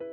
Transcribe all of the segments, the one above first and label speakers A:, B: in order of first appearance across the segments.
A: I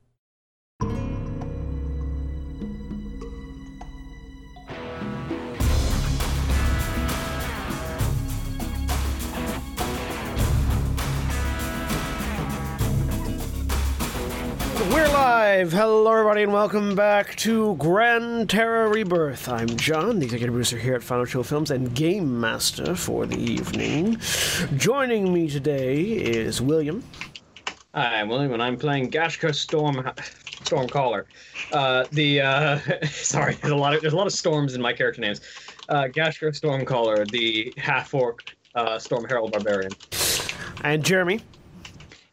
A: We're live. Hello, everybody, and welcome back to Grand Terror Rebirth. I'm John, the executive producer here at Final Show Films and game master for the evening. Joining me today is William.
B: Hi, I'm William, and I'm playing Gashka Storm Stormcaller. Uh, the uh, sorry, there's a lot of there's a lot of storms in my character names. Uh, Gashka Stormcaller, the half orc uh, Storm Herald Barbarian.
A: And Jeremy.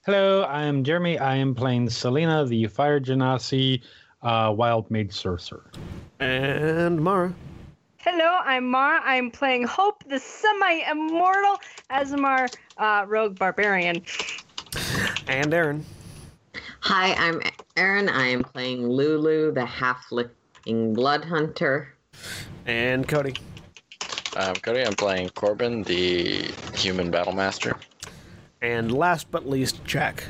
C: Hello, I am Jeremy. I am playing Selena, the Fire Genasi uh, Wild Mage Sorcerer.
A: And Mara.
D: Hello, I'm Mara. I'm playing Hope, the semi-immortal Asmar uh, rogue barbarian.
A: And Aaron.
E: Hi, I'm Erin. I am playing Lulu, the half licking blood hunter.
A: And Cody.
F: I'm Um, Cody. I'm playing Corbin, the human battle master.
A: And last but least, Jack,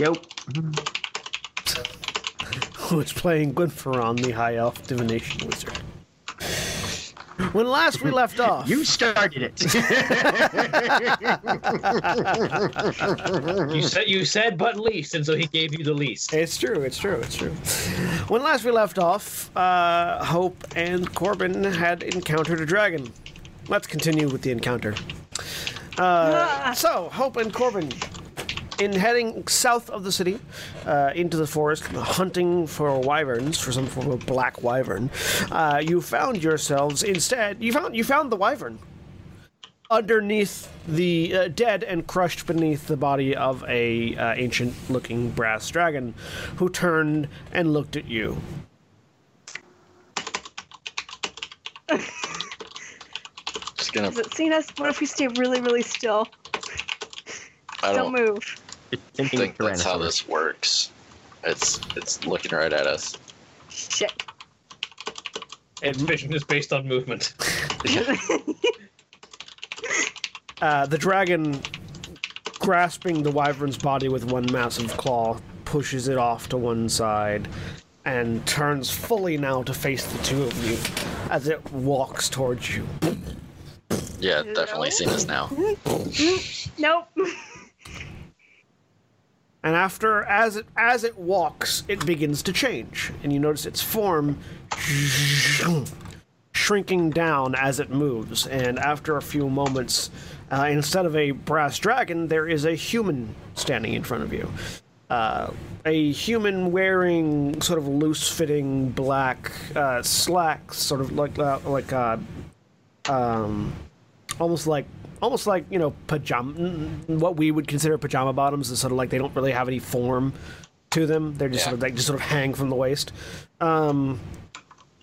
G: Yep.
A: who is playing Gwynferon, the High Elf Divination Wizard. When last we left off,
G: You started it.
B: You said you said but least, and so he gave you the least.
A: It's true. It's true. It's true. When last we left off, uh, Hope and Corbin had encountered a dragon. Let's continue with the encounter. Uh, so, Hope and Corbin, in heading south of the city, uh, into the forest, hunting for wyverns for some form of black wyvern, uh, you found yourselves instead. You found you found the wyvern underneath the uh, dead and crushed beneath the body of a uh, ancient looking brass dragon who turned and looked at you
F: Just gonna.
D: Has it seen us? What if we stay really, really still?
F: I
D: Don't
F: don't
D: move.
G: Thinking
F: think that's how
G: Tyrannosaurus.
F: this works. It's it's looking right at us.
D: Shit.
B: Its vision is based on movement.
A: uh, the dragon grasping the wyvern's body with one massive claw pushes it off to one side and turns fully now to face the two of you as it walks towards you
F: Yeah, it's definitely seen us now.
D: Nope.
A: and after as it as it walks it begins to change and you notice its form shrinking down as it moves and after a few moments uh, instead of a brass dragon there is a human standing in front of you uh, a human wearing sort of loose-fitting black uh, slacks sort of like uh, like uh, um, almost like almost like you know pajama what we would consider pajama bottoms is sort of like they don't really have any form to them they're just
F: Yeah.
A: sort of like just sort of hang from the waist um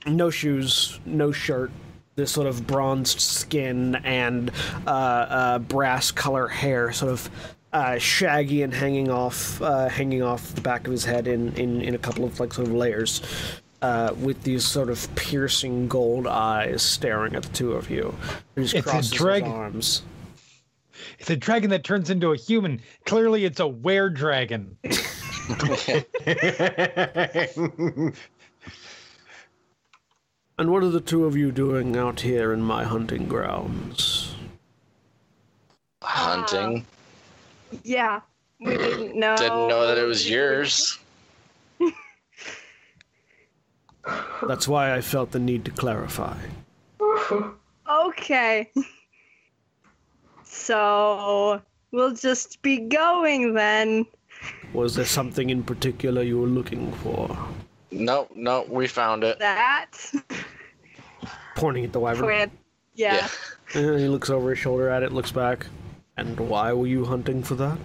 A: no shoes no shirt this sort of bronzed skin and uh, uh, brass color hair sort of uh, shaggy and hanging off uh, hanging off the back of his head in, in, in a couple of like sort of layers uh, with these sort of piercing gold eyes staring at the two of you. He just
C: It's a
A: crosses his
C: dragon.
A: arms.
C: It's a dragon that turns into a human. Clearly, it's a were dragon.
A: And what are the two of you doing out here in my hunting grounds?
F: Hunting.
D: Yeah, we didn't know.
F: Didn't know that it
D: Oh,
F: was yours.
A: That's why I felt the need to clarify.
D: Okay. So we'll just be going then.
A: Was there something in particular you were looking for?
F: Nope, nope, we found it.
D: That.
A: Pointing at the wyvern.
D: Yeah. yeah.
A: Uh, he looks over his shoulder at it, looks back. And why were you hunting for that?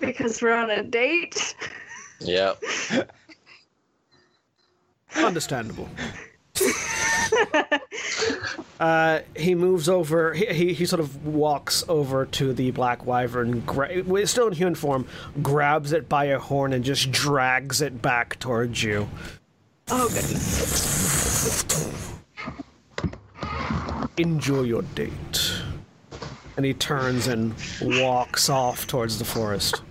D: Because we're on a date.
F: Yep.
A: Understandable. uh, he moves over. He, he he sort of walks over to the black wyvern, gra- well, still in human form, grabs it by a horn and just drags it back towards you.
D: Oh goodness.
A: Enjoy your date. And he turns and walks off towards the forest.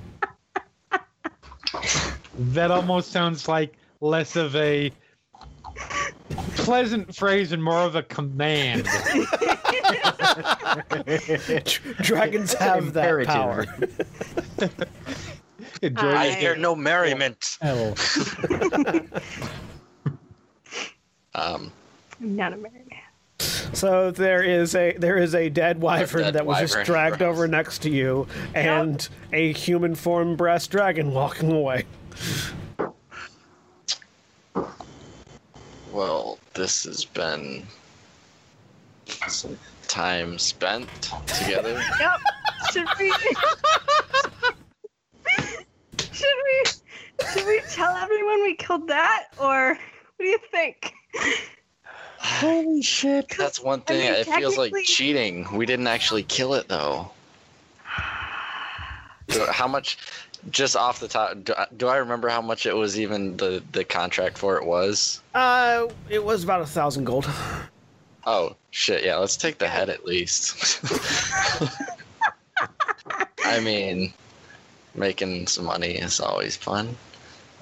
C: That almost sounds like less of a pleasant phrase and more of a command.
A: Dragons have that
G: Imperative.
A: power.
C: Enjoy
F: I
D: I-
F: hear no merriment.
C: your spell.
F: Um,
D: I'm not a married man.
A: So there is a there is a dead wyvern
F: dead
A: that was just
F: wyvern.
A: dragged over next to you, and a human form brass dragon walking away.
F: well, this has been some time spent together.
D: Yep. Should we? should we? Should we tell everyone we killed that, or what do you think?
F: Holy shit. That's one thing.
D: mean,
F: it feels like
D: technically-
F: cheating. We didn't actually kill it, though. So how much, just off the top, do I, do I remember how much it was even the, the contract for it was?
A: Uh, it was about a thousand gold.
F: Oh, shit. Yeah, let's take the head at least. I mean, making some money is always fun.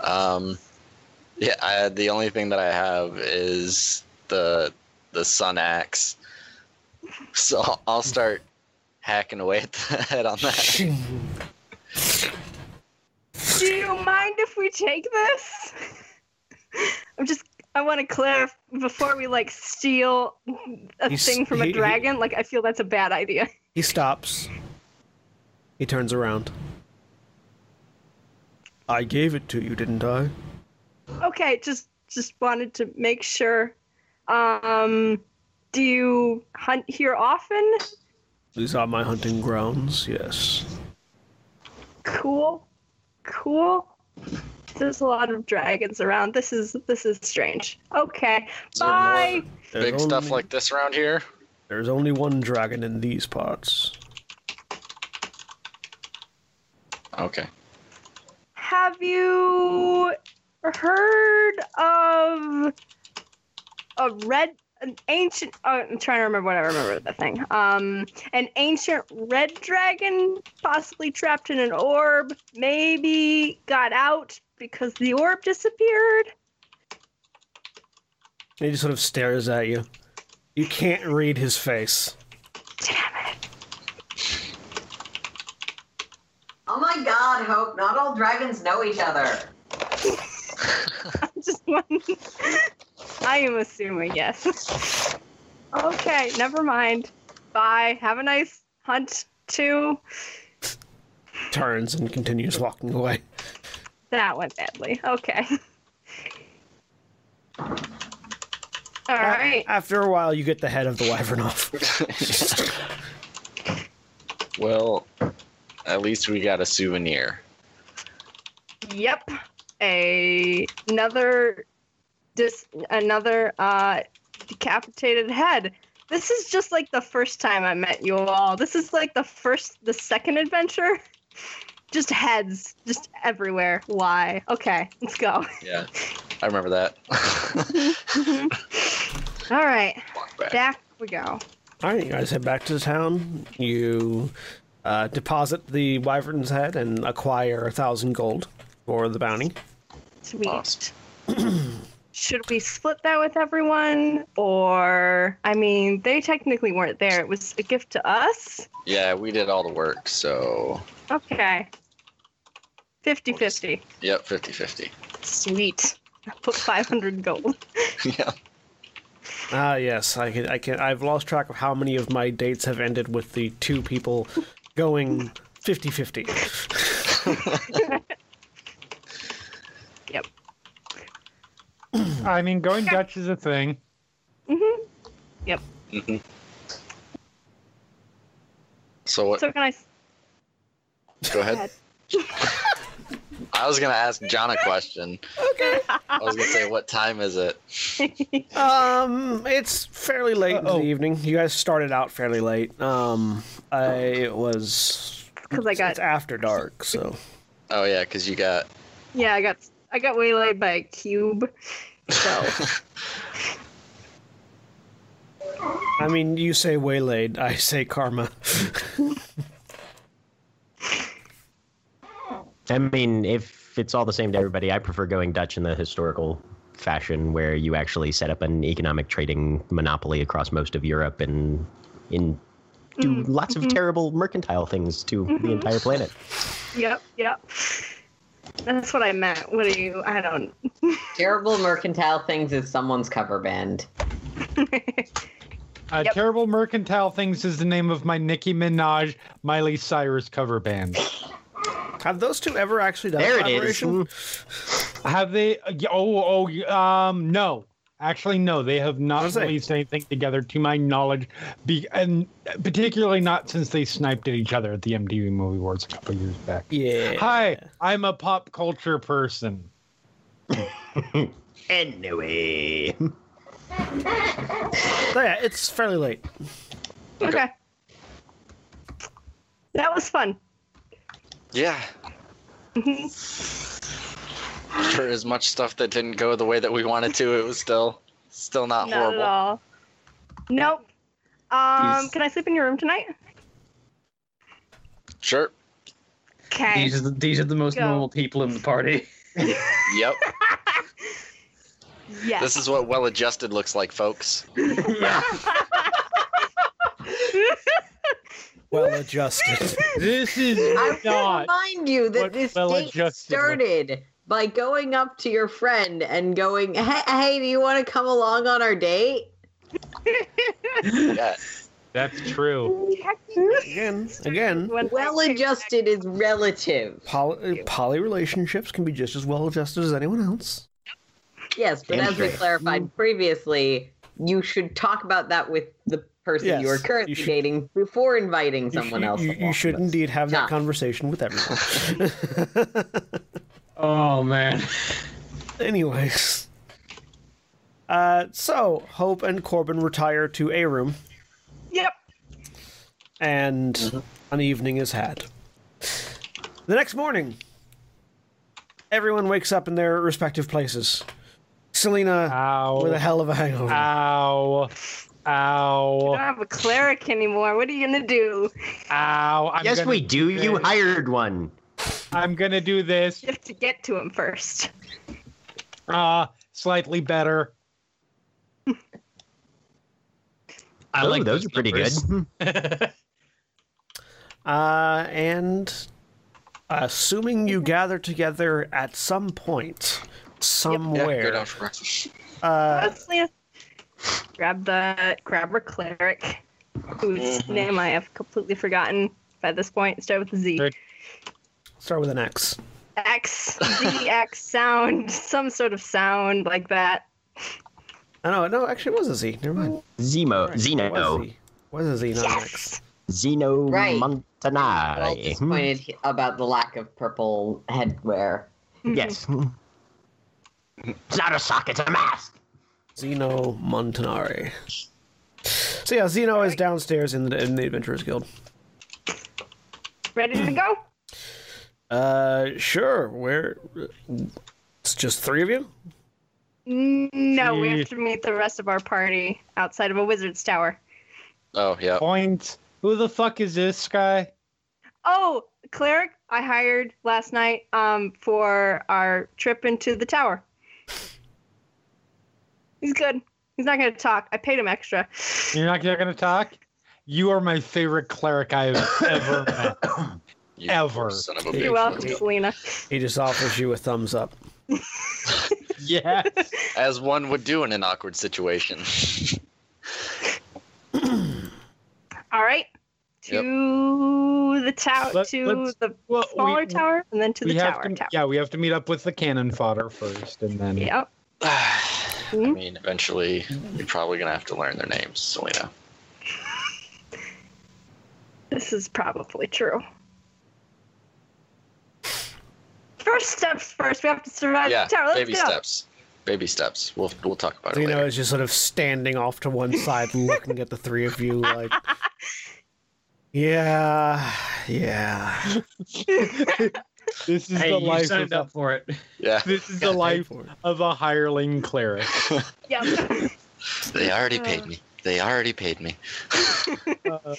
F: Um, yeah, I, the only thing that I have is the the sun axe. So I'll- I'll start hacking away at the head on that.
D: Do you mind if we take this? I'm just. I want to clarify before we like steal a
A: He's-
D: thing from
A: he-
D: a
A: he-
D: dragon. Like I feel that's a bad idea.
A: He stops. He turns around. I gave it to you, didn't I?
D: Okay, just just wanted to make sure. Um, do you hunt here often?
A: These are my hunting grounds. Yes.
D: Cool, cool. There's a lot of dragons around. This is this is strange. Okay,
F: Is there more?
D: bye.
A: There's
F: Big stuff
A: only-
F: like this around here.
A: There's only one dragon in these parts.
F: Okay.
D: Have you heard of a red, an ancient? Oh, I'm trying to remember what I remember the thing. Um, an ancient red dragon, possibly trapped in an orb, maybe got out because the orb disappeared.
A: And he just sort of stares at you. You can't read his face.
D: Damn it!
E: Oh my god, Hope, not all dragons know each other.
D: I'm just wondering. I am assuming yes. Okay, never mind. Bye. Have a nice hunt too.
A: Turns and continues walking away.
D: That went badly. Okay. All right.
A: After a while, you get the head of the wyvern off.
F: Well, at least we got a souvenir.
D: Yep. A another dis another uh decapitated head. This is just like the first time I met you all. This is like the first the second adventure. Just heads just everywhere. Why? Okay, let's go.
F: Yeah, I remember that.
D: all right.
F: Walk back.
D: Back we go.
A: All right, you guys head back to the town. You uh, deposit the wyvern's head and acquire a thousand gold for the bounty.
D: Sweet.
F: Awesome.
D: should we split that with everyone? Or I mean, they technically weren't there. It was a gift to us.
F: Yeah, we did all the work, so
D: Okay. 50-50.
F: yep, 50-50.
D: Sweet. I put 500 gold.
F: yeah.
A: Ah, yes. I can. I can. I've lost track of how many of my dates have ended with the two people going 50-50.
C: I mean, going Dutch is a thing.
D: hmm
F: Mhm. So what?
D: So can I?
F: go ahead. I was gonna ask John a question.
D: Okay.
F: I was gonna say, what time is it?
A: Um, it's fairly late in
C: Uh-oh.
A: the evening. You guys started out fairly late. Um, I it was
D: 'Cause I got-
A: it's after dark, so
F: Oh yeah, because you got.
D: yeah, I got I got waylaid by a cube. So
A: I mean, you say waylaid, I say karma.
H: I mean, if it's all the same to everybody, I prefer going Dutch in the historical fashion where you actually set up an economic trading monopoly across most of Europe and in do
E: Mm-hmm.
D: Mm,
H: lots of
D: mhm.
H: terrible mercantile things to
D: Mhm.
H: the entire planet.
D: yep, yep. That's what I meant. What do you? I don't.
E: Terrible mercantile things is someone's cover band.
C: Uh,
D: Yep.
C: Terrible Mercantile Things is the name of my Nicki Minaj, Miley Cyrus cover band.
A: Have those two ever actually done
H: There
A: a
H: it is.
A: collaboration?
H: Mm.
C: Have they? uh, y- Oh, oh, um, no. Actually, no. They have
A: I
C: not
A: was saying-
C: released anything together, to my knowledge, be, and particularly not since they sniped at each other at the MTV Movie Awards a couple years back.
A: Yeah.
C: Hi, I'm a pop culture person.
H: Anyway.
A: So, yeah, it's fairly late.
D: Okay. That was fun.
F: Yeah.
D: Mhm.
F: For as much stuff that didn't go the way that we wanted to, it was still, still not,
D: Not
F: horrible.
D: at all. Nope. Um,
F: He's-
D: can I sleep in your room tonight?
F: Sure.
D: Okay.
B: These are the, these are the most
D: Go.
B: normal people in the party.
F: Yep.
D: Yes.
F: This is what well-adjusted looks like, folks.
A: Well adjusted.
C: This is
E: I would
C: not.
E: remind you that
C: what
E: this date
C: well-adjusted would-
E: started by going up to your friend and going, "Hey, hey do you want to come along on our date?"
F: Yeah.
C: That's true.
A: again, again,
D: When I
E: Well
D: came
E: adjusted is relative.
A: poly, uh, poly relationships can be just as well adjusted as anyone else.
E: Yes, but as we
H: Interesting.
E: clarified previously, you should talk about that with the person
A: Yes,
E: you are currently
A: you should-
E: dating before inviting
A: You-
E: someone
A: you,
E: else.
A: You, you
E: along
A: should
E: with.
A: indeed have that
E: Yeah.
A: conversation with everyone.
B: Oh man.
A: Anyways. Uh, so Hope and Corbin retire to a room,
D: Yep.
A: and an evening is had. The next morning, everyone wakes up in their respective places. Selena
C: Ow.
A: with a hell of a hangover.
C: Ow.
D: I
C: Ow.
D: don't have a cleric anymore. What are you gonna do?
C: Ow. I'm
H: yes,
C: gonna,
H: we do. You
C: Okay.
H: hired one.
C: I'm gonna do this.
D: You have to get to him first.
C: Uh, slightly better.
B: I
H: Oh,
B: like
H: those are pretty
B: numbers.
H: good.
A: Uh, and assuming you gather together at some point,
F: Yeah.
A: somewhere,
F: Good enough for us.
A: uh,
D: Honestly, grab the grab her cleric, whose
F: Mhm.
D: name I have completely forgotten by this point. Start with a Z.
C: Good.
A: start with an X.
D: X Z X sound, some sort of sound like that.
A: I know, no, actually, it was a Z. Never mind.
H: Zemo.
A: Right, it Was a
H: Zeno.
A: Z, was a Z not an X.
D: Yes.
H: Zeno
E: Right. Well,
H: Montanari. Hmm.
E: disappointed he- about the lack of purple headwear.
H: Hmm.
D: Mm-hmm.
H: Yes.
E: Mm-hmm.
H: It's not a sock, it's a mask.
A: Zeno Montanari. So yeah, Zeno is downstairs in the in the Adventurers Guild.
D: Ready to go?
A: Uh, sure. Where? It's just three of you.
D: No, we
C: Gee.
D: have to meet the rest of our party outside of a wizard's tower.
F: Oh yeah.
C: Point. Who the fuck is this guy?
D: Oh, cleric I hired last night um for our trip into the tower. He's good. He's not gonna talk. I paid him extra.
C: You're not, you're not going to talk? You are my favorite cleric I've ever met.
F: You
C: Ever.
F: Son of a
D: You're
F: bitch.
D: welcome, Selena.
A: He just offers you a thumbs up.
C: Yeah.
F: As one would do in an awkward situation.
D: All right. To the tower,
C: Let-
D: to
C: let's-
D: the
C: Well, we-
D: smaller tower, and then to the
C: we have
D: tower
C: to,
D: tower.
C: Yeah, we have to meet up with the cannon fodder first, and then
D: Yep.
F: I
D: Hmm?
F: mean, eventually, you're probably gonna have to learn their names, Selena.
D: This is probably true. First steps first. We have to survive
F: yeah,
D: the tower. Let's
F: baby
D: go.
F: steps. Baby steps. We'll we'll talk about it
A: Zeno
F: later.
A: is just sort of standing off to one side, looking at the three of you, like, yeah, yeah.
C: this is
B: Hey, you
C: the life. Of
B: signed
C: a,
B: up for it.
F: Yeah,
C: This is the life of a hireling cleric.
D: Yep.
F: they already paid me. They already paid me.
C: Uh,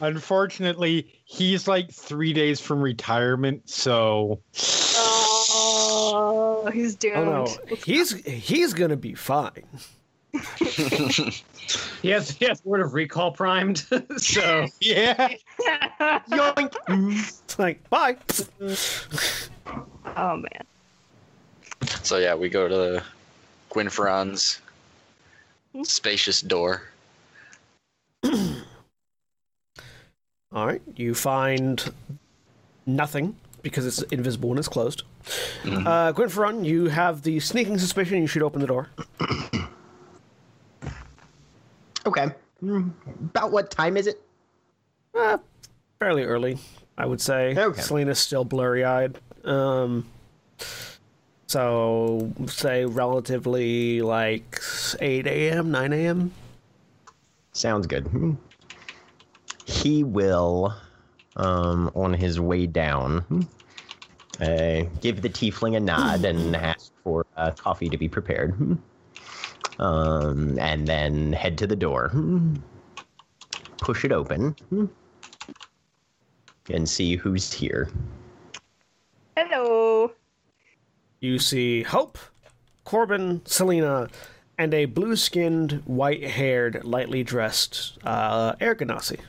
C: unfortunately, he's like three days from retirement, so
D: oh, he's doomed.
A: Oh no, he's he's gonna be fine.
B: He has, he has word of recall primed, so
C: yeah.
A: It's like bye.
D: oh man.
F: So yeah, we go to Gwynferon's spacious door.
A: All right, you find nothing because it's invisible and it's closed. Uh, Gwynferon, you have the sneaking suspicion you should open the door.
H: Okay. Mm, About what time is it?
A: Uh, fairly early, I would say.
H: Okay.
A: Selena's still blurry eyed. Um, so, say relatively like 8 a.m., 9 a.m.
H: Sounds good. Hmm. He will, um, on his way down, hmm, uh, give the tiefling a nod and ask for uh, coffee to be prepared. Hmm. Um, and then head to the door. Hmm. Push it open. hmm, And see who's here.
D: Hello.
A: You see Hope, Corbin, Selena, and a blue skinned, white haired, lightly dressed uh, Air Ganassi.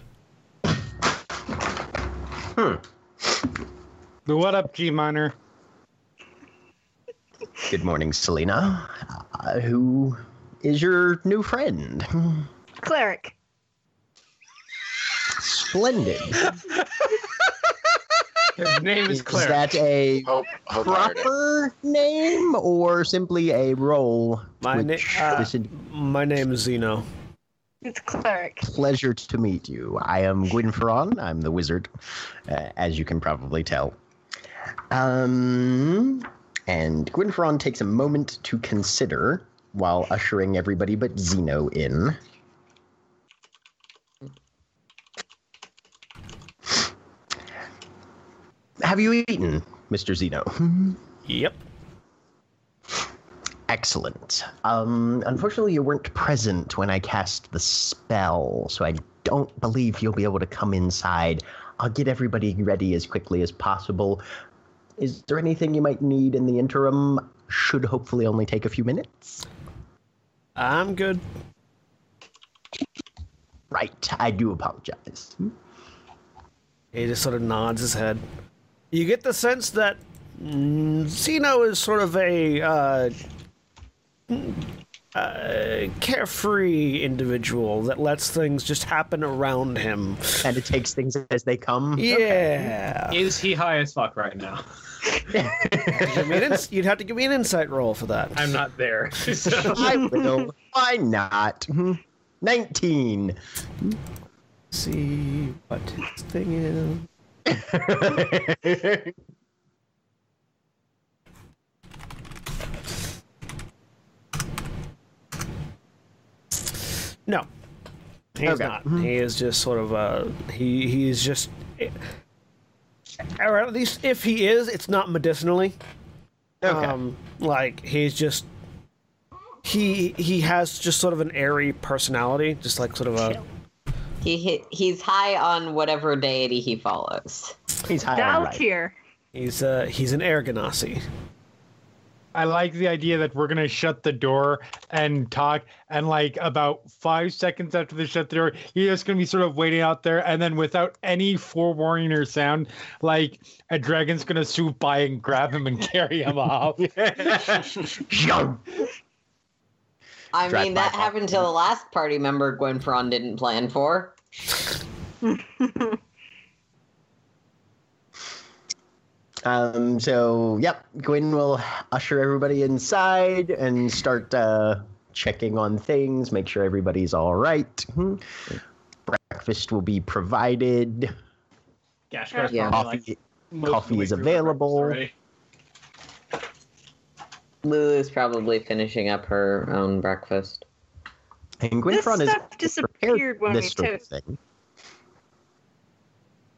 C: What up, G minor?
H: Good morning, Selena. Uh, who is your new friend? Hmm.
D: Cleric.
H: Splendid.
B: his name is
H: Is
B: Claire.
H: that a
F: Hope, hope I heard it.
H: proper name or simply a role?
A: My, na-
H: which
A: uh,
H: this is
A: my name is Zeno.
D: It's cleric.
H: pleasure to meet you. I am Gwyn Ferron. I'm the wizard, uh, as you can probably tell. Um, and Gwyn Ferron takes a moment to consider while ushering everybody but Zeno in. Have you eaten, Mr. Zeno?
A: Yep.
H: Excellent. Um, unfortunately, you weren't present when I cast the spell, so I don't believe you'll be able to come inside. I'll get everybody ready as quickly as possible. Is there anything you might need in the interim? Should hopefully only take a few minutes.
A: I'm good.
H: Right, I do apologize.
A: He just sort of nods his head. You get the sense that mm, Zeno is sort of a uh, mm, uh, carefree individual that lets things just happen around him.
H: And it takes things as they come.
A: Yeah.
B: Is he high as fuck right now?
A: Give me an ins- you'd have to give me an insight roll for that.
B: I'm not there. So.
H: I will. Why not? Hmm. 19.
A: see what his thing is. No, he's
H: Okay.
A: not. He is just sort of uh, he he's just, or at least if he is, it's not medicinally.
H: Okay.
A: Um, like he's just he he has just sort of an airy personality, just like sort of a
E: He hit, he's high on whatever deity he follows.
H: He's high. on life.
D: Valkyr.
A: he's uh he's an air ganassi.
C: I like the idea that we're gonna shut the door and talk, and like about five seconds after they shut the door, you're just gonna be sort of waiting out there, and then without any forewarning or sound, like a dragon's gonna swoop by and grab him and carry him off.
E: I
H: Drive
E: mean,
H: by
E: that
H: Bob.
E: happened to the last party member Gwen Fron didn't plan for.
H: Um, so, yep, Gwyn will usher everybody inside and start uh, checking on things, make sure everybody's all right. Hmm. Breakfast will be provided.
B: Gash
D: Yeah.
B: Crest
E: Yeah.
B: Storm, like,
H: Coffee.
B: most of
H: coffee
B: the way
H: is
B: through our
H: available.
B: breakfast already.
E: Lulu's probably finishing up her own breakfast.
H: And
D: This
H: Gwynfron is
D: stuff disappeared
H: prepared for
D: when we
H: this sort of
D: took.
H: thing.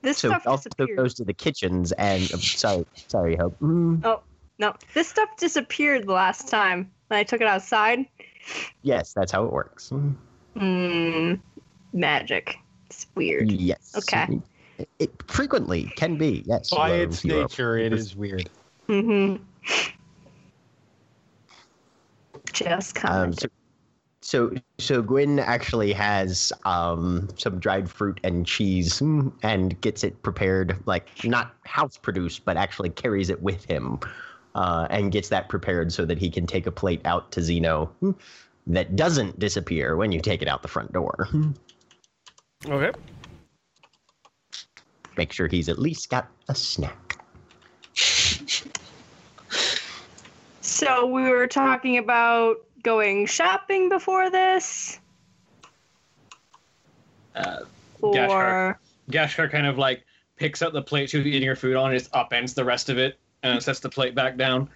D: This
H: So
D: stuff
H: it also
D: disappeared.
H: goes to the kitchens and oh, sorry, sorry, Hope.
D: Oh.
H: Mm,
D: No, this stuff disappeared the last time when I took it outside.
H: yes, that's how it works. Mm,
D: Hmm. Magic. It's weird.
H: Yes.
D: Okay.
H: It, it frequently can be yes.
C: By
H: you are-
C: its
H: you are
C: nature, it is weird.
D: hmm Just
H: Um,
D: comment.
H: so, so, so Gwyn actually has um, some dried fruit and cheese mm, and gets it prepared, like not house produced, but actually carries it with him uh, and gets that prepared so that he can take a plate out to Zeno mm, that doesn't disappear when you take it out the front door. Mm.
A: Okay.
H: Make sure he's at least got a snack.
D: So we were talking about going shopping before this.
B: Uh, Gash
D: or
B: Gashkar kind of like picks up the plate she was eating her food on and just upends the rest of it and sets the plate back down.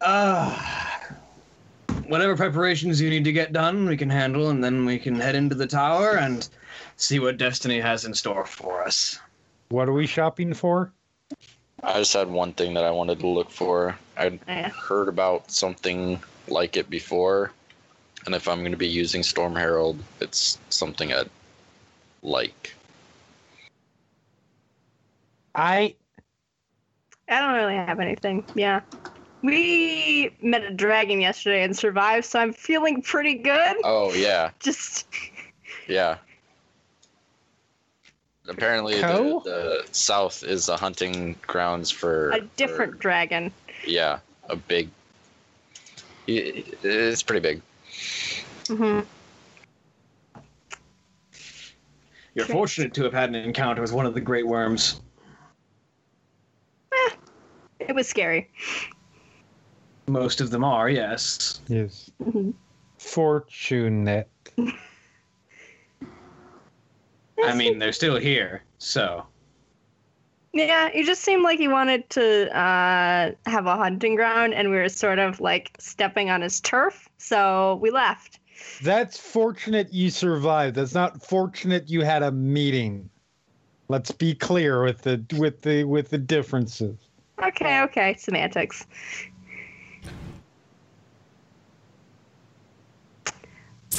B: Uh, whatever preparations you need to get done, we can handle, and then we can head into the tower and see what destiny has in store for us.
C: What are we shopping for?
F: I just had one thing that I wanted to look for. I'd
D: Yeah.
F: heard about something like it before, and if I'm going to be using Storm Herald, it's something I'd like.
C: I
D: I don't really have anything. Yeah. We met a dragon yesterday and survived, so I'm feeling pretty good.
F: Oh yeah,
D: Just
F: yeah. Apparently,
C: Co?
F: the, the south is the hunting grounds for
D: a different dragon.
F: for- yeah, a big. i- It's pretty big.
D: hmm
B: You're
D: Okay.
B: fortunate to have had an encounter with one of the great worms.
D: It was scary.
B: Most of them are, yes.
C: is
D: Mhm.
C: fortunate.
B: I mean, they're still here, so.
D: Yeah, you just seemed like he wanted to uh, have a hunting ground, and we were sort of like stepping on his turf, so we left.
C: That's fortunate you survived. That's not fortunate you had a meeting. Let's be clear with the with the with the differences.
D: Okay, okay, semantics.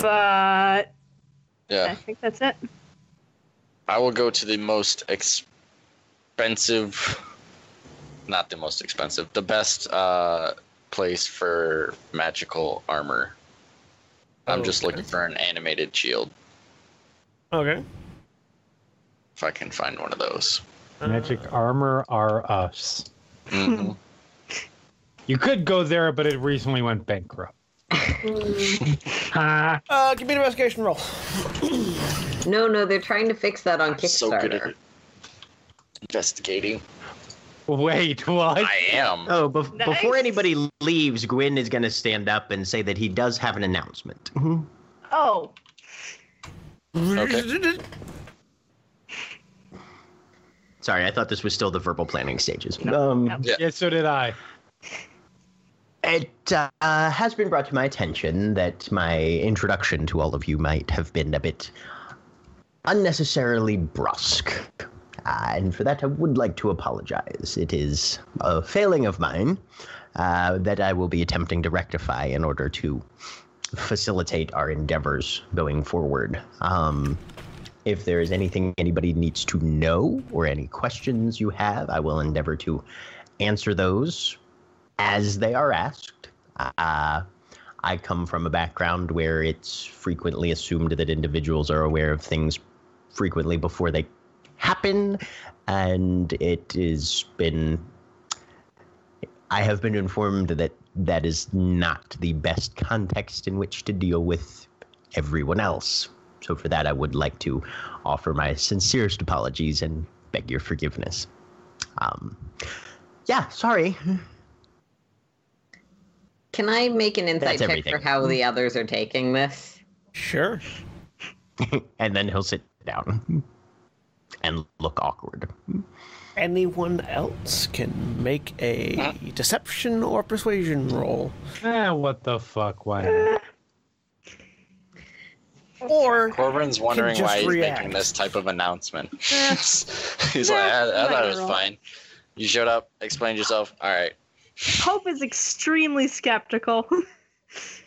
D: But
F: Yeah.
D: I think that's it.
F: I will go to the most expensive, not the most expensive, the best uh, place for magical armor. I'm just looking for an animated shield
A: Okay.
F: if I can find one of those.
C: Magic armor are us.
D: Hmm.
F: Mhm.
C: You could go there, but it recently went bankrupt. Ah,
A: Uh, give me an investigation roll.
E: No, no, they're trying to fix that on Kickstarter.
F: so good at investigating.
C: wait, what?
F: I am.
H: Oh, bef-
D: Nice.
H: before anybody leaves, Gwyn is going to stand up and say that he does have an announcement.
D: Oh,
F: Okay.
H: Sorry, I thought this was still the verbal planning stages.
D: no.
H: um,
F: Yeah.
C: Yes, so did I.
H: It uh, has been brought to my attention that my introduction to all of you might have been a bit unnecessarily brusque. Uh, and for that, I would like to apologize. It is a failing of mine uh, that I will be attempting to rectify in order to facilitate our endeavors going forward. Um, if there is anything anybody needs to know or any questions you have, I will endeavor to answer those as they are asked. Uh, I come from a background where it's frequently assumed that individuals are aware of things frequently before they happen, and it has been. I have been informed that that is not the best context in which to deal with everyone else. So, for that, I would like to offer my sincerest apologies and beg your forgiveness. Um, yeah, sorry.
E: Can I make an insight
H: That's
E: check
H: everything.
E: for how the others are taking this?
A: Sure.
H: and then he'll sit down and look awkward.
A: Anyone else can make a deception or persuasion roll.
C: Eh, what the fuck? Why? not?
A: Or
F: Corbin's wondering
A: just
F: why he's making
A: react.
F: this type of announcement.
D: Eh.
F: he's
D: Nah,
F: like, I, I
D: might
F: thought
D: be
F: it was
D: wrong.
F: fine. You showed up, explained yourself. All right.
D: Hope is extremely skeptical,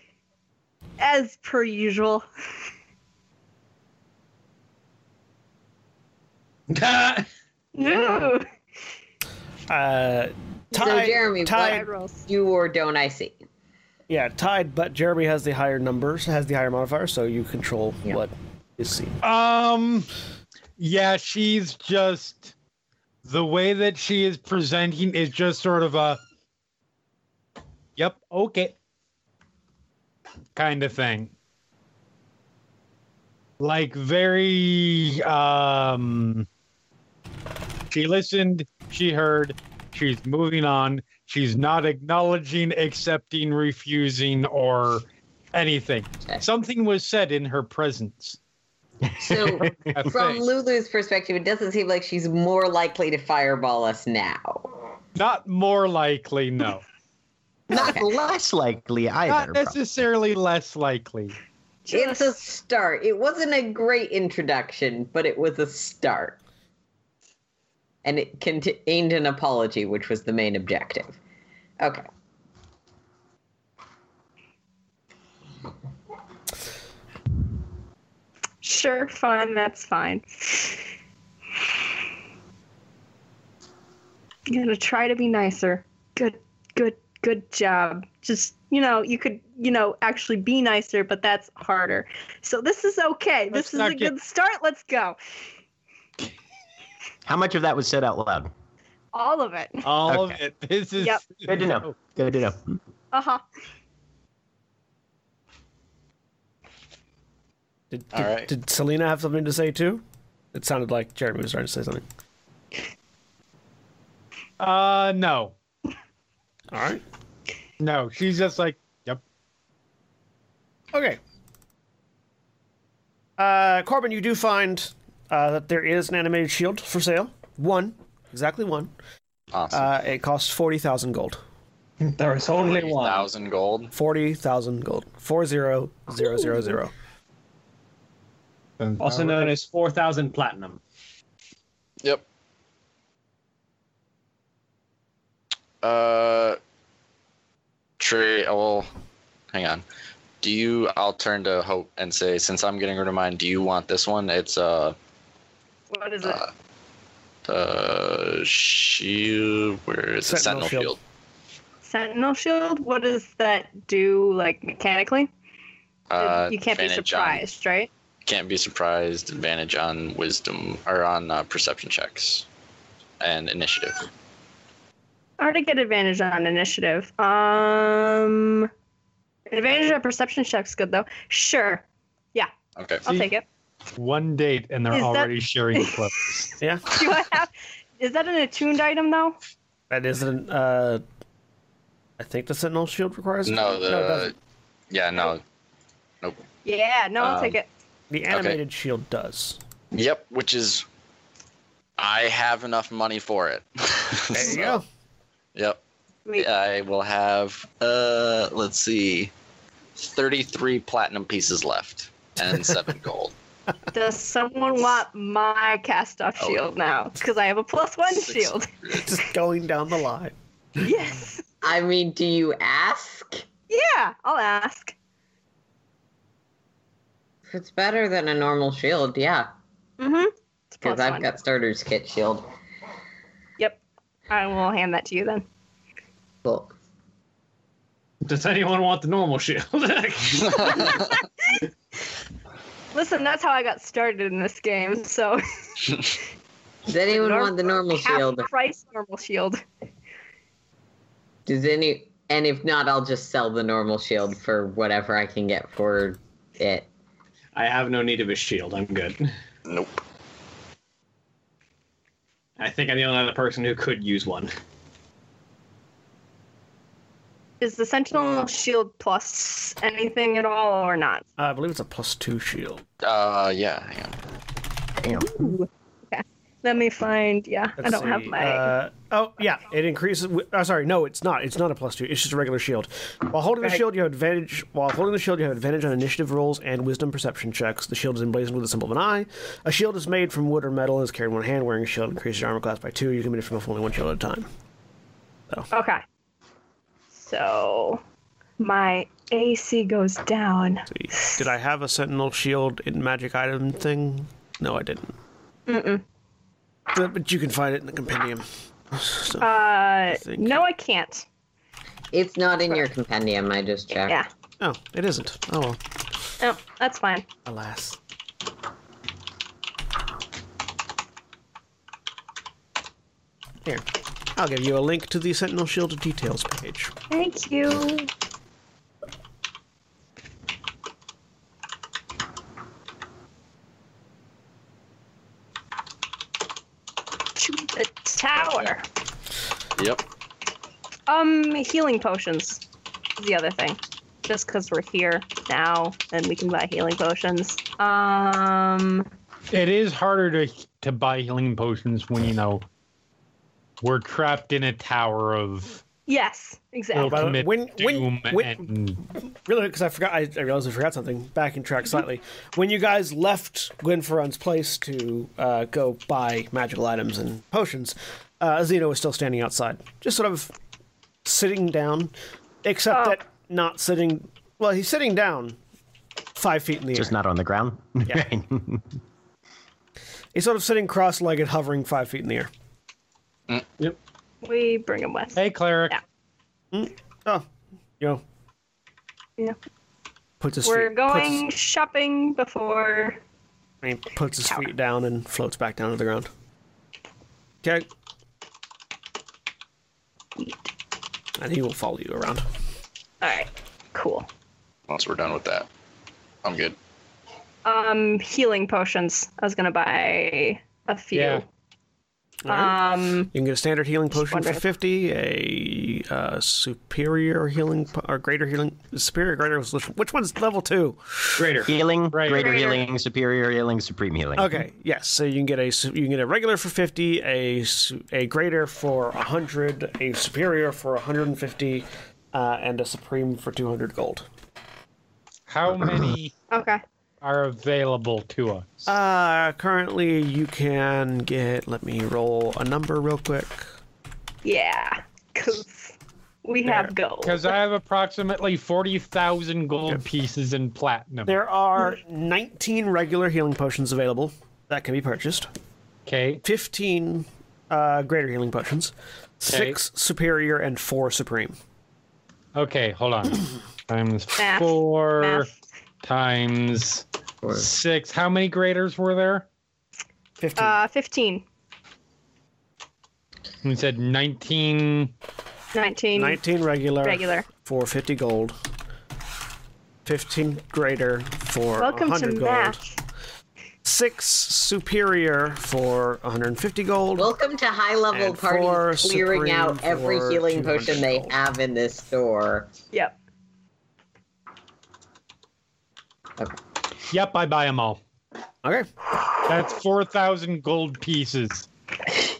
D: as per usual. No.
A: uh, tied,
E: Jeremy, what-
A: tied,
D: rolls.
E: Do or don't I see?
A: yeah, tied. But Jeremy has the higher numbers, has the higher modifier, so you control what is seen.
C: Um, yeah, she's just the way that she is presenting is just sort of a, yep, okay, kind of thing. Like very, um, she listened, she heard, she's moving on. She's not acknowledging, accepting, refusing, or anything.
E: Okay.
C: Something was said in her presence.
E: So,
C: I
E: from
C: think.
E: Lulu's perspective, it doesn't seem like she's more likely to fireball us now.
C: Not more likely, no.
H: Not
E: Okay.
H: less likely either.
C: Not necessarily less likely.
E: It's a start. It wasn't a great introduction, but it was a start. And it contained an apology, which was the main objective. Okay.
D: Sure, fine, that's fine. I'm gonna try to be nicer. Good, good, good job. Just you know, you could you know actually be nicer, but that's harder. So this is okay.
C: Let's
D: this is
C: not
D: a
C: get-
D: good start. Let's go.
H: How much of that was said out loud?
D: All of it.
C: All of
H: Okay.
C: it. This is
D: Yep.
H: Good to know. Good to know.
D: Uh huh.
A: Did,
F: All
A: did-
F: right.
A: did Selena have something to say too? It sounded like Jeremy was trying to say something.
C: Uh, no,
A: All right.
C: no. She's just like, yep.
A: Okay. Uh, Corbin, you do find uh, that there is an animated shield for sale. One, exactly one.
F: Awesome.
A: Uh, it costs forty thousand gold.
B: there is only one.
F: Thousand gold.
A: Forty thousand gold. Four zero zero zero zero.
B: Also known as 4,000 platinum.
F: Yep. Uh, Trey, I will. Hang on. Do you? I'll turn to Hope and say, since I'm getting rid of mine, do you want this one? It's uh,
D: What is it?
F: uh the uh, shield. Where is it?
A: Sentinel
F: Sentinel
A: shield.
F: shield.
D: Sentinel shield. What does that do? Like mechanically?
F: Uh,
D: you can't be
F: advantage on-
D: surprised, right?
F: can't be surprised. Advantage on wisdom or on uh, perception checks and initiative.
D: Hard to get advantage on initiative. Um, advantage on perception checks good though. Sure,
F: Okay.
D: I'll
C: See?
D: take it.
C: One date, and they're
D: Is that-
C: already sharing clothes.
A: Yeah,
D: Do I have? is that an attuned item though?
A: that is an. Uh, I think the Sentinel shield requires.
F: No, the
A: no, it doesn't.
F: yeah, no.
D: Yeah, no, I'll
F: Um,
D: take it.
A: the animated shield does.
F: Yep, which is I have enough money for it.
A: There you
F: So,
A: go.
F: Yep.
D: Wait,
F: I will have uh let's see 33 platinum pieces left and 7 gold.
D: does someone want my cast off
F: Oh.
D: shield now? Because I have a plus one
F: Six.
D: shield.
A: Just going down the line.
D: yes.
E: I mean, do you ask?
D: Yeah, I'll ask.
E: If it's better than a normal shield, yeah.
D: Mm-hmm. It's plus
E: Because I've
D: one.
E: got starter's kit shield.
D: I will hand that to you then.
E: Cool.
B: Does anyone want the normal shield?
D: Listen, that's how I got started in this game. So
E: Does anyone want the normal
D: half
E: shield?
D: price normal shield.
E: Does any? And if not, I'll just sell the normal shield for whatever I can get for it.
B: I have no need of a shield. I'm good.
F: Nope.
B: I think I'm the only other person who could use one.
D: Is the Sentinel shield plus anything at all or not?
A: I believe it's a plus two shield.
F: Uh, yeah. Hang on.
H: Damn.
D: Let me find. Yeah, I
A: Let's
D: don't have
A: see,
D: my.
A: Uh, oh yeah, it increases. Oh, sorry, no, it's not. It's not a plus two. It's just a regular shield. While holding the
D: Right.
A: shield, you have advantage. While holding the shield, you have advantage on initiative rolls and wisdom perception checks. The shield is emblazoned with the symbol of an eye. A shield is made from wood or metal and is carried in one hand. Wearing a shield increases your armor class by two. You can benefit from only one shield at a time.
D: Okay. So my AC goes down.
A: See, Did I have a sentinel shield in magic item thing? No, I didn't. Mm-mm. But, but you can find it in the compendium. So,
D: Uh,
A: think-
D: no, I can't.
E: It's not in your compendium. I just checked.
D: Yeah.
A: oh, it isn't. Oh, well.
D: No, that's fine.
A: alas. Here, I'll give you a link to the Sentinel Shield details page.
D: Thank you. To the tower.
F: Yep.
D: Um, healing potions is the other thing. Just because we're here now and we can buy healing potions. Um,
C: It is harder to to buy healing potions when you know we're trapped in a tower of
D: yes, exactly.
A: by the way, Uh,
C: ultimate
A: when- when-
C: doom
A: when-
C: and
A: Really, because I forgot, I, I realized I forgot something. Backing track slightly. When you guys left Gwynferon's place to uh, go buy magical items and potions, uh, Zeno was still standing outside, just sort of sitting down, except
D: Oh.
A: that not sitting. Well, he's sitting down five feet in the air.
H: Just not on the ground.
A: Yeah. He's sort of sitting cross-legged, hovering five feet in the air.
B: Yep.
D: We bring him with.
C: hey cleric
D: Yeah.
A: Oh, you know,
D: Yeah.
A: puts his
D: We're
A: feet,
D: going
A: Puts
D: shopping before.
A: his, I mean, puts his
D: Tower.
A: feet down and floats back down to the ground. Okay. And he will follow you around.
D: All right, cool.
F: Once we're done with that, I'm good.
D: Um, healing potions. I was gonna buy a few.
C: Yeah.
A: All right.
D: Um,
A: you can get a standard healing potion for
D: wondering.
A: fifty, a uh, superior healing po- or greater healing. Superior, greater. was Which which one's level two?
B: Greater.
H: healing,
C: Right.
H: greater
D: Greater.
H: healing, superior healing, supreme healing.
A: Okay, yes. So you can get a su- you can get a regular for fifty, a su- a greater for hundred, a superior for hundred and fifty, uh, and a supreme for two hundred gold.
C: how many
D: okay.
C: are available to us
A: Uh, currently you can get. Let me roll a number real quick.
D: Yeah, cause we have gold.
C: because I have approximately forty thousand gold pieces in platinum.
A: There are nineteen regular healing potions available that can be purchased.
C: Okay,
A: Fifteen uh, greater healing potions, six superior, and four supreme.
C: okay, hold on. times
D: Math,
C: four
D: math.
C: times
E: Or-
C: six. How many graders were there?
A: Fifteen.
D: Uh, 15,
C: We said nineteen.
D: 19,
A: 19 regular,
D: Regular.
A: for 50 gold. 15 greater for
D: Welcome
A: 100
D: to
A: gold.
D: math.
A: 6 superior for 150 gold.
E: Welcome to high level
A: And four
E: parties clearing
A: Supreme
E: out every
A: for
E: healing potion they
A: 200.
E: have in this store.
D: Yep.
C: Yep, I buy them all.
A: Okay.
C: That's four thousand gold pieces.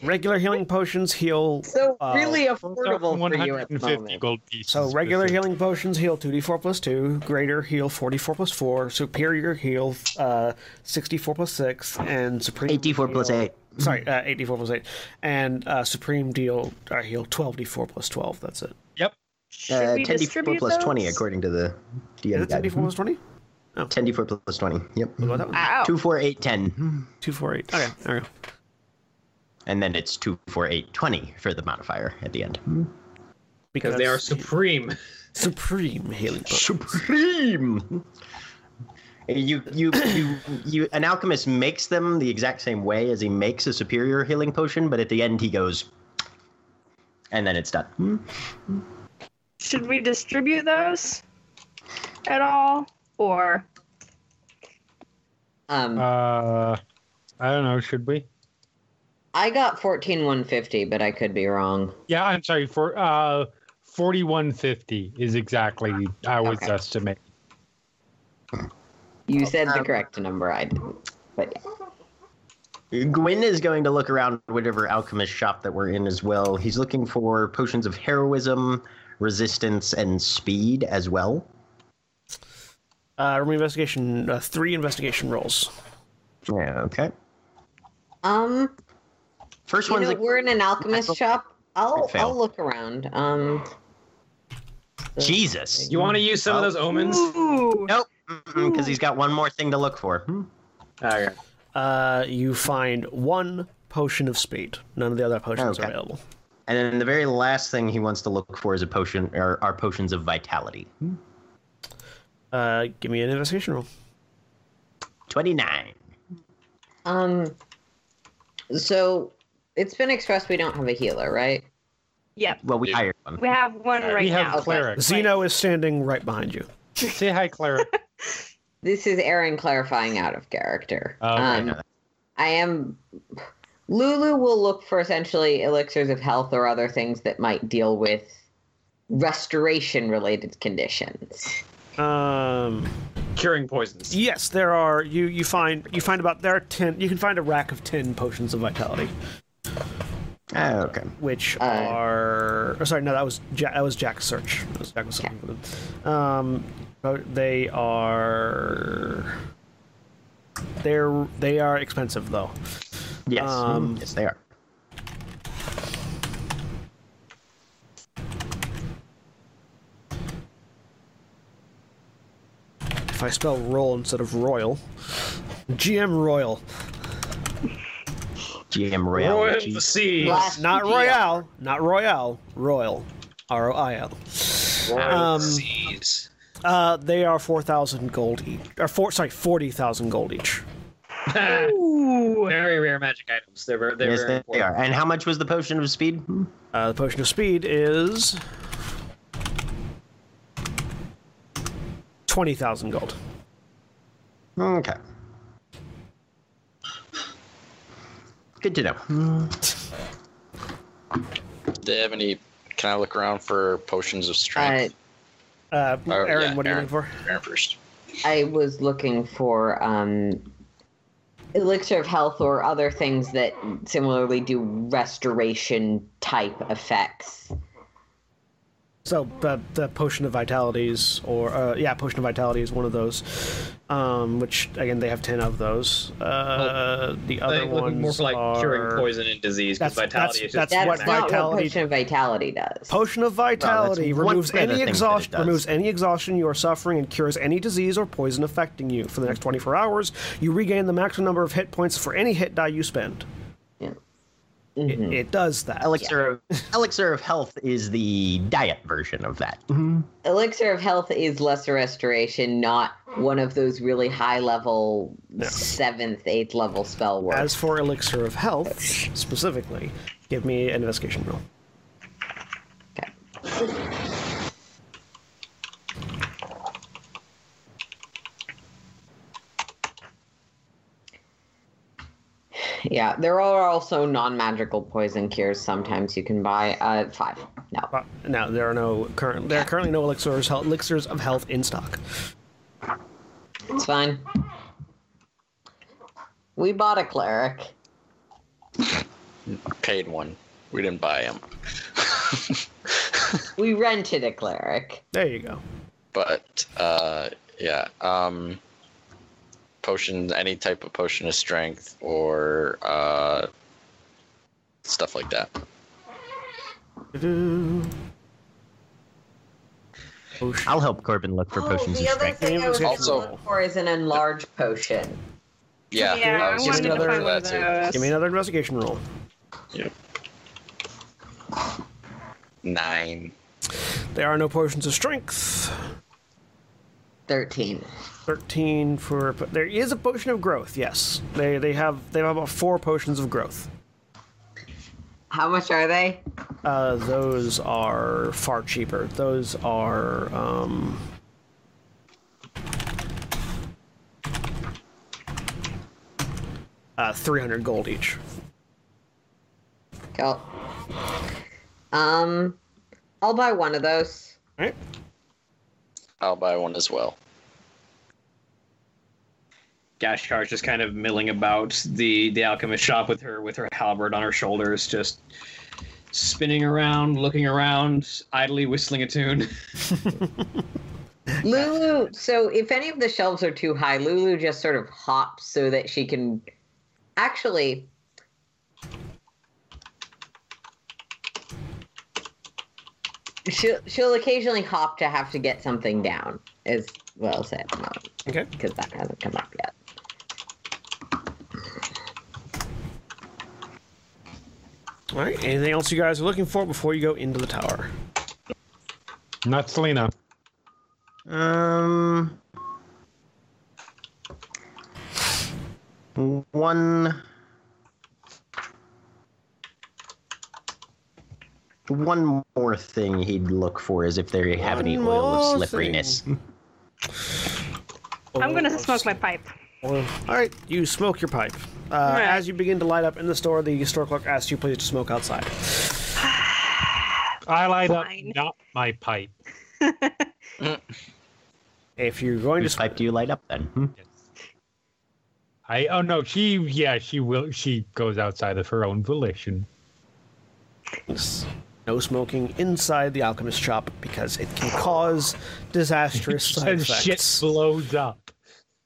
A: Regular healing potions heal.
E: So
A: Wow.
E: really affordable for you at the
C: 150
E: moment.
C: gold pieces.
A: So regular
C: This is-
A: healing potions heal 2d4 plus 2, greater heal 44 plus 4, superior heal uh, 64 plus 6, and supreme.
H: 84 plus
A: heal-
H: 8.
A: Sorry, uh, 84 plus 8. And uh, supreme deal uh, heal 12d4 plus 12. That's it.
C: Yep.
D: Should
H: Uh,
D: we
H: 10 d4
D: distribute
H: plus 20,
D: those?
H: according to the
A: Is
H: DM
A: it Mm-hmm. 10d4
H: guide.
A: plus 20?
H: 10 d4 plus 20. Yep.
A: What about that one?
D: Wow.
H: Two, four, eight, ten,
A: Two four eight. Okay, there we go.
H: And then it's two, four, eight, twenty for the modifier at the end.
B: because they are supreme.
A: supreme healing. potions.
H: Supreme. You, you, you, you, an alchemist makes them the exact same way as he makes a superior healing potion, but at the end he goes, and then it's done. Hmm?
D: Should we distribute those at all? Or
E: Um,
C: Uh, I don't know. Should we?
E: I got 14150, but I could be wrong.
C: Yeah, I'm sorry. For uh, forty-one fifty is exactly I was
E: Okay.
C: estimating.
E: You said the correct number. I didn't. But yeah.
H: Gwyn is going to look around whatever alchemist shop that we're in as well. He's looking for potions of heroism, resistance, and speed as well.
A: Uh, room investigation. Uh, three investigation rolls.
H: Yeah, okay.
E: um,
H: First
E: you
H: one's
E: know,
H: like,
E: we're in an alchemist shop. I'll
H: I failed.
E: I'll look around. Um,
H: Jesus.
B: You want to use some of those omens?
D: ooh,
H: Nope, because he's got one more thing to look for. Hmm.
B: Okay.
A: Uh, you find one potion of speed. None of the other potions are
H: Okay.
A: available.
H: And then the very last thing he wants to look for is a potion, or are potions of vitality.
A: Uh, give me an investigation roll.
H: Twenty-nine.
E: um, so it's been expressed we don't have a healer, right?
D: yep.
H: Well, we
F: Yeah.
H: hired one.
D: We have one right
C: we have
D: now.
C: cleric.
A: Zeno is standing right behind you.
C: Say hi, cleric.
E: This is Aaron clarifying out of character.
C: Oh, okay,
E: um,
H: no.
E: I am. Lulu will look for essentially elixirs of health or other things that might deal with restoration related conditions.
A: Um,
B: Curing poisons.
A: yes, there are. You you find you find about there are ten. You can find a rack of ten potions of vitality,
H: Ah, okay.
A: which
E: Uh.
A: are. Oh, sorry, no, that was Jack, that was Jack's search. That was Jack was searching for them. Um, but they are. They're they are expensive though.
H: Yes.
A: Um,
H: yes, they are.
A: If I spell roll instead of royal, GM Royal,
H: GM Royale.
B: Royal
H: G-
B: the sea.
E: Last
A: not
E: PPR.
A: Royale, not Royale, Royal, R O I L.
B: Royal seas.
A: Uh, they are four thousand gold each, or four sorry, forty thousand gold each.
D: Ooh.
B: Very rare magic items. They're very, they're
H: yes,
B: very
H: they
B: important.
H: are. And how much was the potion of speed? Hmm?
A: Uh, the potion of speed is twenty thousand gold.
H: Okay. Good to know. Hmm.
F: Do they have any? Can I look around for potions
E: Uh,
F: of strength?
A: Uh,
F: Oh,
A: Aaron,
F: yeah,
A: what are you
F: Aaron.
A: looking for?
F: Aaron first.
E: I was looking for um, elixir of health or other things that similarly do restoration type effects.
A: So the the potion of vitalities, or uh, yeah, potion of vitality is one of those. Um, which again, they have ten of those. Uh, the
B: They
A: other
B: look
A: ones
B: more for like
A: are
B: curing poison and disease because
A: That's-
B: vitality is just
A: That's
E: That's
A: what
E: not what
A: vitality-
E: potion of vitality does.
A: Potion of vitality
H: one
A: removes
H: of the
A: any
H: things that it
A: exhaustion
H: does.
A: removes any exhaustion you are suffering and cures any disease or poison affecting you for the next 24 hours. You regain the maximum number of hit points for any hit die you spend.
E: Yeah. Mm-hmm.
A: It,
E: Hmm.
A: it does that.
H: Elixir of Elixir of Health is the diet version of that.
E: elixir of health is lesser restoration, not one of those
A: Mm.
E: really high level
A: No.
E: seventh, eighth level spell work.
A: As for elixir of health specifically, give me an investigation roll.
E: Okay. Yeah, there are also non-magical poison cures. Sometimes you can buy uh, five. No,
A: Uh, Now there are no current there are currently no elixirs health, elixirs of health in stock.
E: it's fine. We bought a cleric.
F: Paid one. We didn't buy him,
E: We rented a cleric.
A: There you go.
F: but uh, yeah. Um, potion, any type of potion of strength or uh, stuff like that.
A: Doo-doo.
H: I'll help Corbin look
E: Oh,
H: for potions of strength.
A: thing I was gonna
F: Also-
E: look for is an enlarged potion.
F: Yeah.
D: Yeah, I
F: was
D: wanted
F: just
D: to
F: gonna
D: find one of
F: look for that
D: those.
A: Give me another investigation roll.
F: too. Yep. Nine.
A: There are no potions of strength.
E: 13.
A: 13 for there is a potion of growth yes they they have they have about four potions of growth
E: How much are they?
A: uh, those are far cheaper those are um uh, 300 gold each
E: Go. Um, I'll buy one of those.
A: all right
F: I'll buy one as well.
B: Gashkar's just kind of milling about the the alchemist shop with her with her halberd on her shoulders, just spinning around, looking around, idly whistling a tune.
E: Lulu, so if any of the shelves are too high, Lulu just sort of hops so that she can actually. She'll, she'll occasionally hop to have to get something down, as well as at the moment,
A: okay
E: because that hasn't come up yet.
A: all right anything else you guys are looking for before you go into the tower
C: Not Selena.
H: Um, one, one more thing he'd look for is if they have any
A: One
H: oil
A: more
H: of slipperiness.
D: I'm gonna smoke my pipe.
A: All right, you smoke your pipe. Uh,
D: right.
A: As you begin to light up in the store, the store clerk asks you please to smoke outside.
C: I light
D: Fine.
C: up, not my pipe.
A: If you're going to
H: Whose pipe do you light up then? Hmm?
C: I oh no, she yeah, she will she goes outside of her own volition.
A: No smoking inside the alchemist shop because it can cause disastrous side
C: And shit
A: effects.
C: blows up.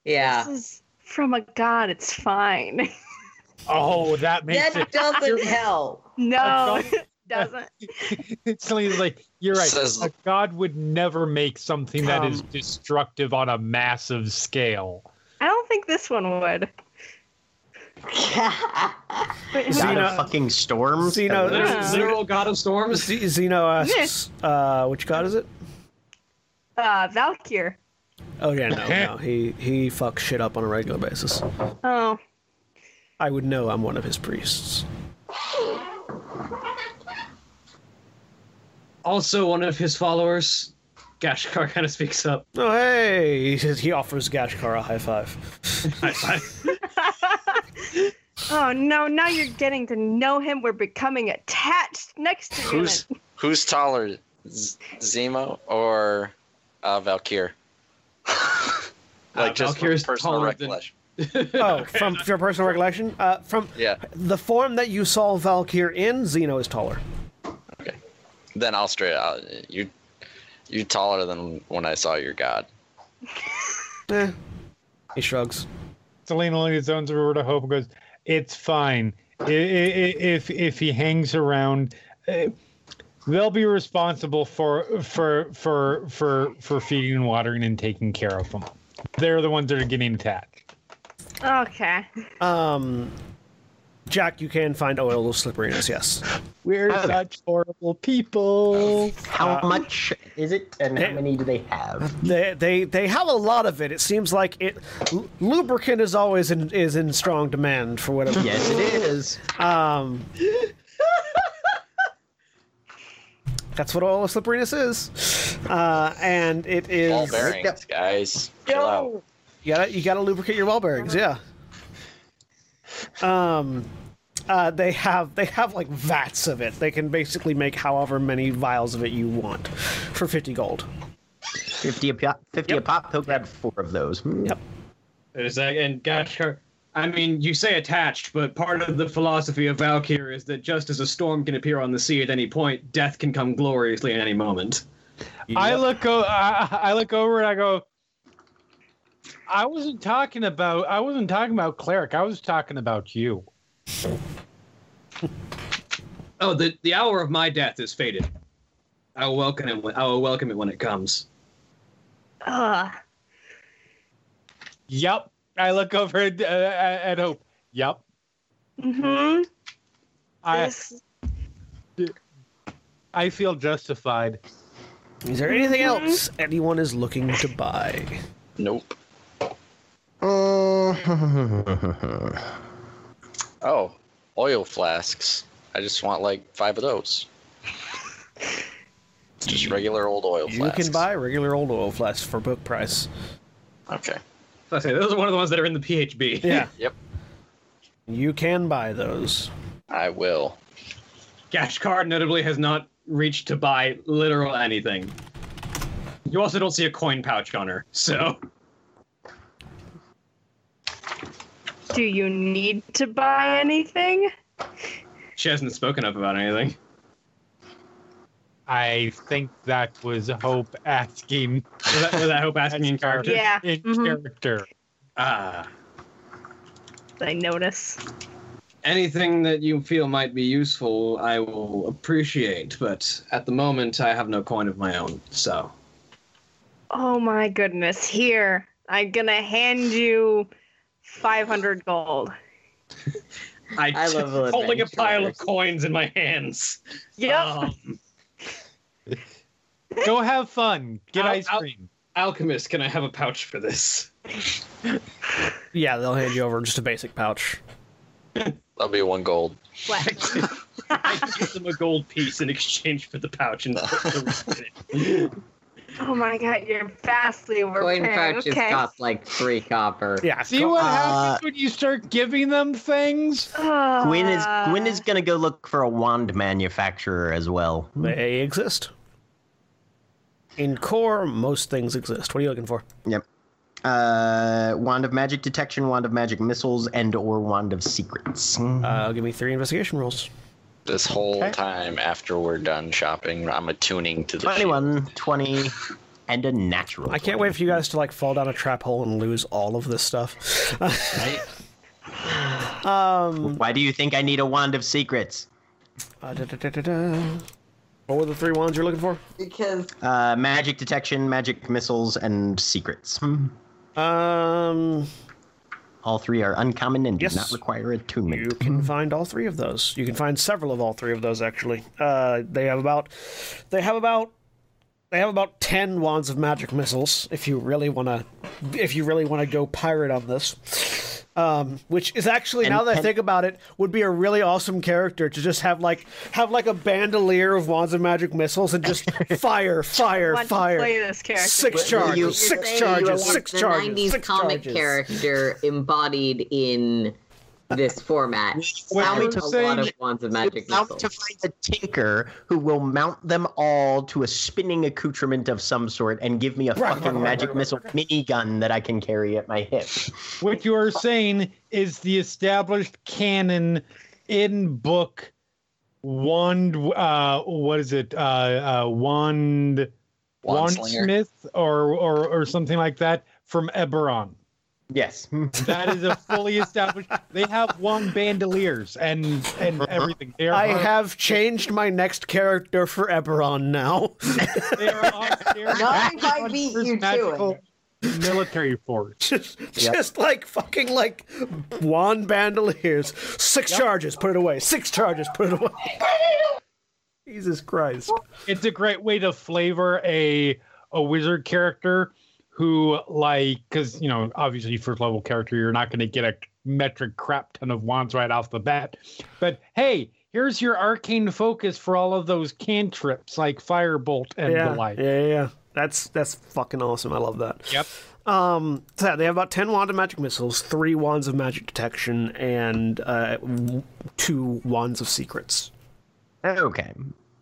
E: Yeah.
D: This is from a god. It's fine.
C: Oh, that makes
E: That
C: it.
E: doesn't help.
D: No, it doesn't.
C: Selena's like, you're right.
F: Says-
C: a god would never make something that is
A: Um,
C: destructive on a massive scale.
D: I don't think this one would. But who-
H: Got
A: Xena-
H: a fucking storm.
A: Xena-
H: Hello?
B: Literal, literal god of storms.
A: Z- Zeno asks, uh, which god is it?
D: uh, Valkyr.
A: Oh, yeah, no, no. He, he fucks shit up on a regular basis.
D: Oh,
A: I would know I'm one of his priests.
B: Also, one of his followers, Gashkar, kind of speaks up.
A: Oh, hey! He, says, he offers Gashkar a high five.
B: High five.
D: oh no! Now you're getting to know him. We're becoming attached next to you.
F: Who's who's taller, Z- Zemo or uh, Valkyr? like
B: Uh,
F: just
B: Valkyr's
F: personal
B: taller than-
F: recollection.
A: Oh, from your personal recollection? Uh, from
F: Yeah.
A: the form that you saw Valkyr in, Zeno is taller.
F: Okay. Then I'll straight out. You you taller than when I saw your god.
A: Eh. He shrugs.
C: Selena Lily zones over word of hope and goes, "It's fine. I- i- i- If if he hangs around, eh, they'll be responsible for for for for for feeding and watering and taking care of them. They're the ones that are getting attacked.
D: Okay.
A: Um, Jack, you can find oil of slipperiness, yes.
C: We're
H: Okay.
C: such horrible
B: Oh,
C: people."
H: How
A: Uh,
H: much is it, and how
A: eh.
H: many do they have?
A: They, they they have a lot of it. It seems like it l- lubricant is always in is in strong demand for whatever.
H: Yes, it is.
A: Um, that's what oil of slipperiness is, uh, and it
F: Ball
A: is.
F: bearings, guys. Chill out.
A: You gotta you gotta lubricate your ball bearings, yeah. Um, uh, they have they have like vats of it. They can basically make however many vials of it you want for fifty gold.
H: Fifty a pop. Fifty a pop. He'll grab four of those. Hmm.
A: Yep.
B: It is like- and Gashkar, I mean, you say attached, but part of the philosophy of Valkyr is that just as a storm can appear on the sea at any point, death can come gloriously at any moment.
C: I look o- I, I look over and I go. I wasn't talking about I wasn't talking about cleric. I was talking about you.
B: Oh, the, the hour of my death is fated. I will welcome it. When, I will welcome it when it comes.
D: Ugh.
C: Yep. I look over at, uh, at Hope. Yep.
D: Mhm.
C: I
D: This-
C: I feel justified.
A: Is there anything else anyone is looking to buy?
F: Nope.
H: Uh,
F: Oh, oil flasks. I just want like five of those. Just regular old oil
A: You
F: flasks.
A: can buy regular old oil flasks for book price.
F: Okay.
B: I say those are one of the ones that are in the PHB.
A: Yeah,
F: Yep.
A: you can buy those.
F: I will.
B: Gashkar notably has not reached to buy literal anything. You also don't see a coin pouch on her, so
D: Do you need to buy anything?
B: she hasn't spoken up about anything.
C: I think that was Hope asking
B: Was that, was that Hope asking in character?
D: Yeah.
C: in
D: mhm.
C: character.
B: Ah.
D: I notice.
B: anything that you feel might be useful, I will appreciate, but at the moment, I have no coin of my own, so.
D: Oh my goodness. Here, I'm gonna hand you 500 gold.
E: I love
B: holding a pile of
E: adventurers.
B: coins in my hands.
D: Yep.
B: Um,
C: Go have fun. Get
B: I'll-
C: ice
B: I'll-
C: cream.
B: alchemist, can I have a pouch for this?
A: Yeah, they'll hand you over just a basic pouch.
F: That'll be one gold.
D: What?
B: I give them a gold piece in exchange for the pouch and
D: Oh my god, you're vastly
E: Coin
D: overpaying.
E: pouches
D: Okay.
E: cost like three copper.
A: Yeah,
C: See what
H: Uh,
C: happens when you start giving them things?
D: Ah,
H: Gwyn is Gwyn
D: Uh,
H: is gonna go look for a wand manufacturer as well.
A: they exist. In core, most things exist. What are you looking for?
H: Yep. Uh, wand of magic detection, wand of magic missiles, and or wand of secrets.
A: Uh, give me three investigation rolls.
F: This whole
H: Okay.
F: time after we're done shopping, I'm attuning to the shield.
H: 21, 20, and a natural.
A: I can't wait for you guys to like fall down a trap hole and lose all of this stuff.
F: Right?
H: Why do you think I need a wand of secrets?
A: Uh, da, da, da, da, da. What were the three ones you're looking for?
E: Because
H: Uh, magic detection, magic missiles, and secrets. Hmm.
A: Um,
H: All three are uncommon and
A: Yes.
H: do not require
A: you
H: attunement.
E: Mm-hmm.
A: can find all three of those. You can find several of all three of those actually. Uh, they have about, they have about, they have about ten wands of magic missiles. If you really wanna, if you really wanna go pirate on this, um, which is actually now that I
H: and-
A: think about it, would be a really awesome character to just have like have like a bandolier of wands of magic missiles and just fire, fire,
D: Want to
A: fire.
D: play this character.
A: Six
H: But
A: charges.
H: you-
A: six
E: saying you
A: charges.
E: want
A: Six
E: the
A: charges.
E: 90s
A: six
E: comic
A: charges.
E: character embodied in this format.
C: What
E: How
C: you're
E: a
C: saying
E: lot of wands of magic
H: Now to
E: missiles.
H: find a tinker who will mount them all to a spinning accoutrement of some sort and give me a
A: Right,
H: fucking
A: right, right,
H: magic
A: right, right,
H: missile minigun that I can carry at my hip.
C: What you are saying is the established canon in book wand. Uh, what is it? Uh, uh, wand.
F: Wand slinger.
C: Wandsmith or, or or something like that from Eberron.
H: Yes. Hmm.
C: That is a fully established. They have one bandoliers and and everything. They are,
A: I have changed my next character for Eberron now.
C: They are on, they are
E: Not if I
C: on
E: beat
C: first
E: you to
C: magical Military force.
A: just, just like fucking like wand bandoliers. Six charges, put it away. Six charges, put it away. Jesus Christ.
C: It's a great way to flavor a a wizard character who like because you know obviously first level character you're not going to get a metric crap ton of wands right off the bat, but hey. Here's your arcane focus for all of those cantrips like firebolt and
A: Yeah,
C: the like.
A: yeah, yeah, yeah. That's that's fucking awesome. I love that.
C: Yep.
A: Um, so yeah, they have about ten wand of magic missiles, three wands of magic detection, and uh, w- two wands of secrets.
H: Okay.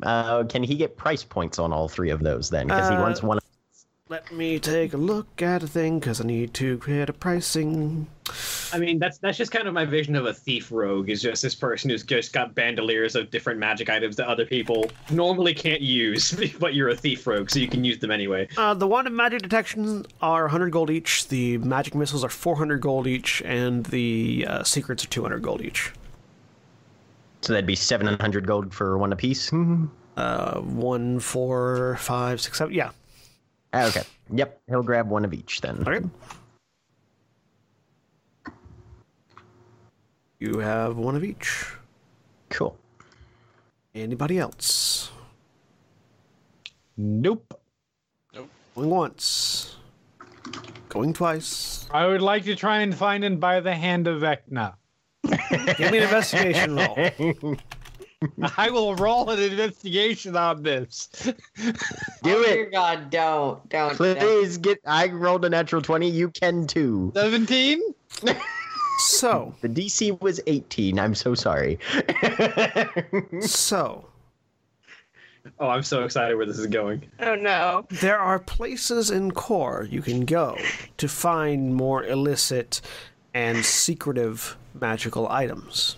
H: Uh, can he get price points on all three of those then? Because he
A: Uh,
H: wants one. of-
A: Let me take a look at a thing because I need to create a pricing.
B: I mean, that's that's just kind of my vision of a thief rogue. Is just this person who's just got bandoliers of different magic items that other people normally can't use, but you're a thief rogue, so you can use them anyway.
A: Uh, the wand of magic detections are 100 gold each. The magic missiles are 400 gold each, and the uh, secrets are 200 gold each.
H: So that'd be 700 gold for one apiece. Hmm.
A: Uh, one, four, five, six, seven. Yeah.
H: okay. Yep. He'll grab one of each then.
A: Okay. You have one of each.
H: Cool.
A: Anybody else?
C: Nope.
A: Going once. Going twice.
C: I would like to try and find and buy the hand of Vecna.
A: Give me an investigation roll.
C: I will roll an investigation on this.
H: Do
E: oh,
H: it.
E: Dear God, don't, don't. don't.
H: Please get. I rolled a natural 20. You can too.
C: 17?
A: So,
H: The DC was 18. I'm so sorry.
A: so
B: Oh, I'm so excited where this is going.
D: Oh no.
A: there are places in Core you can go to find more illicit and secretive magical items.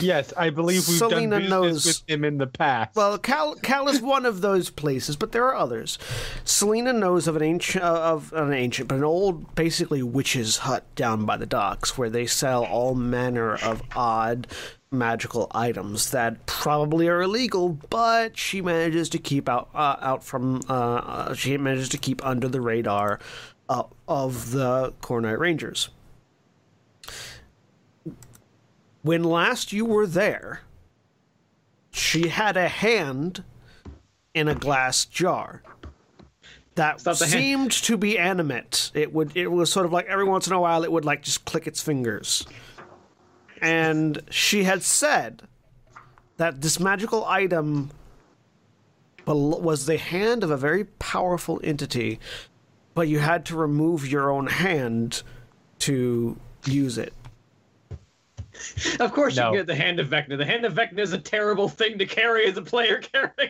C: Yes, I believe we've
A: Selena
C: done business
A: knows-
C: with him in the past.
A: Well, Cal, Cal is one of those places, but there are others. Selena knows of an ancient, uh, of an ancient, but an old, basically witch's hut down by the docks, where they sell all manner of odd magical items that probably are illegal, but she manages to keep out uh, out from. Uh, uh, she manages to keep under the radar uh, of the Cornite Rangers. When last you were there, she had a hand in a glass jar that
B: Stop the hand.
A: seemed to be animate. It would it was sort of like every once in a while it would like just click its fingers. And she had said that this magical item bel- was the hand of a very powerful entity, but you had to remove your own hand to use it.
B: Of course,
C: No.
B: you get the hand of Vecna. The hand of Vecna is a terrible thing to carry as a player character.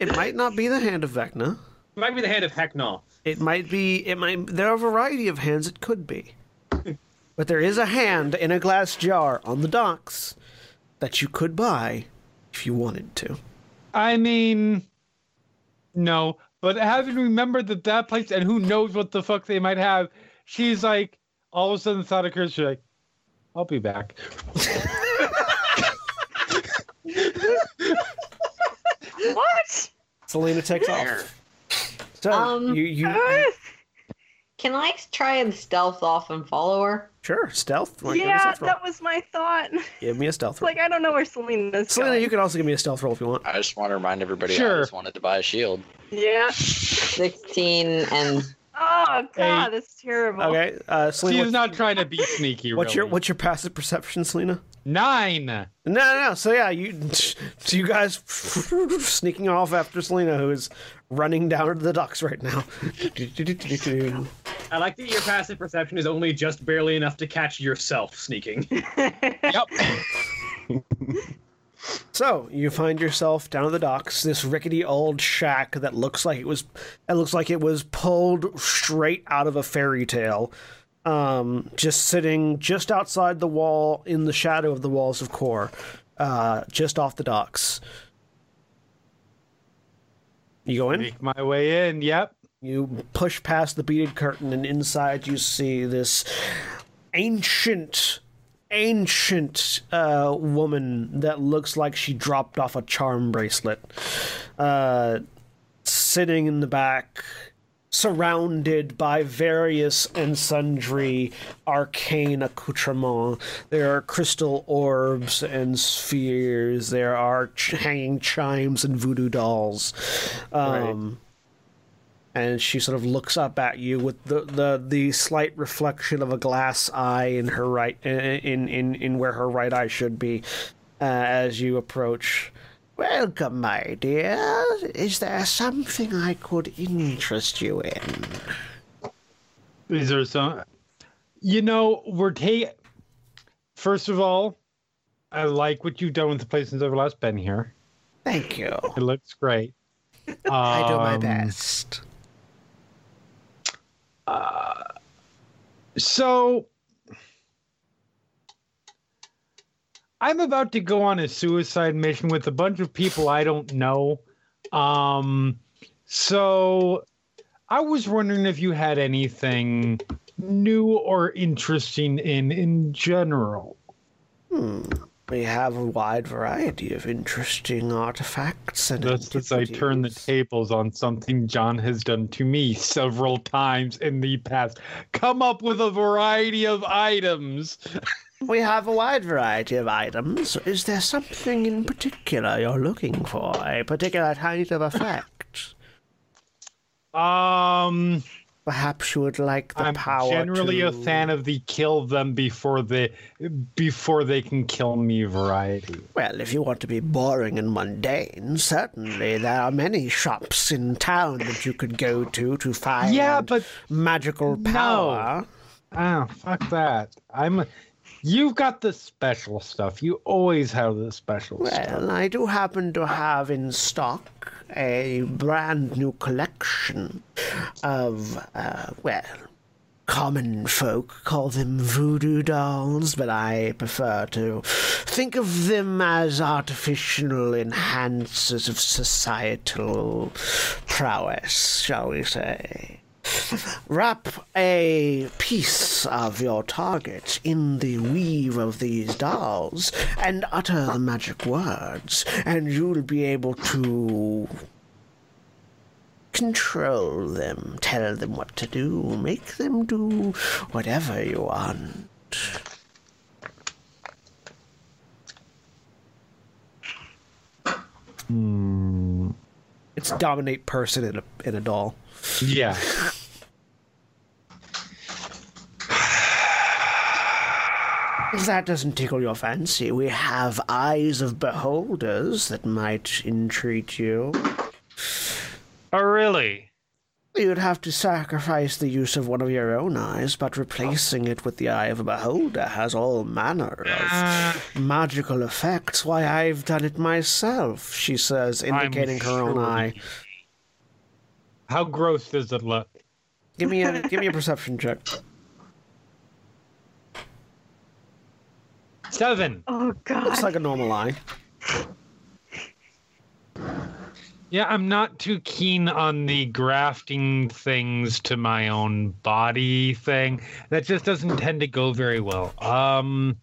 A: It might not be the hand of Vecna.
B: Might be the hand of Hecknall.
A: It might be. It might. There are a variety of hands. It could be, but there is a hand in a glass jar on the docks that you could buy if you wanted to.
C: I mean, no, but having remembered that that place and who knows what the fuck they might have, she's like, all of a sudden, the thought occurs, she's like, I'll be back.
D: What?
A: Selena takes off. So
E: Um,
A: you you
D: uh,
E: Can I try and stealth off and follow her?
A: sure stealth. Like, give, me a
D: yeah,
A: stealth roll.
D: that was my thought.
A: give me a stealth roll.
D: Like I don't know where Selena's
A: Selena,
D: going.
A: you can also give me a stealth roll if you want.
F: I just want to remind everybody
C: Sure.
F: I just wanted to buy a shield.
D: Yeah.
E: 16 and
D: Oh god,
C: Eight.
D: that's terrible.
A: Okay, uh,
C: She's
A: Selena. What's,
C: not trying to be sneaky.
A: what's your
C: really.
A: what's your passive perception, Selena?
C: Nine.
A: No, no, no. So yeah, you, so you guys sneaking off after Selena, who is running down to the docks right now.
B: I like that your passive perception is only just barely enough to catch yourself sneaking.
C: Yep.
A: So you find yourself down at the docks, this rickety old shack that looks like it was, it looks like it was pulled straight out of a fairy tale. Um, just sitting just outside the wall, in the shadow of the walls of Kor, uh, just off the docks. You go in.
C: Make my way in. Yep.
A: You push past the beaded curtain, and inside you see this ancient, ancient uh, woman that looks like she dropped off a charm bracelet. Uh, sitting in the back, surrounded by various and sundry arcane accoutrements. There are crystal orbs and spheres, there are ch- hanging chimes and voodoo dolls. Um, and she sort of looks up at you with the, the, the slight reflection of a glass eye in her right in in, in where her right eye should be uh, as you approach. Welcome, my dear. Is there something I could interest you in?
C: Is there some? You know, we're taking. First of all, I like what you've done with the place since I've last been here.
A: Thank you.
C: It looks great.
A: I do my
C: Um,
A: best.
C: So I'm about to go on a suicide mission with a bunch of people I don't know. Um so I was wondering if you had anything new or interesting in in general.
A: We have a wide variety of interesting artifacts and
C: Just as I turn the
A: antiquities.
C: tables on something John has done to me several times in the past. Come up with a variety of items.
A: We have a wide variety of items. Is there something in particular you're looking for? A particular kind of effect?
C: Um,
A: Perhaps you would like the
C: I'm
A: power.
C: generally a
A: to-
C: fan of the kill them before they before they can kill me variety.
A: Well, if you want to be boring and mundane, certainly there are many shops in town that you could go to to find
C: Yeah, but
A: magical power.
C: oh fuck that. I'm. You've got the special stuff. You always have the special stuff.
A: Well, I do happen to have in stock a brand new collection of, uh, well, common folk call them voodoo dolls, but I prefer to think of them as artificial enhancers of societal prowess, shall we say. Wrap a piece of your target in the weave of these dolls and utter the magic words, and you'll be able to control them, tell them what to do, make them do whatever you want. Hmm. It's dominate person in a, in a doll.
C: Yeah.
A: If that doesn't tickle your fancy, we have eyes of beholders that might entreat you.
I: Oh, really?
A: You'd have to sacrifice the use of one of your own eyes, but replacing it with the eye of a beholder has all manner
I: Ah.
A: of magical effects. Why, I've done it myself, she says, indicating her own
I: sure.
A: eye.
C: How gross does it look?
A: Give me a give me a perception check.
C: Seven.
D: Oh
A: Looks
D: god.
A: like a normal eye.
C: Yeah, I'm not too keen on the grafting things to my own body thing. That just doesn't tend to go very well. Um.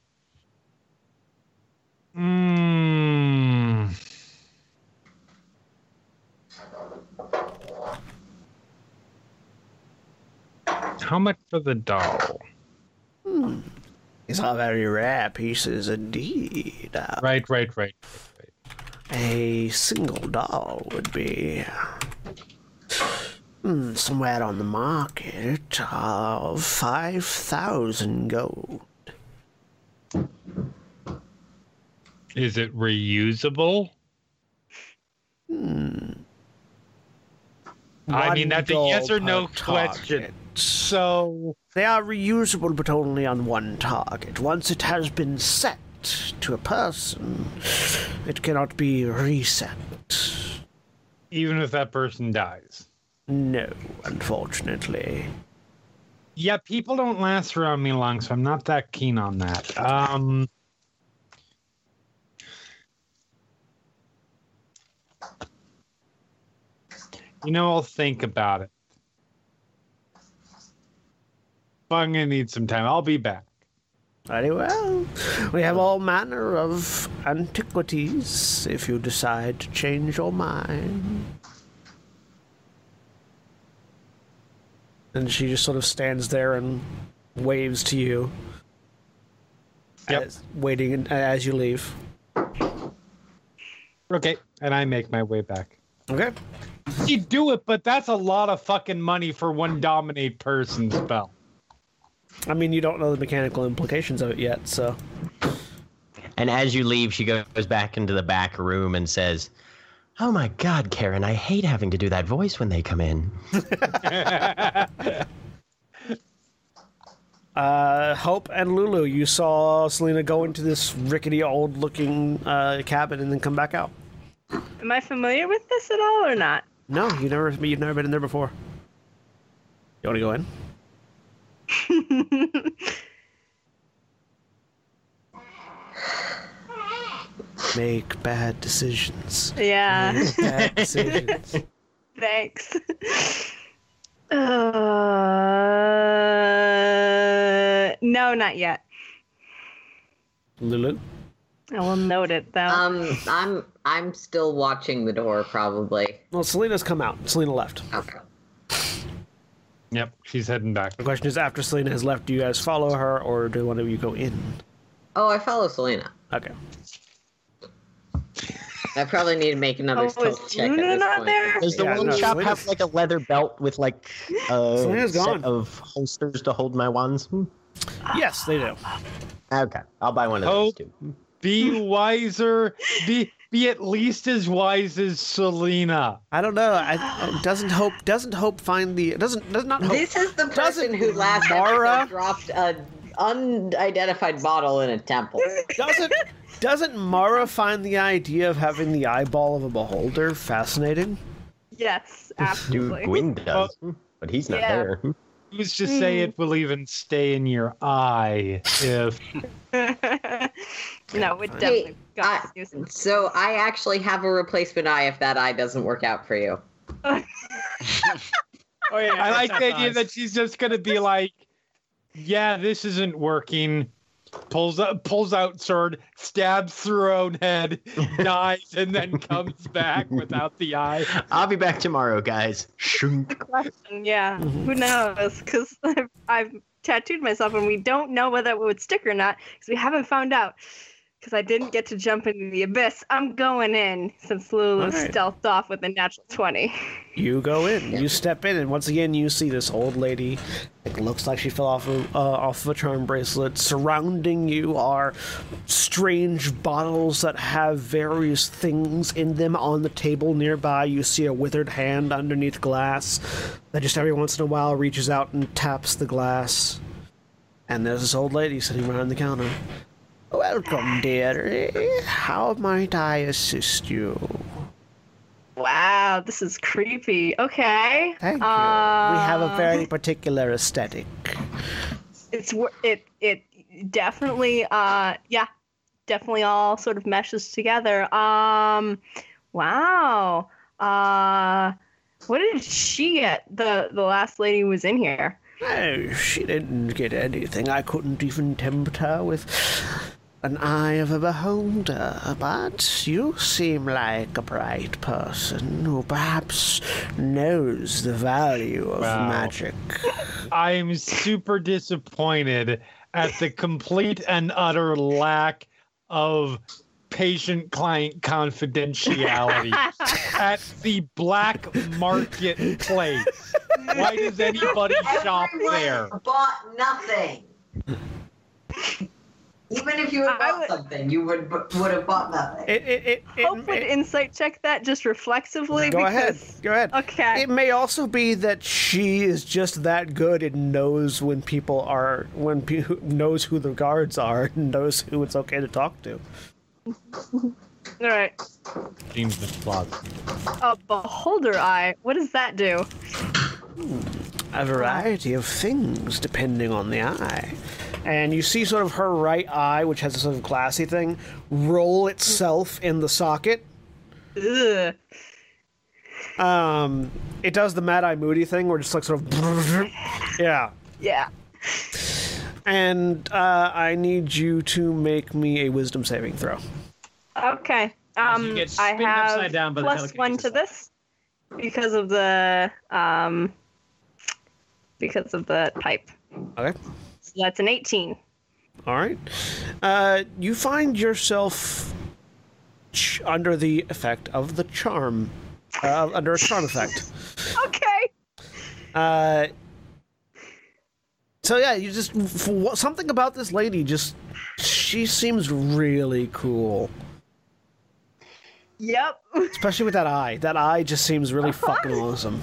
C: Mm, how much for the doll?
A: These are very rare pieces indeed. Uh,
C: Right, right, right.
A: A single doll would be hmm, somewhere on the market of 5,000 gold.
C: Is it reusable? Hmm. I mean,
A: One
C: that's a
A: doll
C: yes or no
A: per
C: question.
A: target.
C: So.
A: They are reusable, but only on one target. Once it has been set to a person, it cannot be reset.
C: even if that person dies.
A: No, unfortunately.
C: Yeah, people don't last around me long, so I'm not that keen on that. Um, you know, I'll think about it. But I'm gonna need some time. I'll be back.
A: Very well. We have all manner of antiquities if you decide to change your mind. And she just sort of stands there and waves to you,
C: Yep.
A: as, waiting in- as you leave.
C: Okay, and I make my way back.
A: Okay.
C: You do it, but that's a lot of fucking money for one dominate person spell.
A: I mean, you don't know the mechanical implications of it yet, so.
H: And as you leave, she goes back into the back room and says, Oh my God, Karen, I hate having to do that voice when they come in.
A: Uh, Hope and Lulu, you saw Selena go into this rickety old looking uh, cabin and then come back out.
D: Am I familiar with this at all or not?
A: No, you never you've never been in there before. You want to go in? Make bad decisions.
D: Yeah.
A: Make bad decisions.
D: Thanks. Uh, no, not yet.
A: Lulu,
D: I will note it
A: Uh.
D: though.
E: Um, I'm I'm still watching the door probably.
A: well, Selena's come out. Selena left.
E: Okay.
C: Yep, she's heading back.
A: The question is, after Selena has left, do you guys follow her or do one of you go in?
E: Oh, I follow Selena.
A: Okay.
E: I probably need to make another
D: Oh,
E: stealth
D: is
E: check. At
D: Luna
E: this
D: not
E: point.
D: there?
H: Does the
A: Yeah,
H: one
A: no,
H: shop
A: Selena's-
H: have like a leather belt with like a
A: Selena's
H: set
A: gone.
H: of holsters to hold my wands? Hmm.
A: Yes, they do.
H: Okay, I'll buy one of those
C: Hope.
H: too.
C: Be wiser. Be be at least as wise as Selena.
A: I don't know. I, I- doesn't hope doesn't hope find the doesn't does not hope.
E: This is the person
A: Doesn't
E: who last
A: Mara-
E: episode dropped a unidentified bottle in a temple.
A: doesn't doesn't Mara find the idea of having the eyeball of a beholder fascinating?
D: Yes,
H: Dude,
D: absolutely.
H: Gwyn does, hmm, but he's not
D: Yeah.
H: there. Hmm.
C: Who's to say it will even stay in your eye if
D: no, it definitely
E: Hey,
D: got
E: I-
D: Susan.
E: So I actually have a replacement eye if that eye doesn't work out for you.
B: Oh yeah,
C: I like the idea that she's just gonna be like, "Yeah, this isn't working." Pulls out, pulls out sword, stabs through her own head, dies, and then comes back without the eye.
H: I'll be back tomorrow, guys. Shunk.
D: Question, yeah.
A: Mm-hmm.
D: Who knows? Because I've, I've tattooed myself, and we don't know whether it would stick or not because we haven't found out. Because I didn't get to jump into the abyss. I'm going in since Lulu
A: All right.
D: stealthed off with a natural twenty.
A: You go in, you step in, and once again you see this old lady. It looks like she fell off of, uh, off of a charm bracelet. Surrounding you are strange bottles that have various things in them on the table nearby. You see a withered hand underneath glass that just every once in a while reaches out and taps the glass. And there's this old lady sitting behind the counter. Welcome, dearie. How might I assist you?
D: Wow, this is creepy. Okay.
A: Thank you. we have a
D: Um,
A: very particular aesthetic.
D: it's wor- it it definitely uh yeah definitely all sort of meshes together um wow uh what did she get the the last lady who was in here
A: No, Oh, she didn't get anything. I couldn't even tempt her with an eye of a beholder. But you seem like a bright person who perhaps knows the value of
C: Wow.
A: magic.
C: I'm super disappointed at the complete and utter lack of patient-client confidentiality at the black market place. Why does anybody shop there?
E: bought nothing. Even if you
D: had I bought would-
E: something, you would would have bought nothing.
A: It, it, it, it,
D: hope would
A: it-
D: insight check that just reflexively
A: go ahead.
D: because
A: Go ahead.
D: okay
A: It may also be that she is just that good and knows when people are when pe- who- knows who the guards are and knows who it's okay to talk to.
D: all right
C: Seems plausible.
D: a beholder eye what does that do
A: a variety of things depending on the eye. And you see sort of her right eye, which has a sort of glassy thing, roll itself in the socket.
D: Ugh.
A: Um, it does the Mad Eye Moody thing, where it's like sort of, yeah.
D: yeah
A: And uh, I need you to make me a Wisdom saving throw.
D: Okay. Um,
B: get
D: I
B: spinning
D: have
B: upside down by the
D: plus
B: telekinesis
D: one to
B: effect.
D: this because of the um, because of the pipe.
A: Okay.
D: So that's an eighteen.
A: All right. Uh, you find yourself ch- under the effect of the charm, uh, under a charm effect.
D: Okay.
A: Uh, so yeah, you just for what, something about this lady just she seems really cool,
D: Yep.
A: especially with that eye. That eye just seems really fucking awesome.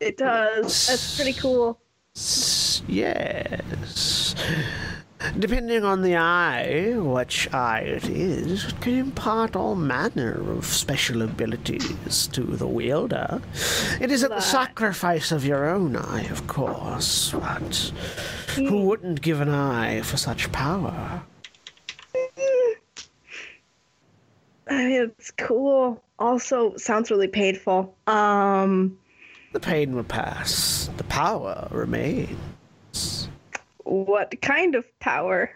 D: It does. That's pretty cool.
A: S- Yes. Depending on the eye, which eye it is, it can impart all manner of special abilities to the wielder. It is at the
D: But-
A: sacrifice of your own eye, of course, but who wouldn't give an eye for such power?
D: I mean, it's cool. Also, sounds really painful. Um.
A: The pain will pass, the power remains.
D: What kind of power?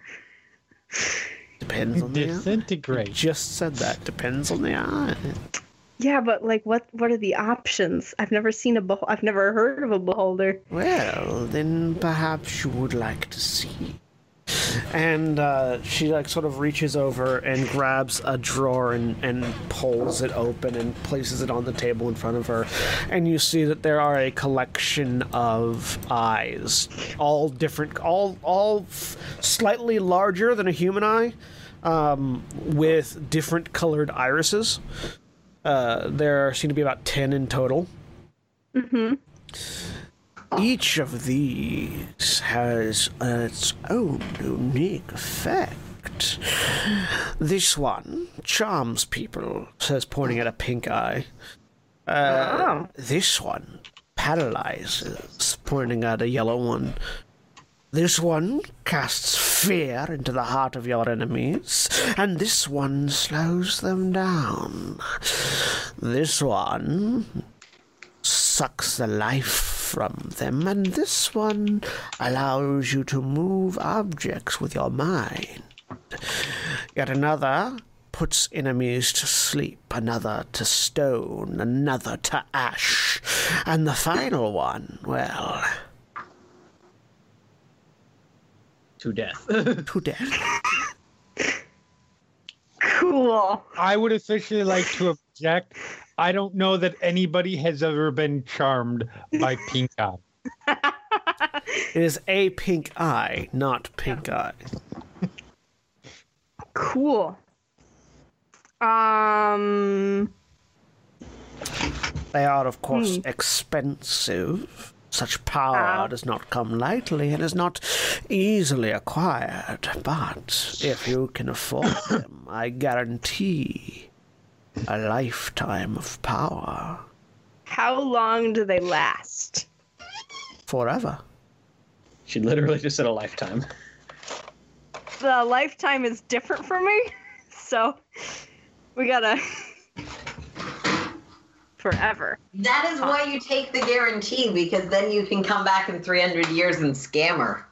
A: Depends on the eye.
C: Disintegrate.
A: Just said that. Depends on the eye.
D: Yeah, but like, what? What are the options? I've never seen a beho- I've never heard of a beholder.
A: Well, then perhaps you would like to see. and uh, she like sort of reaches over and grabs a drawer and, and pulls it open and places it on the table in front of her and you see that there are a collection of eyes all different all all f- slightly larger than a human eye um, with different colored irises uh, there seem to be about 10 in total each of these has uh, its own unique effect. This one charms people, says, pointing at a pink eye. Uh, This one paralyzes, pointing at a yellow one. This one casts fear into the heart of your enemies, and this one slows them down. This one sucks the life from them, and this one allows you to move objects with your mind. Yet another puts enemies to sleep, another to stone, another to ash, and the final one, well,
B: to death.
A: to death.
D: Cool.
C: I would officially like to object. I don't know that anybody has ever been charmed by pink eye.
A: It is a pink eye, not pink eye.
D: Cool. Um.
A: They are, of course, expensive. Such power
D: Ow.
A: does not come lightly and is not easily acquired. But if you can afford them, I guarantee a lifetime of power
D: How long do they last?
A: forever.
B: She literally just said a lifetime.
D: The lifetime is different for me, so we gotta forever.
E: That is why you take the guarantee because then you can come back in 300 years and scam her.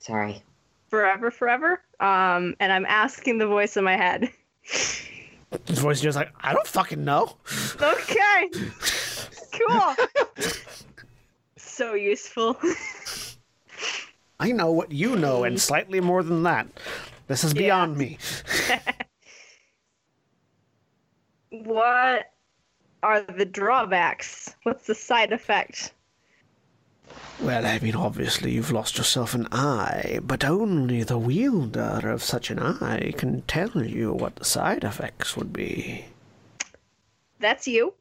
E: Sorry.
D: Forever, forever. Um, and I'm asking the voice in my head.
A: His voice is just like, I don't fucking know.
D: Okay. cool. so useful.
A: I know what you know and slightly more than that. This is beyond me.
D: what are the drawbacks? What's the side effect?
A: Well, I mean, obviously, you've lost yourself an eye, but only the wielder of such an eye can tell you what the side effects would be.
D: That's you.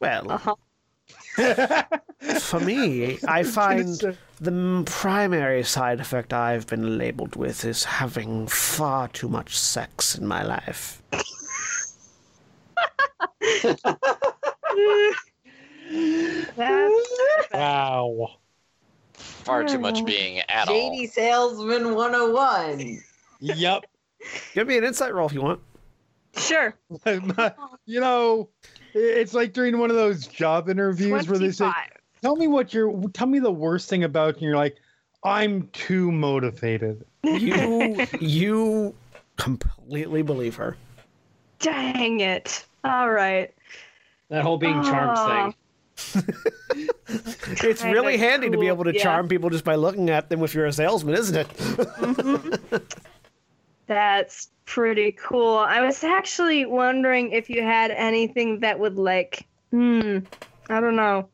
A: Well,
D: Uh-huh.
A: for me, I find the m- primary side effect I've been labeled with is having far too much sex in my life.
D: That's
C: Wow.
F: Far too much being at all.
E: Shady Salesman 101.
C: Yep.
A: Give me an insight roll if you want.
D: sure.
C: you know, it's like during one of those job interviews where they say,
D: 25.
C: tell me what you're tell me the worst thing about you," and you're like i'm too motivated
A: You, you completely believe her.
D: Dang it. All right.
B: That whole being charmed
D: Ah.
B: thing.
A: It's
D: Kinda
A: really handy to be
D: cool,
A: able to
D: yeah.
A: charm people just by looking at them if you're a salesman, isn't it?
D: That's pretty cool. I was actually wondering if you had anything that would like hmm, I don't know.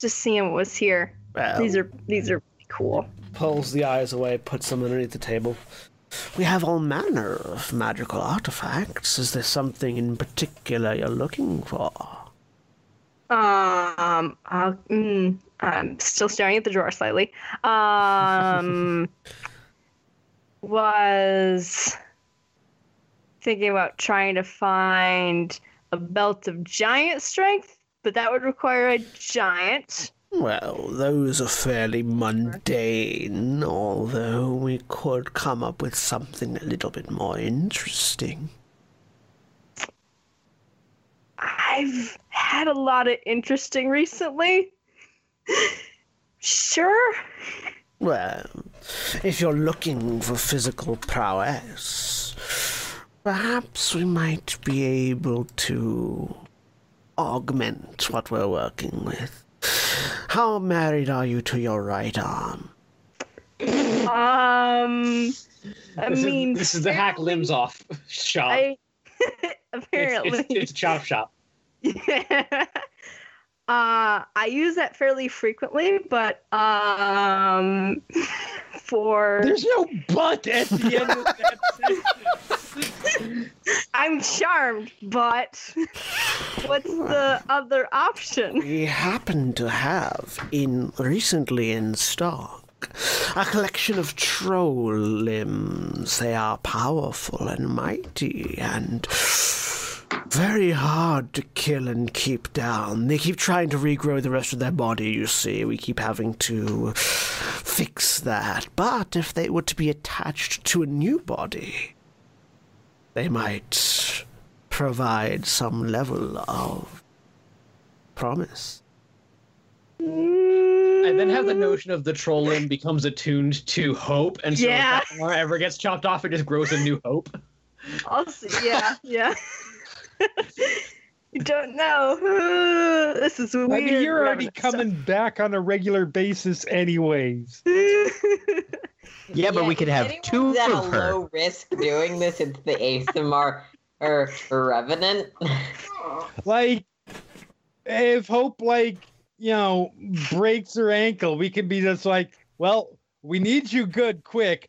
D: Just seeing what was here.
A: Well,
D: These are these are cool.
A: pulls the eyes away, puts them underneath the table. We have all manner of magical artifacts. Is there something in particular you're looking for?
D: Um, I'll, mm, I'm still staring at the drawer slightly. Um, was thinking about trying to find a belt of giant strength, but that would require a giant.
A: Well, those are fairly mundane, although we could come up with something a little bit more interesting.
D: I've had a lot of interesting recently. sure.
A: Well, if you're looking for physical prowess, perhaps we might be able to augment what we're working with. How married are you to your right arm?
D: Um, I
B: this
D: mean,
B: is, this is the hack limbs off shop.
D: I
B: It's-
D: apparently.
B: it's, it's chop shop.
D: uh, I use that fairly frequently, but um, for
G: There's no butt at the end of that
D: I'm charmed, but what's the other option?
A: We happen to have in recently in stock a collection of troll limbs. They are powerful and mighty and very hard to kill and keep down. They keep trying to regrow the rest of their body, you see. We keep having to fix that. But if they were to be attached to a new body, they might provide some level of promise.
B: And then have the notion of the troll limb becomes attuned to hope, and so
D: Yeah.
B: if that arm ever gets chopped off, it just grows a new hope.
D: Also, yeah, yeah. you don't know. this is weird.
C: I mean, you're already coming back on a regular basis, anyways.
H: Yeah, but we could have
E: anyone
H: two
E: at
H: of
E: a
H: her.
E: low risk doing this. It's the ASMR or Revenant.
C: Like, if Hope, like, you know, breaks her ankle, we could be just like, well, we need you good, quick,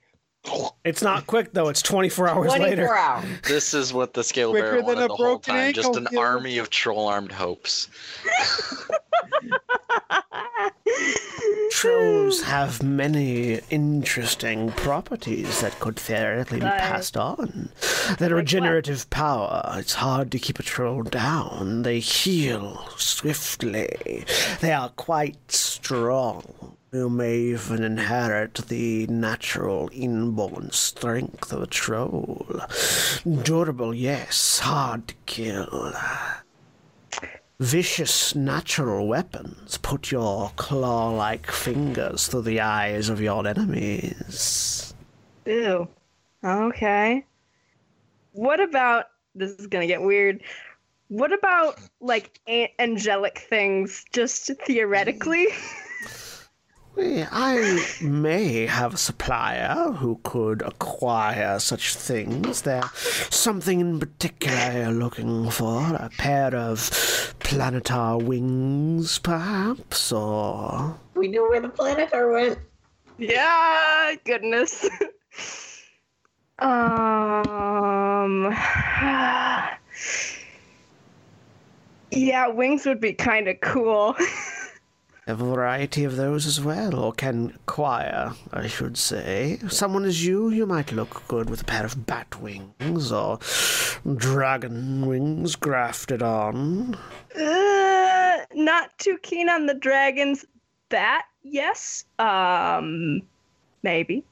A: It's not quick though. It's 24 hours later.
E: 24 hours.
F: This is what the scale
C: Quicker
F: bear
C: than
F: wanted
C: a
F: the whole
C: broken
F: time. Just
C: ankle,
F: an
C: Gil.
F: army of troll armed hopes.
A: Trolls have many interesting properties that could theoretically be
D: Right.
A: passed on. Their
D: what?
A: regenerative power. It's hard to keep a troll down. They heal swiftly. They are quite strong. You may even inherit the natural inborn strength of a troll. Durable, yes. Hard to kill. Vicious natural weapons put your claw like fingers through the eyes of your enemies.
D: Ew. Okay. What about this is gonna get weird. What about like a- angelic things, just theoretically?
A: Well, I may have a supplier who could acquire such things. There's something in particular you're looking for a pair of planetar wings, perhaps, or.
E: We know where the planetar went.
D: yeah, goodness. um. Yeah, wings would be kind of cool.
A: a variety of those as well, or can acquire, I should say. Someone as you, you might look good with a pair of bat wings or dragon wings grafted on.
D: Uh, not too keen on the dragons. That yes, um, maybe.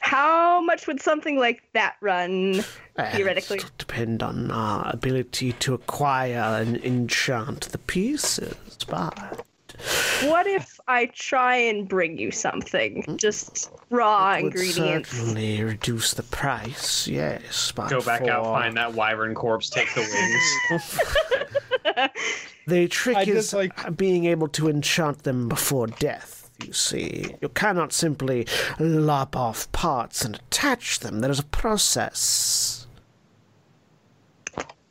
D: How much would something like that run?
A: Eh,
D: Theoretically.
A: it'll depend on our ability to acquire and enchant the pieces, but
D: What if I try and bring you something, just raw
A: Mm. it would
D: ingredients?
A: certainly reduce the price. Yes, but
B: Go back out,
A: for-
B: find that wyvern corpse, take the wings.
A: The trick
C: I
A: is
C: just, like-
A: being able to enchant them before death, you see. You cannot simply lop off parts and attach them. There is a process.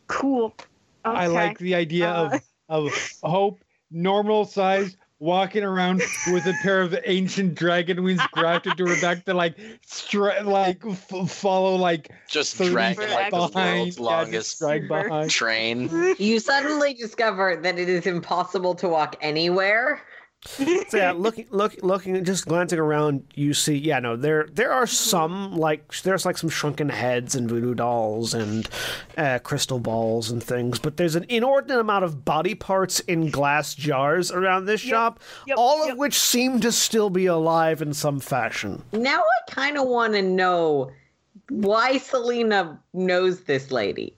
D: Cool. Okay.
C: I like the idea of, of Hope, normal size, walking around with a pair of ancient dragon wings grafted to her back to like, stra- like f- follow like
F: Just
C: 30
F: dragging like
D: Dragged
F: the
C: behind. yeah,
F: world's
C: just
F: longest
C: drag
D: Sure.
C: behind.
F: train.
E: You suddenly discover that it is impossible to walk anywhere.
A: So yeah, looking, look, looking, just glancing around, you see, yeah, no, there, there are
D: Mm-hmm.
A: some like there's like some shrunken heads and voodoo dolls and uh, crystal balls and things, but there's an inordinate amount of body parts in glass jars around this shop,
D: yep,
A: all of
D: yep.
A: which seem to still be alive in some fashion.
E: Now I kind of want to know why Selena knows this lady.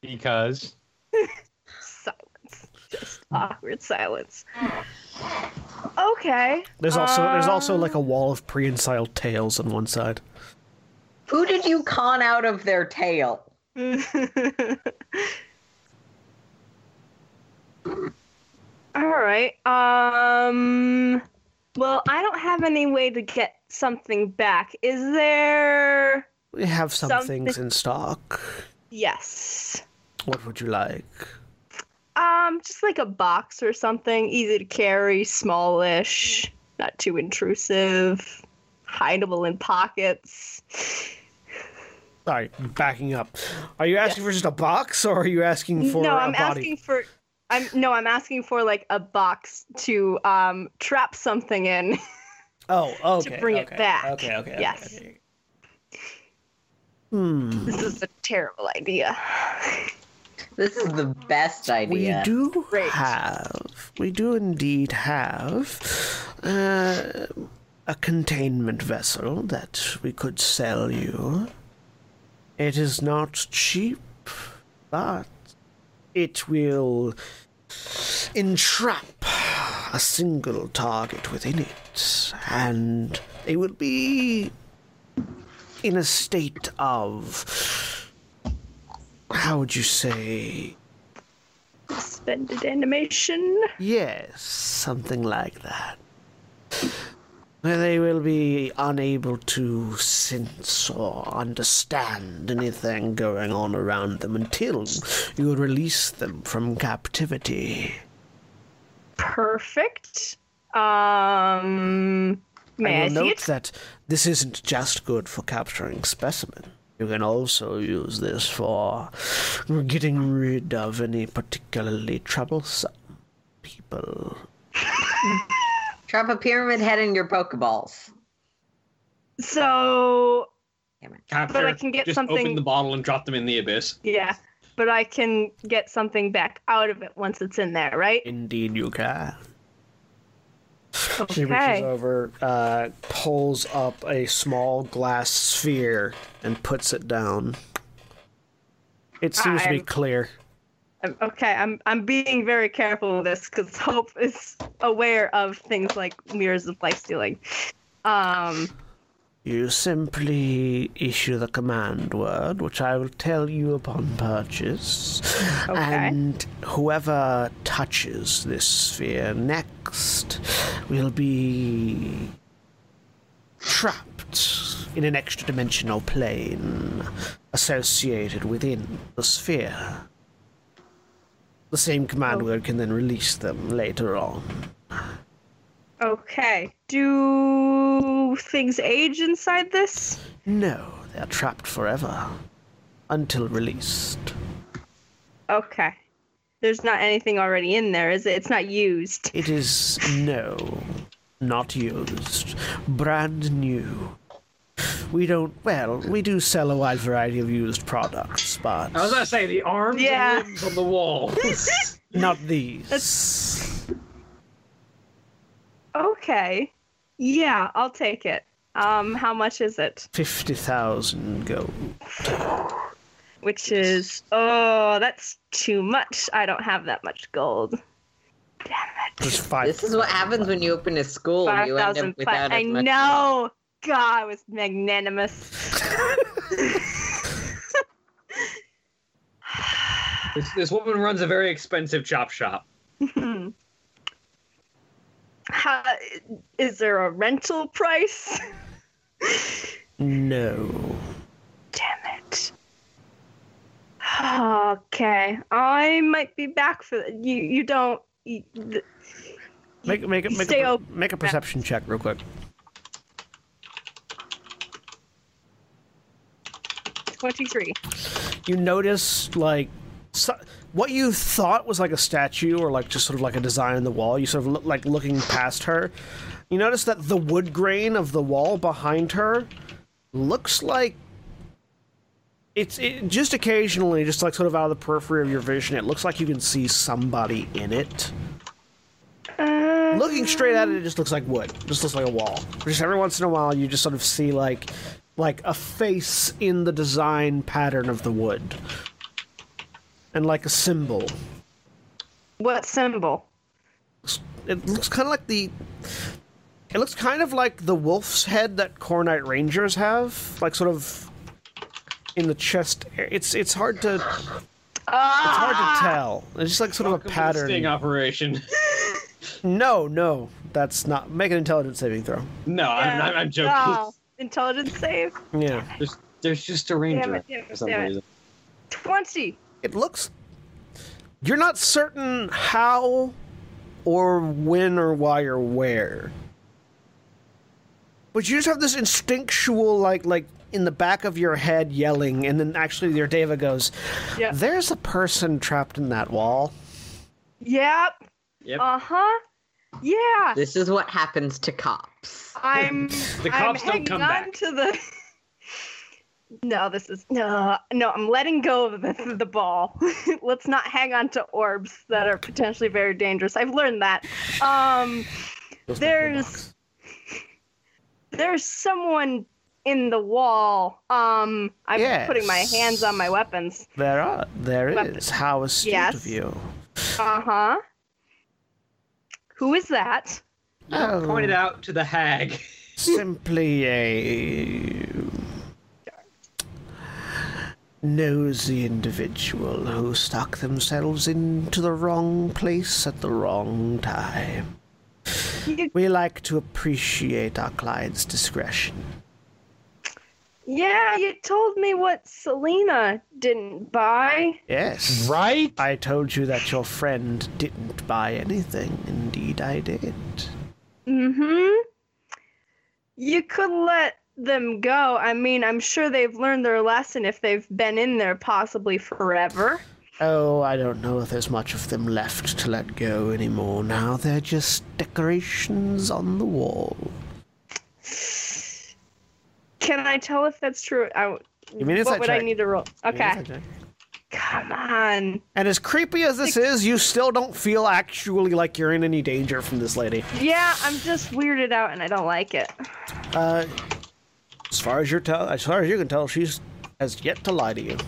C: Because
D: silence. Just awkward silence. Okay.
A: There's also there's also like a
D: Um.
A: wall of prehensile tails on one side.
E: Who did you con out of their tail?
D: All right. Um. Well, I don't have any way to get something back. Is there?
A: We have some
D: Something-
A: things in stock.
D: Yes.
A: What would you like?
D: Um, just like a box or something, easy to carry, smallish, not too intrusive, hideable in pockets.
A: Sorry, backing up. Are you asking for just a box, or are you asking for
D: no,
A: a
D: I'm
A: body?
D: asking for. I'm no, I'm asking for like a box to um trap something in.
A: oh, okay.
D: bring it
A: okay,
D: back.
A: Okay, okay. okay,
D: Yes.
A: okay. Hmm.
D: this is a terrible idea.
E: This is the best
A: We
E: idea.
A: do
D: Great.
A: have, we do indeed have uh, a containment vessel that we could sell you. It is not cheap, but it will entrap a single target within it, and they will be in a state of. How would you say?
D: Suspended animation.
A: Yes, something like that. Where they will be unable to sense or understand anything going on around them until you release them from captivity.
D: Perfect. Um, may I,
A: and you'll
D: see
A: note
D: it?
A: that this isn't just good for capturing specimen. You can also use this for getting rid of any particularly troublesome people.
E: Trap a pyramid head in your Pokeballs.
D: So
B: Capture,
D: But I can get
B: just
D: something-
B: open the bottle and drop them in the abyss.
D: yeah, but I can get something back out of it once it's in there, right?
A: Indeed, you can. She reaches
D: Okay.
A: over, uh, pulls up a small glass sphere, and puts it down. It seems to be
D: I'm-
A: clear.
D: I'm- Um, Okay, I'm I'm being very careful with this because Hope is aware of things like mirrors of life stealing. Um,
A: You simply issue the command word, which I will tell you upon purchase.
D: Okay.
A: And whoever touches this sphere next will be trapped in an extra dimensional plane associated within the sphere. The same command word can then release them later on.
D: okay, do things age inside this?
A: No, they're trapped forever until released.
D: Okay, there's not anything already in there, is it? It's not used.
A: It is no, not used, brand new. We don't. Well, we do sell a wide variety of used products, but
G: I was gonna say the arms
D: Yeah.
G: and limbs on the wall.
A: not these.
D: Okay, yeah, I'll take it. Um, how much is it?
A: Fifty thousand gold.
D: Which is oh, that's too much. I don't have that much gold.
A: Just five.
E: This is what happens when you open a school.
D: Five
E: Oh, you end
D: thousand.
E: up without
D: I
E: as much
D: know. God, I was magnanimous.
B: This, this woman runs a very expensive chop shop.
D: Hmm. How, is there a rental price?
A: No.
D: Damn it. Okay, I might be back for you. You don't. You, th-
A: Make make make
D: Stay
A: a,
D: open.
A: make a perception check real quick.
D: 23.
A: you notice like so, what you thought was like a statue or like just sort of like a design in the wall you sort of look like looking past her you notice that the wood grain of the wall behind her looks like it's it, just occasionally just like sort of out of the periphery of your vision it looks like you can see somebody in it
D: Uh,
A: looking straight at it, it just looks like wood. Just looks like a wall. Just every once in a while, you just sort of see like, like a face in the design pattern of the wood, and like a symbol.
D: what symbol?
A: It looks kind of like the. It looks kind of like the wolf's head that Cornite Rangers have, like sort of in the chest. a- It's it's hard
D: Ah,
A: to it's hard to tell. It's Ah! just like sort of a
B: Sting
A: pattern.
B: operation.
A: No, no, that's not. Make an intelligence saving throw.
B: No, I'm,
D: Yeah.
B: I'm, I'm joking.
D: Oh, intelligence save.
A: Yeah.
B: There's, there's just a
D: Damn
B: ranger
D: it, damn it,
B: for some
D: damn it.
B: reason.
D: Twenty.
A: It looks. You're not certain how, or when, or why, or where. But you just have this instinctual, like, like in the back of your head, yelling, and then actually your Deva goes,
D: Yeah.
A: "There's a person trapped in that wall."
D: Yep.
B: Yep.
D: Uh huh. Yeah.
E: This is what happens to cops.
D: I'm.
B: The cops
D: I'm
B: don't
D: hanging
B: come
D: on
B: back.
D: to the. No, this is no, no. I'm letting go of the, the ball. Let's not hang on to orbs that are potentially very dangerous. I've learned that. Um,
A: Those
D: There's- there's someone in the wall. Um, I'm
A: Yes.
D: putting my hands on my weapons.
A: There are. There
D: Weapon.
A: is. How astute
D: Yes.
A: of you.
D: Uh huh. Who is that?
A: Oh,
B: Point it out to the hag.
A: Simply a nosy individual who stuck themselves into the wrong place at the wrong time.
D: You-
A: We like to appreciate our client's discretion.
D: Yeah, you told me what Selena didn't buy.
A: Yes.
C: Right?
A: I told you that your friend didn't buy anything. Indeed, I did.
D: Mm-hmm. You could let them go. I mean, I'm sure they've learned their lesson if they've been in there possibly forever.
A: Oh, I don't know if there's much of them left to let go anymore now. They're just decorations on the wall.
D: Can I tell if that's true? I,
A: You mean inside
D: what would I
A: check.
D: need to roll? Okay.
A: Okay.
D: Come on.
A: And as creepy as this is, you still don't feel actually like you're in any danger from this lady.
D: Yeah, I'm just weirded out and I don't like it.
A: Uh, as far as you're tell, as far as you can tell, she's has yet to lie to you.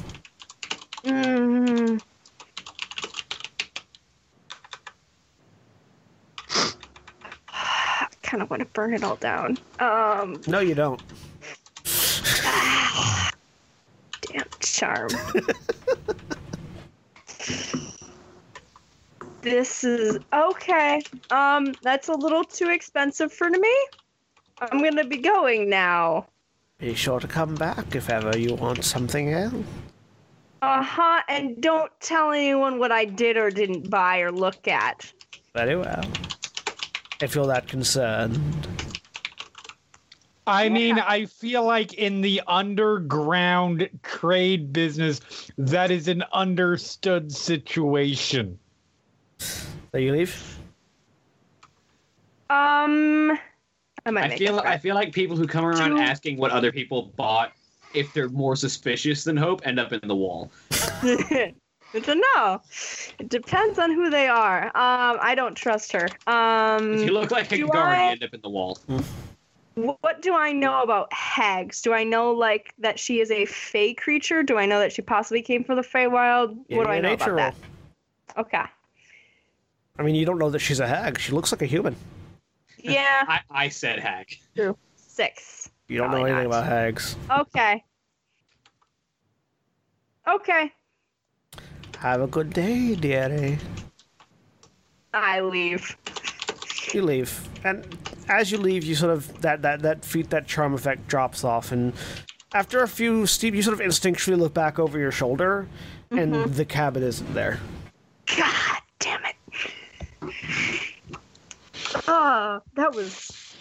D: Mm. I kind of want to burn it all down. Um,
A: No, you don't.
D: damn charm. this is okay. Um, that's a little too expensive for me. I'm gonna be going now.
A: Be sure to come back if ever you want something else.
D: Uh huh. And don't tell anyone what I did or didn't buy or look at.
A: Very well. If you're that concerned,
C: I mean, I feel like in the underground trade business, that is an understood situation.
A: so you leave.
D: Um, I might
B: I
D: make
B: feel
D: it.
B: I feel like people who come around
D: Do-
B: asking what other people bought, if they're more suspicious than Hope, end up in the wall.
D: it's a no. It depends on who they are. Um, I don't trust her. Um,
B: If you look like a
D: Do
B: guard,
D: I-
B: you end up in the wall.
D: wh- what do I know about hags? Do I know like that she is a fey creature? Do I know that she possibly came from the Feywild?
A: Give
D: what do
A: me
D: I
A: a
D: know
A: nature
D: about that? Okay.
A: I mean, you don't know that she's a hag. She looks like a human.
D: Yeah.
B: I, I said hag.
D: Six.
A: You don't
D: Probably
A: know anything
D: not.
A: about hags.
D: Okay. Okay.
A: Have a good day, dearie.
D: I leave.
A: You leave, and as you leave, you sort of that that that feat that charm effect drops off, and after a few steep, you sort of instinctually look back over your shoulder,
D: Mm-hmm.
A: and the cabin isn't there.
D: God damn it. Oh, that was.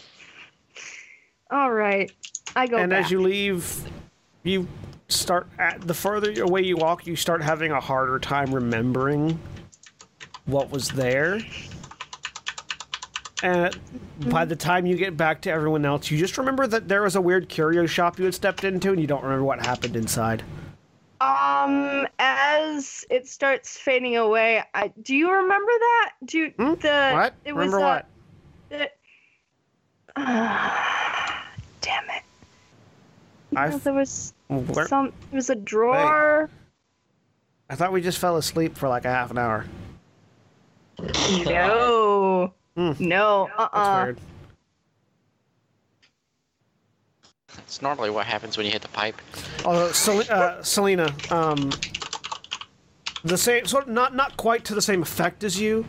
D: All right. I go
A: and
D: back.
A: as you leave, you start at the further away you walk, you start having a harder time remembering what was there. And
D: Mm-hmm.
A: by the time you get back to everyone else, you just remember that there was a weird curio shop you had stepped into, and you don't remember what happened inside.
D: Um, as it starts fading away, I do you remember that? Do you,
A: Hmm?
D: the
A: what?
D: It
A: remember
D: was, uh,
A: what?
D: the- Ah, damn it!
A: I
D: No, there was
A: Where-
D: some. It was a drawer.
A: I thought we just fell asleep for like a half an hour.
D: No,
A: Hmm.
D: no, uh,
A: That's
D: uh
A: weird.
F: It's normally what happens when you hit the pipe.
A: Although Sel- uh, Selena, um, the same sort of not not quite to the same effect as you,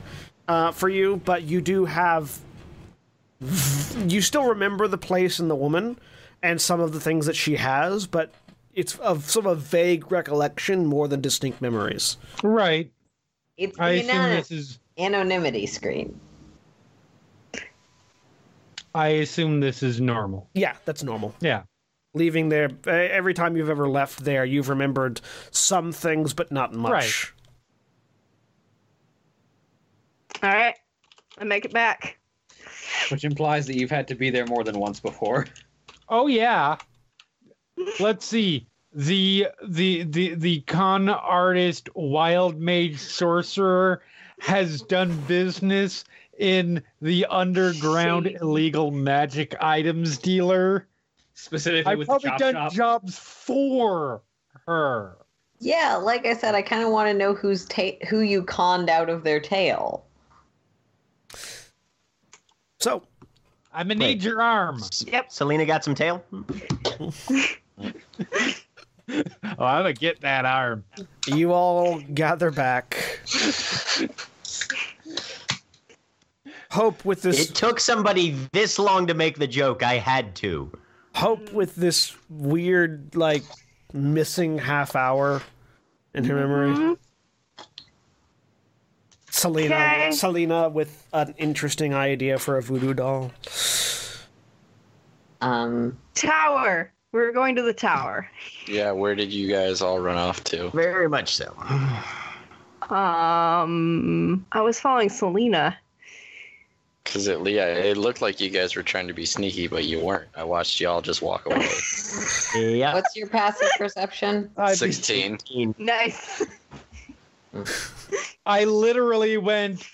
A: uh, for you, but you do have. You still remember the place and the woman and some of the things that she has, but it's of sort of a vague recollection more than distinct memories.
C: Right.
E: It's the
C: I assume
E: anon-
C: this is.
E: anonymity screen.
C: I assume this is normal.
A: Yeah, that's normal.
C: Yeah.
A: Leaving there, eh, every time you've ever left there, you've remembered some things, but not much.
C: Right.
D: All right, I make it back.
B: which implies that you've had to be there more than once before.
C: Oh yeah. Let's see. The the the the con artist wild mage sorcerer has done business in the underground illegal magic items dealer.
B: Specifically
C: I've
B: with the
C: probably
B: chop
C: done
B: shop.
C: jobs for her.
E: Yeah, like I said, I kind of want to know who's ta- who you conned out of their tail.
A: So,
C: I'm gonna
H: Wait.
C: need your arm.
D: Yep.
H: Selena got some tail.
C: Oh, I'm gonna get that arm.
A: you all gather back. Hope with this
H: It took somebody this long to make the joke. I had to.
A: hope with this weird like missing half hour in her
D: Mm-hmm. Hmm?
A: memory. Selena,
D: Okay.
A: Selena with an interesting idea for a voodoo doll.
E: Um,
D: Tower. We're going to the tower.
F: Yeah, where did you guys all run off to?
H: Very much so.
D: Um, I was following Selena.
F: Because it, yeah, it looked like you guys were trying to be sneaky, but you weren't. I watched y'all just walk away.
H: Yeah.
E: what's your passive perception?
C: I,
F: Sixteen.
D: Nice.
C: I literally went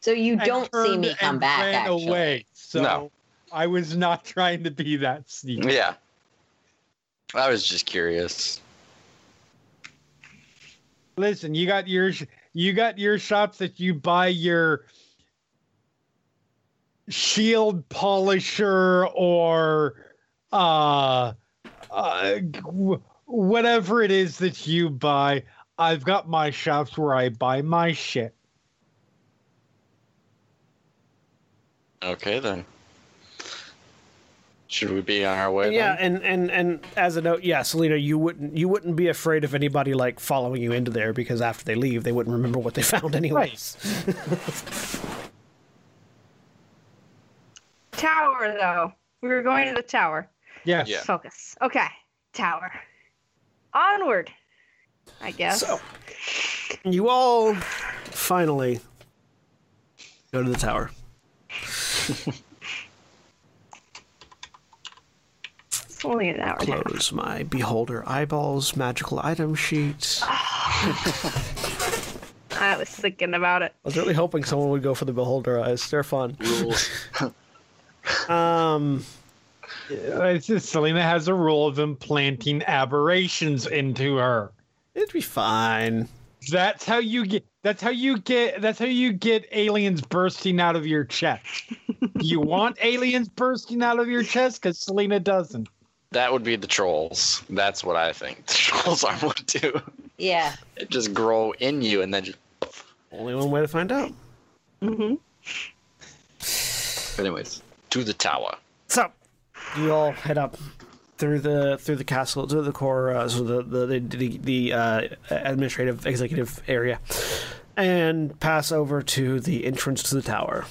E: So you
C: and
E: don't see
C: turned
E: me come
C: and
E: back.
C: ran
E: Actually,
C: away. So
F: No.
C: I was not trying to be that sneaky.
F: Yeah. I was just curious.
C: Listen, you got your sh- you got your shops that you buy your shield polisher or uh, uh w- whatever it is that you buy. I've got my shops where I buy my shit.
F: Okay then. Should we be on our way?
A: yeah,
F: then?
A: and, and and as a note, yeah, Selena, you wouldn't you wouldn't be afraid of anybody like following you into there because after they leave, they wouldn't remember what they found anyways.
D: Tower, though. We were going to the tower.
C: Yes.
F: Yeah.
D: Focus. Okay. Tower. Onward. I guess.
A: So, you all finally go to the tower.
D: it's only an hour. now.
A: Close my beholder eyeballs magical item sheet.
D: I was thinking about it.
A: I was really hoping someone would go for the beholder eyes. They're fun.
F: Rules.
A: Um,
C: It's just Selena has a rule of implanting aberrations into her.
A: it'd be fine.
C: That's how you get. That's how you get. That's how you get aliens bursting out of your chest. you want aliens bursting out of your chest because Selena doesn't.
F: That would be the trolls. That's what I think. The trolls are what do.
E: yeah.
F: It just grow in you and then just.
A: Only one way to find out.
D: hmm
F: Anyways, to the tower.
A: So, you all head up through the through the castle to the core, uh, so the the the, the, the uh, administrative executive area, and pass over to the entrance to the tower.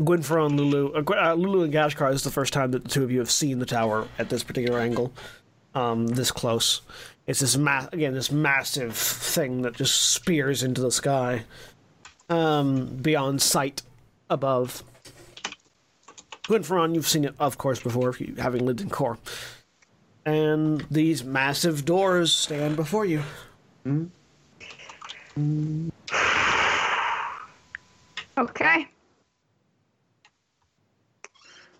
A: Gwynfro and Lulu, uh, Gw- uh, Lulu and Gashkar. This is the first time that the two of you have seen the tower at this particular angle, um, this close. It's this ma- again this massive thing that just spears into the sky, um, beyond sight above. Gwynferon, you've seen it, of course, before, you- having lived in Core. And these massive doors stand before you.
D: Okay.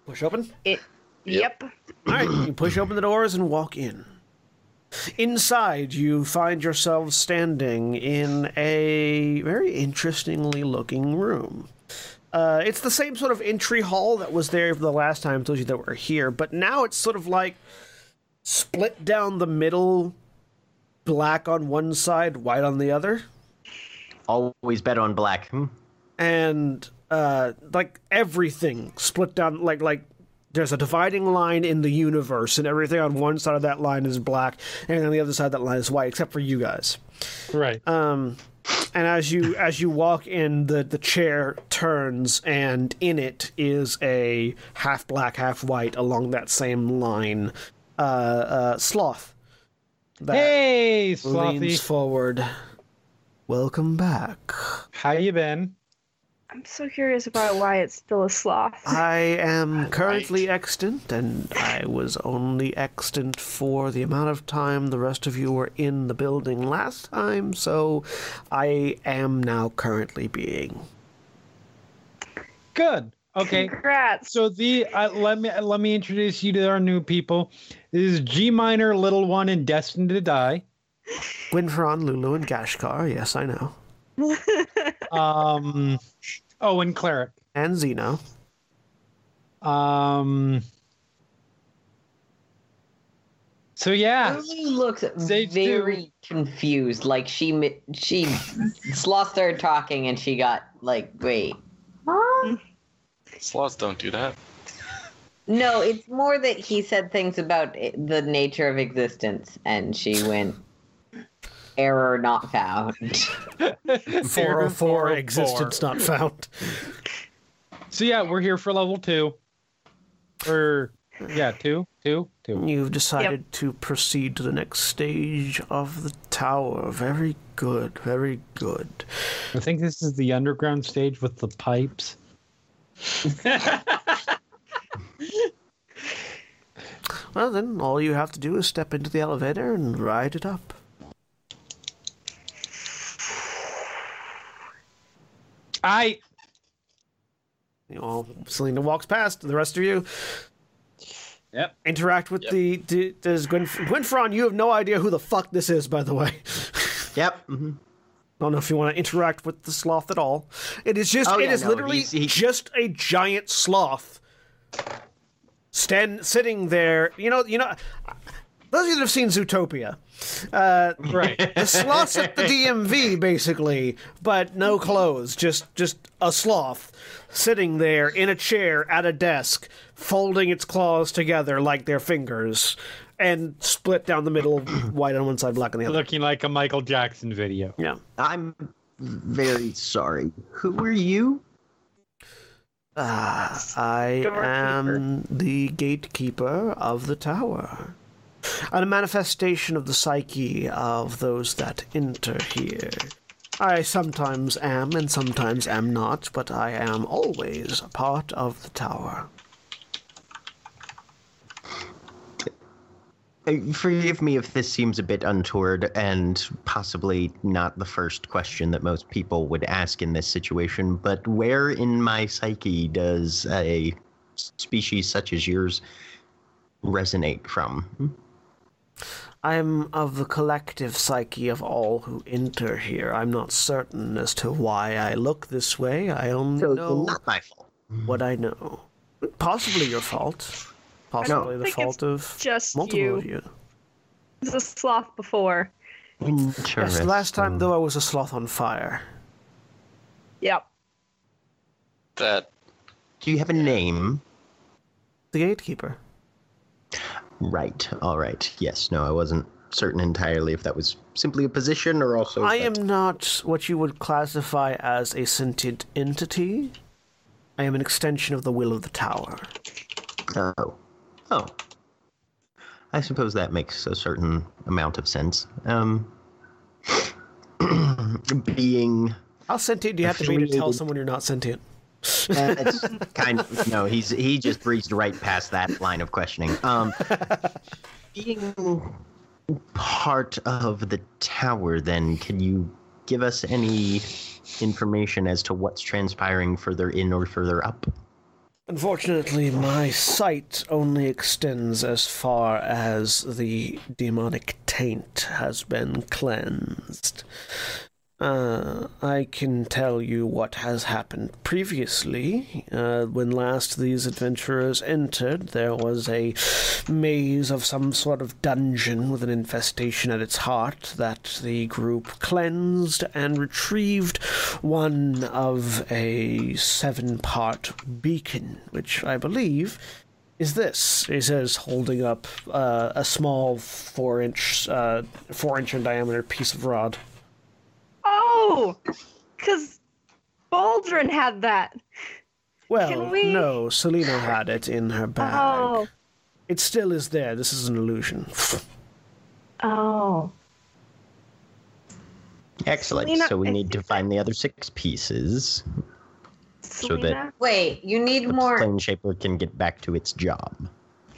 A: Push open.
D: It. Yep.
F: Yep.
A: All right, you push open the doors and walk in. Inside, you find yourselves standing in a very interestingly looking room. Uh, it's the same sort of entry hall that was there the last time I told you that we're here, but now it's sort of like split down the middle, black on one side, white on the other.
H: Always bet on black. Hmm?
A: and uh, like everything split down like like there's a dividing line in the universe and everything on one side of that line is black and on the other side of that line is white except for you guys
C: Right.
A: um, and as you as you walk in, the the chair turns, and in it is a half black, half white along that same line, uh, uh, sloth that
C: Hey,
A: leans
C: Slothy.
A: forward. Welcome back.
C: How you been?
D: I'm so curious about why it's still a sloth.
A: I am currently extant, and I was only extant for the amount of time the rest of you were in the building last time, so I am now currently being.
C: Good. Okay.
D: Congrats.
C: So the uh, let me let me introduce you to our new people. This is G minor, little one, and destined to die.
A: Winfron, Lulu, and Gashkar. Yes, I know.
C: Um, oh, and cleric.
A: And Zeno.
C: Um. So yeah,
E: Lulu looks
C: They do.
E: very confused. Like she mi- she Sloth started talking and she got like, wait. huh?
F: Sloths don't do that.
E: No, it's more that he said things about i- the nature of existence, and she went, "Error not found."
A: 404
C: Error
B: oh
A: existence not
E: Hmm.
A: found.
C: So yeah, we're here for level two. Or yeah, two, two, two.
A: You've decided to proceed to the next stage of the tower. Very good, very good.
C: I think this is the underground stage with the pipes.
A: Well, then, all you have to do is step into the elevator and ride it up.
C: I
A: You know, Selena walks past. The rest of you
B: Yep.
A: interact with the, the. There's Gwyn, Gwynfron. You have no idea who the fuck this is, by the way.
H: Yep. mhm.
A: I don't know if you want to interact with the sloth at all. It is just
H: Oh,
A: it
H: yeah,
A: is
H: no,
A: literally
H: he's- he-
A: just a giant sloth stand sitting there. You know, you know those of you that have seen Zootopia, uh,
C: right.
A: the sloth's at the DMV basically, but no clothes, just just a sloth sitting there in a chair at a desk, folding its claws together like their fingers, and split down the middle, white on one side, black on the other.
C: Looking like a Michael Jackson video.
A: Yeah.
H: I'm very sorry. Who are you?
A: Ah, I am the gatekeeper of the tower. And a manifestation of the psyche of those that enter here. I sometimes am and sometimes am not, but I am always a part of the tower.
H: Uh, Forgive me if this seems a bit untoward and possibly not the first question that most people would ask in this situation, but where in my psyche does a species such as yours resonate from? Hmm?
A: I am of the collective psyche of all who enter here. I'm not certain as to why I look this way. I only
H: So
A: know
H: not my fault.
A: what I know. Possibly your fault. Possibly the
D: think it's
A: fault of
D: Just
A: multiple
D: you.
A: of you.
D: It was a sloth before.
A: Yes,
H: Hmm. Interesting.
A: last time though I was a sloth on fire.
D: Yep.
F: That
H: Do you have a name?
A: The gatekeeper.
H: Right. All right. Yes. No, I wasn't certain entirely if that was simply a position or also.
A: I
H: if
A: am
H: that-
A: not what you would classify as a sentient entity. I am an extension of the will of the tower.
H: Oh. Oh. I suppose that makes a certain amount of sense. Um, being.
A: How sentient do you have to be to tell
H: Affiliated.
A: someone you're not sentient?
H: That's kind of. No, he's he just breezed right past that line of questioning. Um, being part of the tower, then, can you give us any information as to what's transpiring further in or further up?
A: Unfortunately, my sight only extends as far as the demonic taint has been cleansed. Uh, I can tell you what has happened previously. Uh, when last these adventurers entered, there was a maze of some sort of dungeon with an infestation at its heart that the group cleansed and retrieved one of a seven part beacon, which I believe is this. He says, holding up uh, a small four inch, uh, four inch in diameter piece of rod.
D: Oh, because Baldrin had that.
A: Well,
D: Can we-
A: no, Selena had it in her bag.
D: Oh,
A: It still is there. This is an illusion.
D: oh.
H: Excellent.
D: Selena,
H: so we
D: I
H: need to find the other six pieces So that-
D: Selena?
E: Wait, you need
H: so
E: more.
H: Plane Shaper can get back to its job.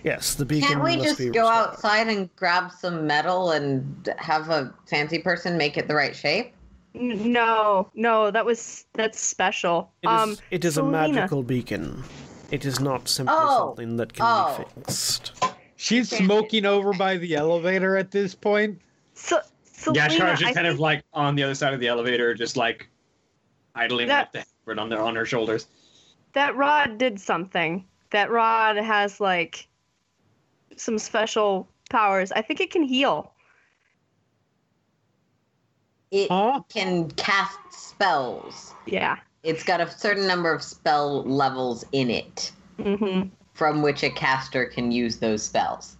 A: Yes, the beacon
E: Can't we
A: must
E: just
A: be
E: go
A: restored.
E: outside and grab some metal and have a fancy person make it the right shape?
D: N- No, no, that was that's special.
A: It is,
D: um,
A: it is a
D: Selena,
A: magical beacon. It is not simply
E: Oh.
A: something that can
E: Oh.
A: be fixed.
C: She's smoking over by the elevator at this point.
D: Se- Selena,
B: Gashkar's
D: I
B: just kind of
D: think-
B: like on the other side of the elevator, just like idling
D: That-
B: with the hammer on their on her shoulders.
D: that rod did something. That rod has like some special powers. I think it can heal.
E: It
C: Huh?
E: can cast spells.
D: Yeah.
E: It's got a certain number of spell levels in it
D: Mm-hmm.
E: from which a caster can use those spells.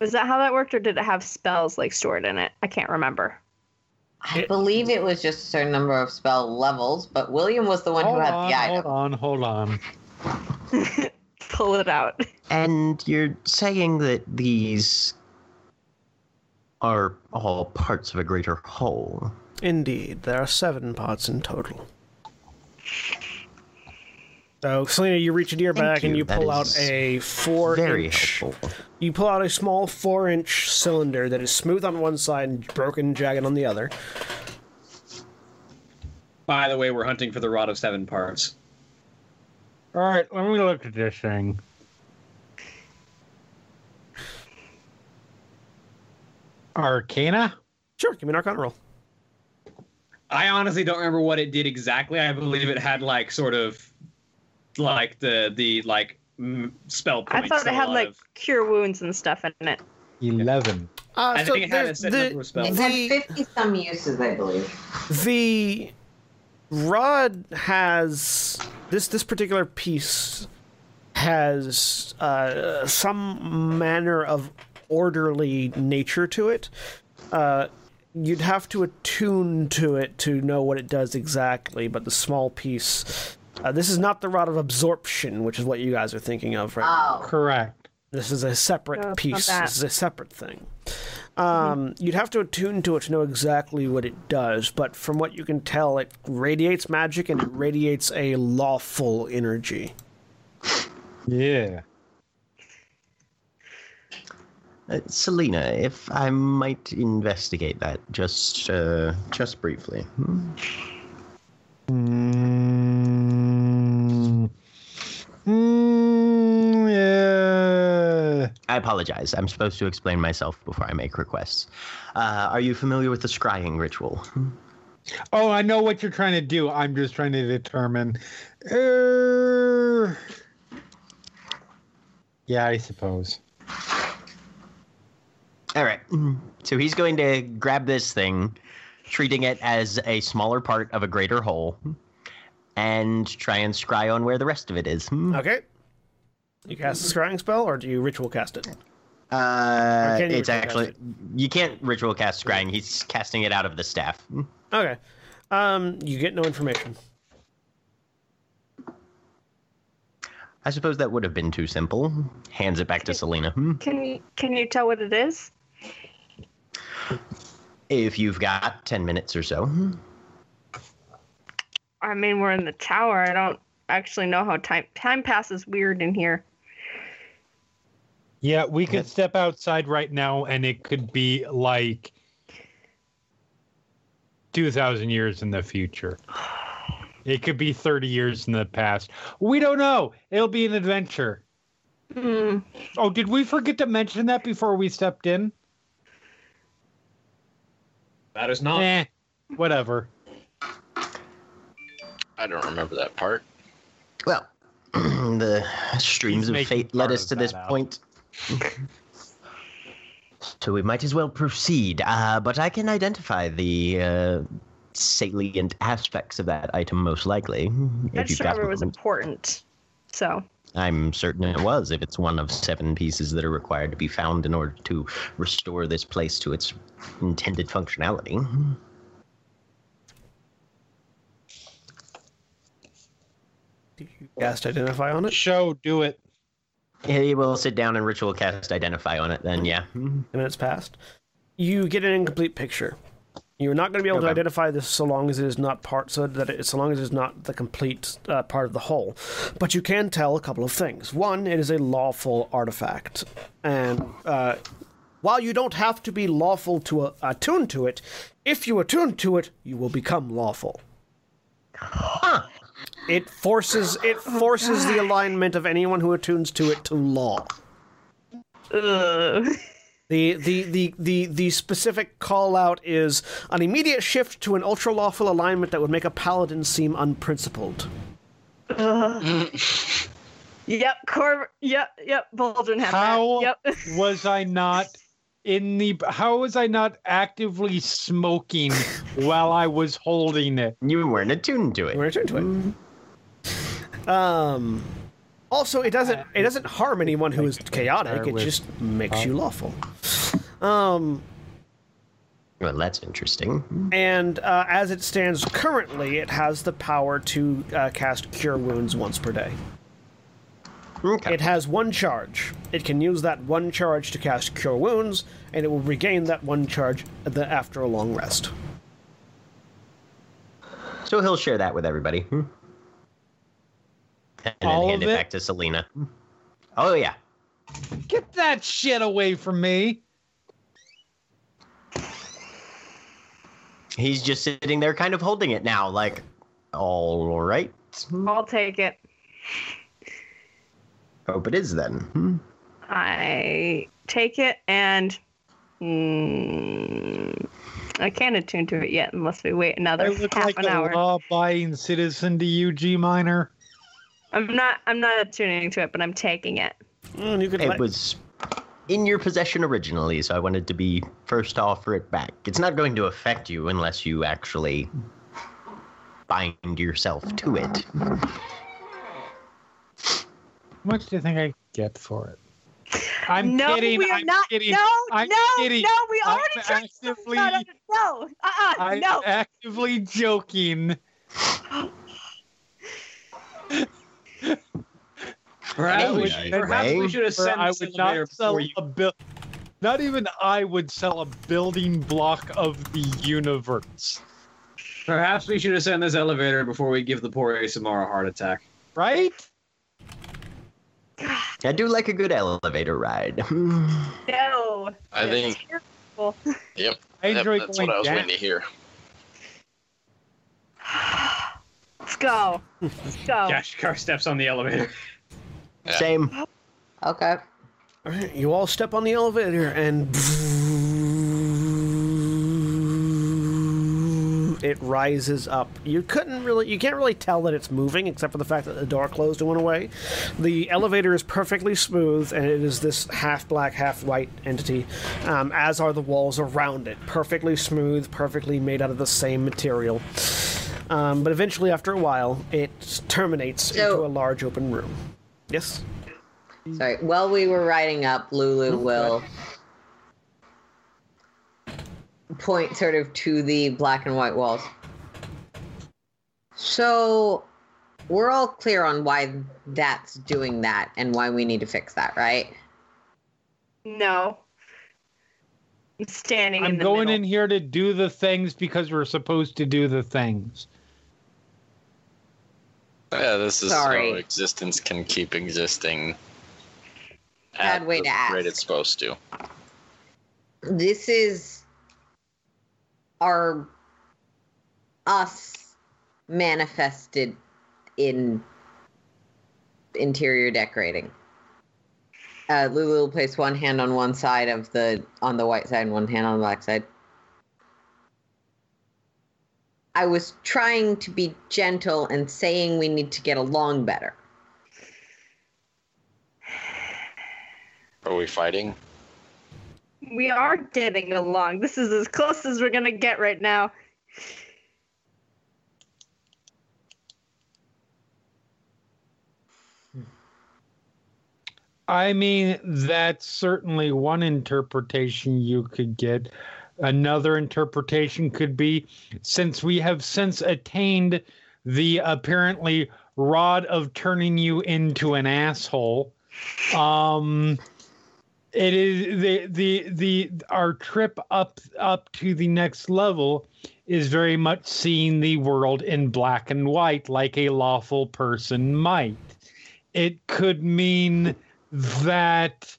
D: Was that how that worked, or did it have spells like stored in it? I can't remember.
E: I
A: It-
E: believe it was just a certain number of spell levels, but William was the one
C: Hold
E: who had
C: on,
E: the
C: hold
E: item.
C: on, hold on.
D: Pull it out.
H: And you're saying that these are all parts of a greater whole.
A: Indeed, there are seven parts in total. So, Selena, you reach into your
H: Thank
A: bag and
H: you.
A: you
H: That
A: pull out
H: is
A: a four
H: Very
A: inch
H: helpful.
A: You pull out a small four inch cylinder that is smooth on one side and broken, jagged on the other.
B: By the way, we're hunting for the rod of seven parts.
C: All right, let me look at this thing. Arcana?
A: Sure, give me an arcana roll.
B: I honestly don't remember what it did exactly. I believe it had like sort of like the the like mm, spell points.
D: I thought it
B: and a
D: had
B: lot
D: like
B: of-
D: cure wounds and stuff in it.
C: 11.
A: Uh,
B: I
A: so
B: think it had a
A: there's
B: set
A: the-
B: number of spells.
E: It had 50 some uses, I believe.
A: the rod has this this particular piece has uh, some manner of orderly nature to it uh, you'd have to attune to it to know what it does exactly but the small piece uh, this is not the rod of absorption which is what you guys are thinking of right now.
E: Oh,
C: Correct.
A: This is a separate
D: No, it's not
A: piece.
D: that. Mm-hmm.
A: This is a separate thing. Um, You'd have to attune to it to know exactly what it does, but from what you can tell, it radiates magic and it radiates a lawful energy.
C: Yeah.
H: Uh, Selena, if I might investigate that just uh, just briefly. Hmm?
C: Mm. Mm, yeah.
H: I apologize. I'm supposed to explain myself before I make requests. Uh, are you familiar with the scrying ritual? Hmm?
C: Oh, I know what you're trying to do. I'm just trying to determine. Uh, yeah, I suppose.
H: All right. Mm. So he's going to grab this thing, treating it as a smaller part of a greater whole, and try and scry on where the rest of it is. Hmm?
A: Okay. You cast the scrying spell, or do you ritual cast it?
H: Uh,
A: can you
H: it's
A: ritual
H: actually
A: cast
H: you can't ritual cast scrying. He's casting it out of the staff. Hmm?
A: Okay. Um, you get no information.
H: I suppose that would have been too simple. Hands it back to Selena. Hmm?
D: Can you can you tell what it is?
H: If you've got ten minutes or so. Hmm?
D: I mean, we're in the tower. I don't actually know how time time passes weird in here.
C: Yeah, we could step outside right now, and it could be like two thousand years in the future. It could be thirty years in the past. We don't know. It'll be an adventure.
D: Hmm.
C: Oh, did we forget to mention that before we stepped in?
B: That is not.
C: Eh, whatever.
F: I don't remember that part.
H: Well, the streams
C: He's
H: of
C: making
H: fate led
C: part
H: us
C: of
H: to this
C: that up.
H: point. so we might as well proceed. Uh, but I can identify the uh, salient aspects of that item most likely.
D: I
H: if you've
D: just
H: got
D: remember it was
H: one.
D: important. So
H: I'm certain it was, if it's one of seven pieces that are required to be found in order to restore this place to its intended functionality.
A: Do you cast identify on it?
C: Show, do it.
H: He will sit down and ritual cast identify on it, then, yeah.
A: Ten minutes passed. You get an incomplete picture. You're not going to be able to
H: Okay.
A: identify this so long as it is not part, so that it, so long as it is not the complete uh, part of the whole. But you can tell a couple of things. One, it is a lawful artifact, and uh, while you don't have to be lawful to uh, attune to it, if you attune to it, you will become lawful. It forces it forces the alignment of anyone who attunes to it to law.
D: ugh.
A: The the the the the specific call out is an immediate shift to an ultra lawful alignment that would make a paladin seem unprincipled.
D: Yep, Corv yep, yep, Baldwin had
C: How
D: that. Yep.
C: was I not in the? How was I not actively smoking while I was holding it?
H: You weren't attuned to
A: We're
H: it.
A: gonna turn to it. Um. Also, it doesn't it doesn't harm anyone who is chaotic. It just makes you lawful.
H: Well, that's interesting.
A: And uh, as it stands currently, it has the power to uh, cast Cure Wounds once per day.
H: Okay.
A: It has one charge. It can use that one charge to cast Cure Wounds, and it will regain that one charge at the, after a long rest.
H: so he'll share that with everybody. Hmm. And then
C: All
H: hand
C: of
H: it,
C: it?
H: back to Selena. Oh, yeah.
C: Get that shit away from me!
H: He's just sitting there kind of holding it now, like, all right.
D: I'll take it.
H: Hope it is then. Hmm.
D: I take it and mm, I can't attune to it yet unless we wait
C: I
D: another
C: look
D: half
C: like
D: an
C: a
D: hour.
C: law-abiding citizen to you, G Minor.
D: I'm not I'm not attuning to it, but I'm taking it.
A: Mm, you could
H: It
A: let-
H: was in your possession originally, so I wanted to be first to offer it back. It's not going to affect you unless you actually bind yourself to it.
C: How much do you think I get for it? I'm
D: no,
C: kidding.
D: we are
C: I'm
D: not.
C: kidding.
D: No,
C: I'm
D: no,
C: kidding.
D: no. We
C: I'm
D: already tricked them.
C: actively-
D: No, no, no. Uh, uh
C: I'm
D: no.
C: actively joking.
B: Perhaps, we,
H: Right,
B: perhaps we
H: right.
B: should
C: Or
B: ascend
C: I would
B: Sylvanar
C: not sell
B: before you.
C: a bill. Not even I would sell a building block of the universe,
B: Perhaps we should ascend this elevator before we give the poor Asamara a heart attack.
C: right?
H: I do like a good elevator ride.
D: No.
F: I
D: It's
F: think
D: terrible.
C: I
F: yep,
C: enjoy
F: that's
C: going
F: what I was
C: down.
F: waiting to hear.
D: Let's go. Let's go.
B: Gashkar steps on the elevator.
F: Yeah.
H: Same.
E: Okay.
A: All right, you all step on the elevator and it rises up. You couldn't really you can't really tell that it's moving except for the fact that the door closed and went away. The elevator is perfectly smooth and it is this half black, half white entity, um, as are the walls around it. Perfectly smooth, perfectly made out of the same material. Um, but eventually, after a while, it terminates
E: So-
A: into a large open room. Yes?
E: Sorry. While we were riding up, Lulu will point sort of to the black and white walls. So we're all clear on why that's doing that and why we need to fix that, right?
D: No. I'm standing in
C: I'm
D: the
C: going
D: middle.
C: in here to do the things because we're supposed to do the things.
F: Yeah, this is
E: Sorry.
F: how existence can keep existing.
E: Bad way
F: the
E: to ask.
F: rate it's supposed to.
E: This is our us manifested in interior decorating. Uh, Lulu will place one hand on one side of the on the white side and one hand on the black side. I was trying to be gentle and saying we need to get along better.
F: Are we fighting?
D: We are getting along. This is as close as we're gonna get right now.
C: I mean, that's certainly one interpretation you could get. Another interpretation could be since we have since attained the apparently rod of turning you into an asshole, um, it is the the the our trip up up to the next level is very much seeing the world in black and white like a lawful person might. It could mean that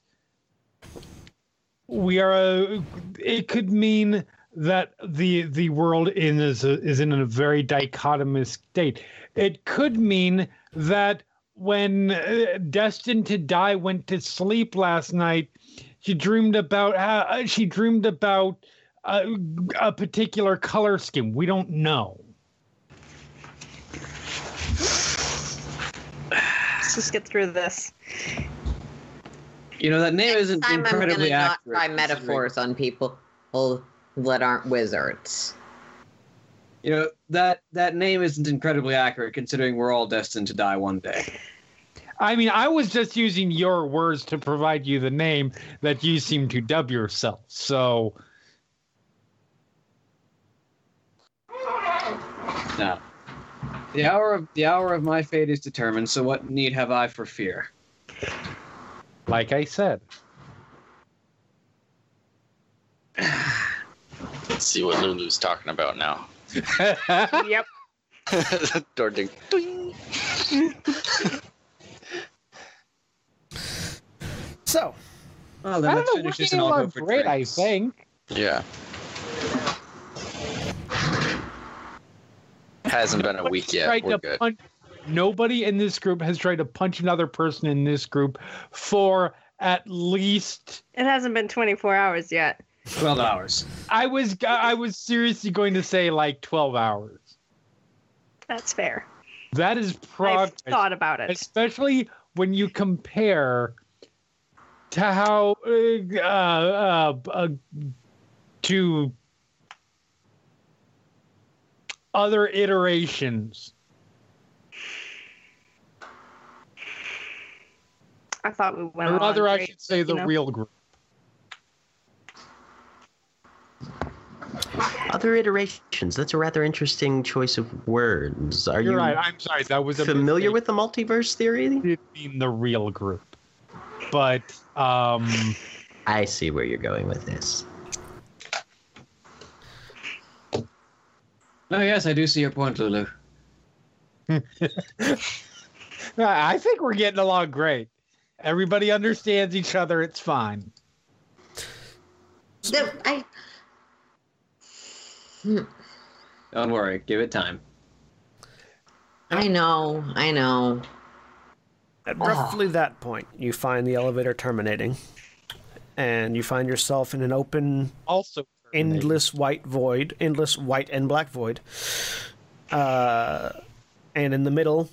C: we are a, it could mean that the the world in is a, is in a very dichotomous state it could mean that when uh, destined to die went to sleep last night she dreamed about how she dreamed about uh, a particular color scheme we don't know
D: Let's just get through this.
B: You know that name isn't
E: Time I'm gonna
B: incredibly
E: not
B: accurate.
E: try
B: considering-
E: metaphors on people that aren't wizards.
B: You know that that name isn't incredibly accurate considering we're all destined to die one day.
C: i mean i was just using your words to provide you the name that you seem to dub yourself so
B: No. The hour of the hour of my fate is determined. So what need have I for fear?
C: like i said
F: Let's see what Lulu's talking about now.
D: yep.
F: Door ding.
A: So,
B: Well,
C: I
B: Oh, then let's
C: don't know.
B: finish this
C: Working
B: and I'll go
C: along
B: for
C: great, I
B: drinks.
C: think.
F: Yeah. Hasn't been a week yet.
C: Tried
F: We're
C: to
F: good.
C: punch- nobody in this group has tried to punch another person in this group for at least.
D: It hasn't been 24 hours yet.
B: Twelve hours.
C: I was I was seriously going to say like twelve hours.
D: That's fair.
C: That is progress,
D: I've thought about it.
C: especially when you compare to how uh, uh, uh, to other iterations.
D: I thought we went.
C: Or
D: along
C: rather, I
D: great,
C: should say the
D: you know?
C: real group.
H: Other iterations. That's a rather interesting choice of words. Are
C: You're
H: you
C: right. I'm sorry. That was a
H: familiar
C: mistake.
H: with the multiverse theory?
C: did mean the real group, but um,
H: I see where you're going with this.
B: No, Oh, yes, I do see your point, Lulu.
C: I think we're getting along great. Everybody understands each other. It's fine.
E: That- I,
B: Don't worry, give it time.
E: I know, I know.
A: At roughly that point, you find the elevator terminating, and you find yourself in an open,
C: Also,
A: endless white void, endless white and black void. Uh, and in the middle,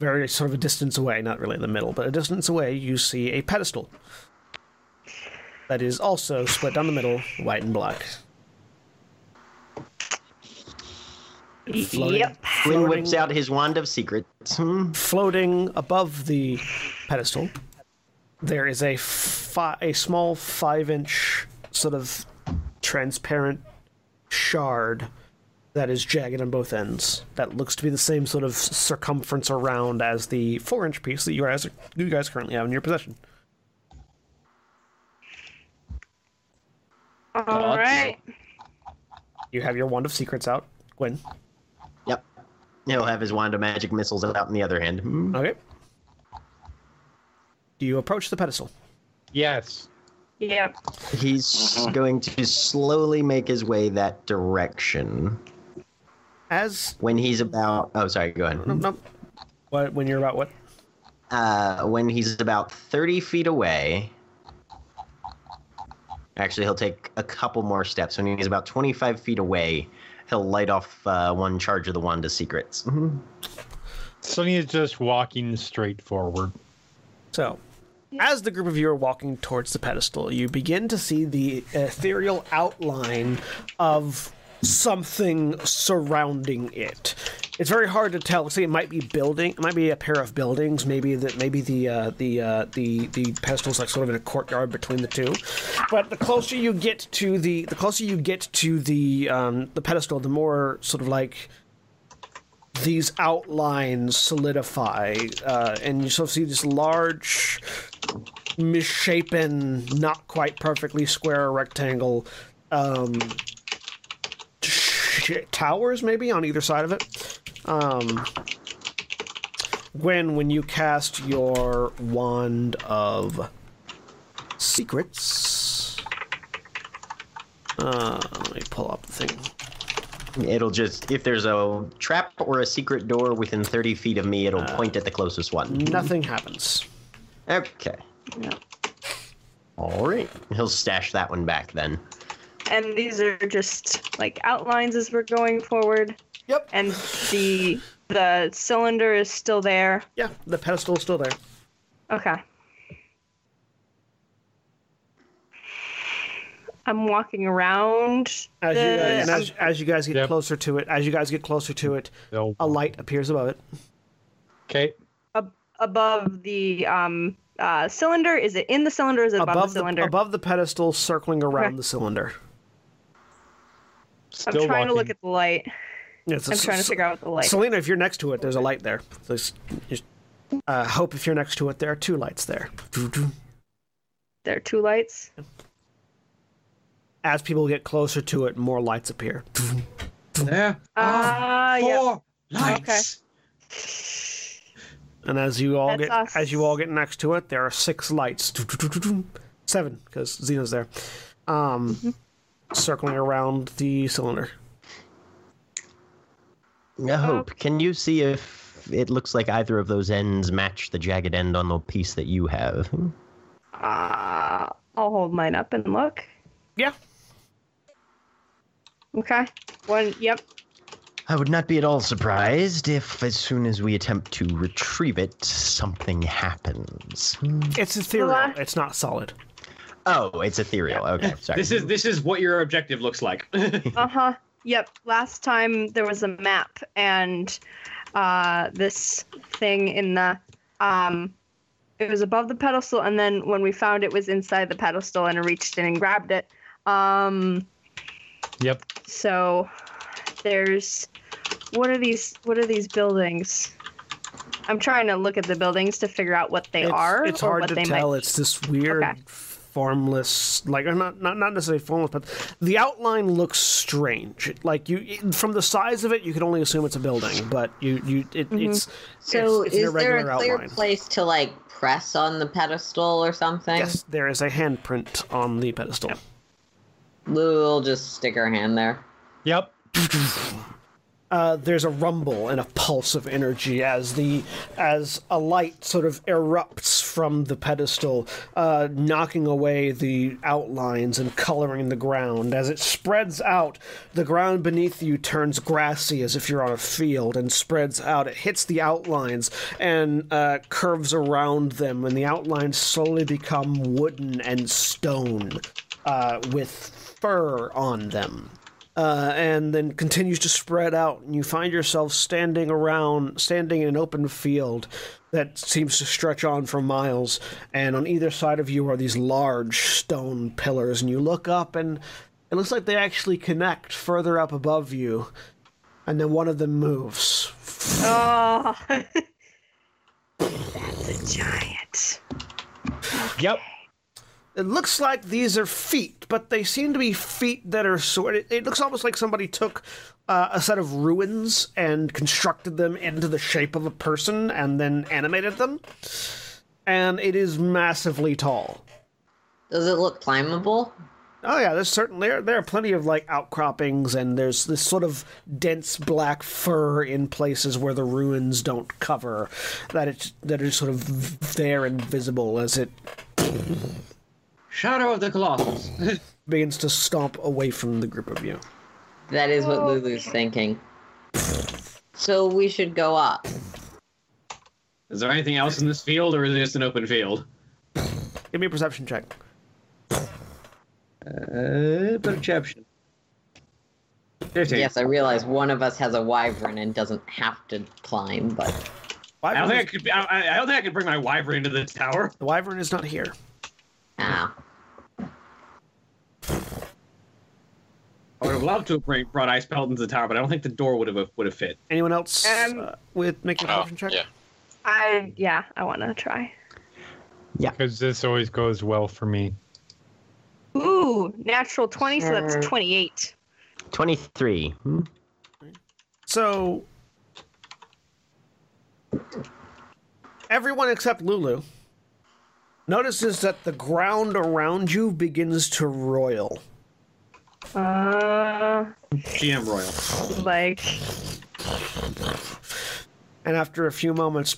A: very sort of a distance away, not really in the middle, but a distance away, you see a pedestal that is also split down the middle, white and black. Floating,
D: Yep.
H: Flynn
A: floating-
H: whips out his wand of secrets. Hmm.
A: floating above the pedestal, there is a fi- a small five inch sort of transparent shard that is jagged on both ends. That looks to be the same sort of circumference around as the four inch piece that you guys you guys currently have in your possession.
D: All right.
A: You have your wand of secrets out, Gwen.
H: Yep. He'll have his wand of magic missiles out in the other hand. Hmm.
C: Uh-huh.
A: Okay. Do you approach the pedestal?
C: yes.
D: Yep.
H: He's going to slowly make his way that direction.
A: As
H: When he's about oh sorry, go ahead.
A: no, what, when you're about what?
H: uh, when he's about 30 feet away. Actually, he'll take a couple more steps. When he's about 25 feet away, He'll light off uh, one charge of the wand of secrets. Mhm.
C: Sonny is just walking straight forward.
A: So, as the group of you are walking towards the pedestal, you begin to see the ethereal outline of something surrounding it. It's very hard to tell. See, it might be building. It might be a pair of buildings. Maybe that. Maybe the uh, the uh, the the pedestal's like sort of in a courtyard between the two. But the closer you get to the the closer you get to the um, the pedestal, the more sort of like these outlines solidify, uh, and you sort of see this large, misshapen, not quite perfectly square rectangle. Um, sh- towers, maybe, on either side of it. Um, Gwen, when you cast your Wand of Secrets. Uh, let me pull up the thing.
H: It'll just if there's a trap or a secret door within 30 feet of me, it'll point at the closest one.
A: Nothing happens.
H: Okay. All right. He'll stash that one back then.
D: And these are just like outlines as we're going forward.
A: Yep.
D: And the the cylinder is still there.
A: Yeah, the pedestal's still there.
D: Okay. I'm walking around.
A: As you,
D: the-
A: guys, and as, as you guys get
C: Yep.
A: closer to it, as you guys get closer to it,
C: No.
A: a light appears above it.
C: Okay.
D: ab- above the um uh cylinder is it in the cylinder is it above, the cylinder
A: above the pedestal, circling around
D: Okay.
A: the cylinder.
D: i'm
C: Still
D: trying to look
C: walking.
D: at the light
A: It's a
D: i'm
A: s-
D: trying to
A: s-
D: figure out the light
A: Selena, if you're next to it, there's a light there. There's, there's- uh, Hope, if you're next to it, there are two lights there.
D: there are two lights
A: Oh, As people get closer to it, more lights appear.
B: There
D: ah uh, yeah okay
A: And as you all
D: That's
A: get
D: us.
A: as you all get next to it, there are six lights, seven because Xena's there, um,
D: Mm-hmm.
A: circling around the cylinder.
H: I hope. Can you see if it looks like either of those ends match the jagged end on the piece that you have?
D: uh, i'll hold mine up and look
A: Yeah.
D: okay one yep
H: I would not be at all surprised if, as soon as we attempt to retrieve it, something happens. Hmm.
A: It's ethereal.
D: Well, I-
A: It's not solid.
H: Oh, it's ethereal. Okay, sorry.
B: This is this is what your objective looks like.
D: uh-huh yep last time there was a map and uh this thing in the um it was above the pedestal and then when we found it was inside the pedestal and I reached in and grabbed it um
C: Yep.
D: so there's what are these what are these buildings i'm trying to look at the buildings to figure out what they
A: it's,
D: are
A: It's
D: or
A: hard
D: what
A: to
D: they
A: tell.
D: might
A: It's this weird,
D: Okay.
A: formless, like or not not not necessarily formless, but the outline looks strange. It- Like you, it- from the size of it, you can only assume it's a building. But you, you, it,
D: Mm-hmm.
A: it's
E: So
A: it's, it's an
E: is there
A: irregular
E: a clear
A: outline.
E: place to like press on the pedestal or something?
A: Yes, there is a handprint on the pedestal.
E: We'll just stick our hand there.
C: Yep.
A: uh, there's a rumble and a pulse of energy as the as a light sort of erupts from the pedestal, uh, knocking away the outlines and coloring the ground. As it spreads out, the ground beneath you turns grassy as if you're on a field and spreads out. It hits the outlines and uh, curves around them, and the outlines slowly become wooden and stone uh, with fur on them uh, and then continues to spread out, and you find yourself standing around, standing in an open field that seems to stretch on for miles. And on either side of you are these large stone pillars, and you look up, and it looks like they actually connect further up above you. And then one of them moves.
D: oh that's a giant
C: Yep.
A: It looks like these are feet, but they seem to be feet that are sort. It, it looks almost like somebody took uh, a set of ruins and constructed them into the shape of a person and then animated them. And it is massively tall.
E: Does it look climbable?
A: Oh yeah, there's certainly there, there are plenty of like outcroppings, and there's this sort of dense black fur in places where the ruins don't cover, that it's that is sort of there and visible as it
B: Shadow of the Colossus.
A: begins to stomp away from the group of you.
E: That is what Lulu's thinking. So we should go up.
B: Is there anything else in this field, or is it just an open field?
A: Give me a perception check.
B: Uh, perception. Fifteen.
E: Yes, I realize one of us has a wyvern and doesn't have to climb, but
B: I don't
A: Wyvern
B: think I
A: is-
B: could. I, I don't think I could bring my wyvern into the tower.
A: the wyvern is not here.
E: ah,
B: I would have loved to have bring, brought Ice Pelt into the tower, but I don't think the door would have would have fit.
A: Anyone else
D: Um,
A: uh, with making a
F: Oh,
A: perception check?
F: yeah.
D: I yeah, I want to try.
C: because this always goes well for me.
D: Ooh, natural twenty, so that's twenty-eight.
H: 23. Hmm?
A: So everyone except Lulu notices that the ground around you begins to roil.
D: Uh,
B: GM Royal.
D: like
A: and after a few moments,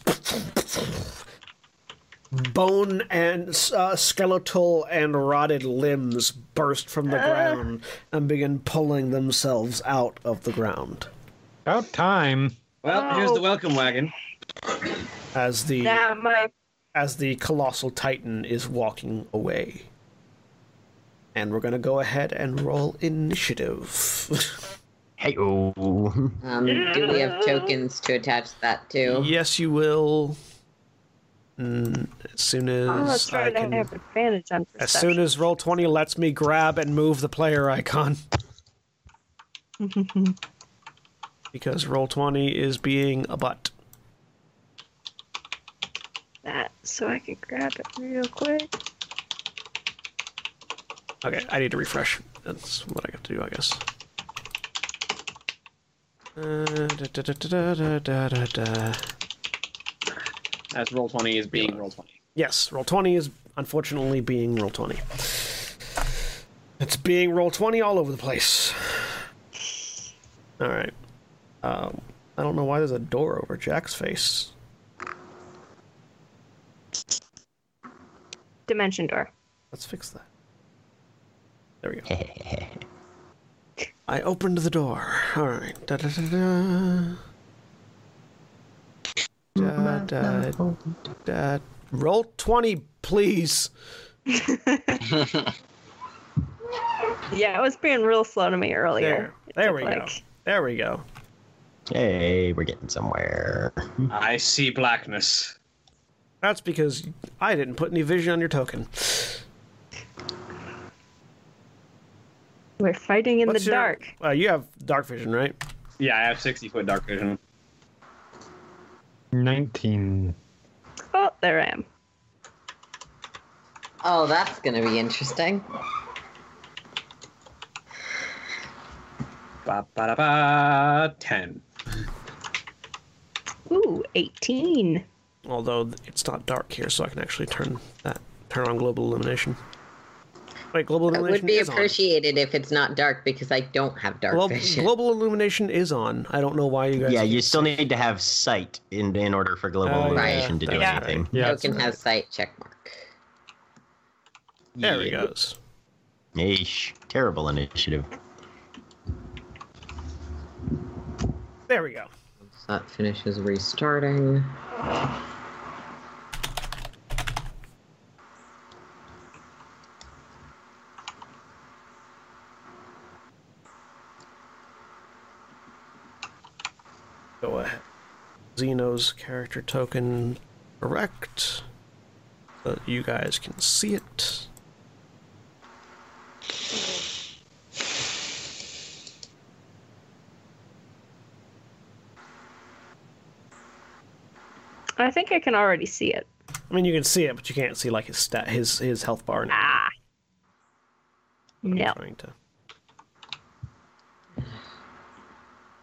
A: bone and uh, skeletal and rotted limbs burst from the ground and begin pulling themselves out of the ground
C: About time.
B: Well, here's the
D: Oh.
B: welcome wagon.
A: as the
D: now my
A: as the colossal titan is walking away. And we're gonna go ahead and roll initiative.
H: Hey, oh.
E: um, do we have tokens to attach that to?
A: yes, you will. Mm, as soon as
D: oh, that's
A: I
D: right. I
A: can.
D: have advantage on perception.
A: As soon as roll twenty lets me grab and move the player icon. because roll twenty is being a butt.
D: that, so I can grab it real quick.
A: Okay, I need to refresh. That's what I got to do, I guess. Uh, da, da, da, da, da, da, da.
B: As roll twenty is being roll twenty.
A: Yes, roll twenty is unfortunately being roll twenty. It's being roll twenty all over the place. All right. Um, I don't know why there's a door over Jack's face.
D: Dimension door.
A: Let's fix that. There we go. I opened the door. All right. Da da da da. Da, da, da. Roll 20, please.
D: Yeah, it was being real slow to me earlier.
A: There. There
D: took,
A: we go.
D: like-
A: There we go.
H: Hey, we're getting somewhere.
B: I see blackness.
A: That's because I didn't put any vision on your token.
D: We're fighting in
A: What's
D: the
A: your-
D: dark.
A: Uh, you have dark vision, right?
B: Yeah, I have sixty foot dark vision.
C: Nineteen.
D: Oh, there I am.
E: Oh, that's gonna be interesting.
B: Ba ba da ba. Ten.
D: Ooh, eighteen.
A: Although th- it's not dark here, so I can actually turn that turn on global illumination. Wait, global
E: It would
A: illumination
E: be
A: is on.
E: appreciated if it's not dark because I don't have dark
A: Glo-
E: vision.
A: global illumination is on. I don't know why you guys.
H: yeah, you still need to have sight in, in order for global
A: Oh, yeah.
H: illumination to do
A: Yeah.
H: anything.
C: Yeah.
E: Token has sight checkmark.
A: There he goes.
H: Yeesh. Terrible initiative.
A: There we go.
E: So that finishes restarting.
A: Go ahead. Xeno's character token correct. So that you guys can see it.
D: I think I can already see it.
A: I mean, you can see it, but you can't see like his stat, his his health bar. And
D: Ah.
A: everything.
D: No.
A: I'm Trying to.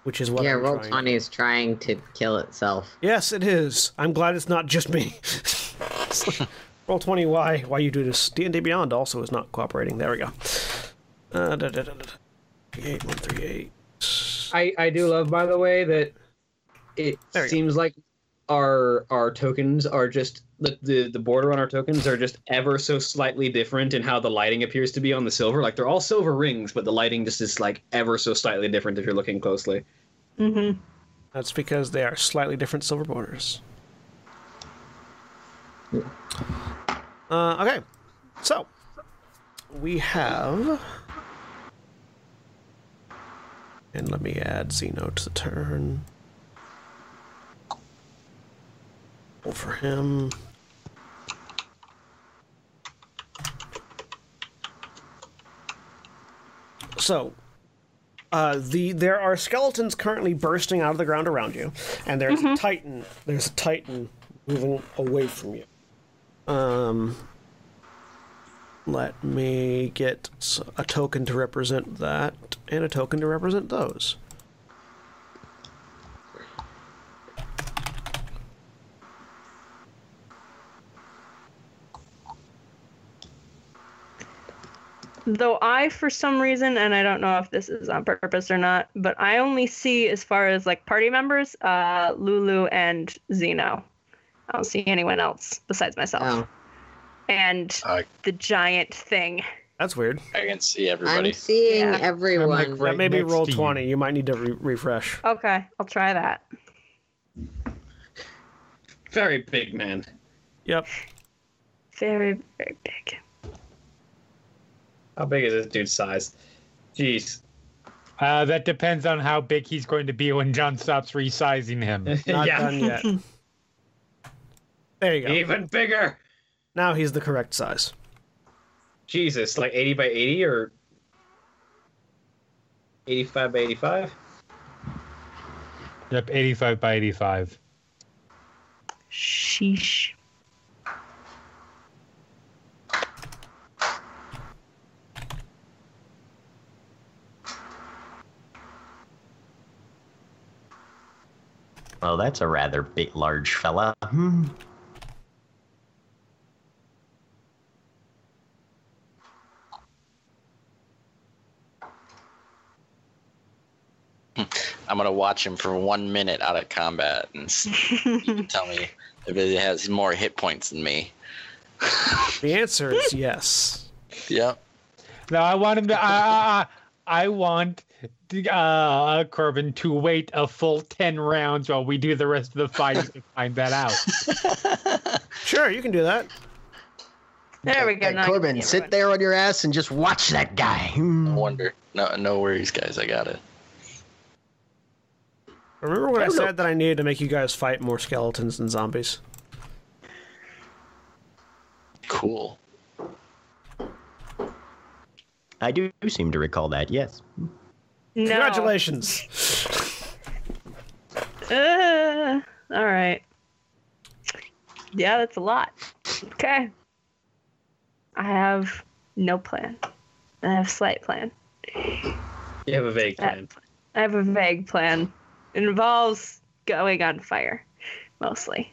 A: Which is what.
E: yeah,
A: I'm
E: roll
A: trying-
E: twenty is trying to kill itself.
A: Yes, it is. I'm glad it's not just me. It's like, Roll twenty. Why? Why you do this? D and D Beyond also is not cooperating. There we go. Uh, da, da, da, da, da. Eight one three eight.
B: I I do love, by the way, that it
A: There you go.
B: seems like our our tokens are just the, the the border on our tokens are just ever so slightly different in how the lighting appears to be on the silver. Like they're all silver rings, but the lighting just is like ever so slightly different if you're looking closely.
D: Mm-hmm.
J: That's because they are slightly different silver borders. Uh, okay, so we have, and let me add Zeno to the turn. Roll for him. So, uh, the there are skeletons currently bursting out of the ground around you, and there's
D: Mm-hmm.
J: a titan. There's a titan moving away from you. Um, let me get s- a token to represent that, and a token to represent those.
D: Though I, for some reason, and I don't know if this is on purpose or not, but I only see as far as like party members, uh, Lulu and Zeno. I don't see anyone else besides myself
E: Oh,
D: and
F: I,
D: the giant thing.
J: That's weird.
F: I can see
E: I'm
F: everybody.
E: seeing
D: Yeah.
E: everyone.
C: I'm like, right
J: that may be
C: next
J: roll
C: to you.
J: twenty. You. might need to re- refresh.
D: Okay, I'll try that.
B: Very big man.
J: Yep.
D: Very, very big.
B: How big is this dude's size? Jeez.
C: Uh, that depends on how big he's going to be when John stops resizing him.
J: Not
B: yeah.
J: done yet. There you go.
B: Even bigger.
J: Now he's the correct size.
B: Jesus, like 80 by 80 or 85 by 85?
C: yep, 85 by 85.
D: Sheesh.
H: Well, that's a rather big, large fella. Hmm.
F: I'm gonna watch him for one minute out of combat and s- tell me if he has more hit points than me.
J: The answer is
D: Hmm.
J: yes.
F: Yep.
C: No, I want him to. I, I, I I want uh, Corbin to wait a full 10 rounds while we do the rest of the fight to find that out.
J: Sure, you can do that.
D: There we go.
H: Hey,
D: now I can
H: Corbin,
D: see
H: sit
D: everyone.
H: there on your ass and just watch that guy.
F: No
H: Hmm.
F: wonder. No, no worries, guys. I got it.
J: Remember when I said that I needed to make you guys fight more skeletons than zombies?
F: Cool.
H: I do seem to recall that, yes.
D: No.
J: Congratulations.
D: Uh, all right. Yeah, that's a lot. Okay. I have no plan. I have slight plan.
B: You have a vague
D: That
B: plan.
D: pl- I have a vague plan. It involves going on fire, mostly.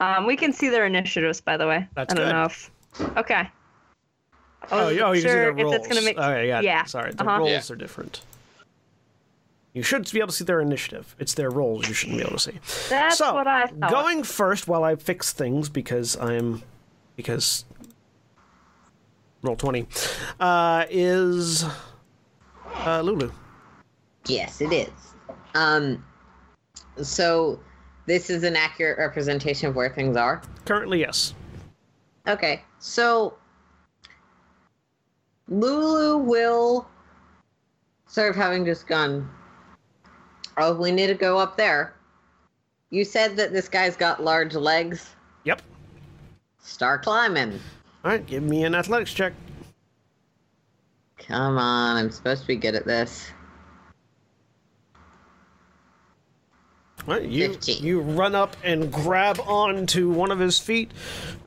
D: Um, we can see their initiatives, by the way.
J: That's
D: I don't
J: good.
D: know if. Okay. I
J: Oh,
D: wasn't
J: you- oh, you
D: sure
J: can see the
D: if
J: rolls.
D: that's gonna make.
J: Okay, got it.
D: yeah,
J: Sorry, the
D: uh-huh.
J: rolls
F: Yeah.
J: are different. You should be able to see their initiative. It's their rolls you shouldn't be able to see.
D: That's
J: so,
D: what I thought.
J: Going first while I fix things because I'm because roll twenty uh, is uh, Lulu.
E: Yes, it is. Um, so this is an accurate representation of where things are.
J: Currently, yes.
E: Okay, so Lulu will sort of having just gone. Oh, we need to go up there. You said that this guy's got large legs.
J: Yep.
E: Start climbing.
J: All right, give me an athletics check.
E: Come on, I'm supposed to be good at this.
J: All right, you
E: Fifteen.
J: you run up and grab onto one of his feet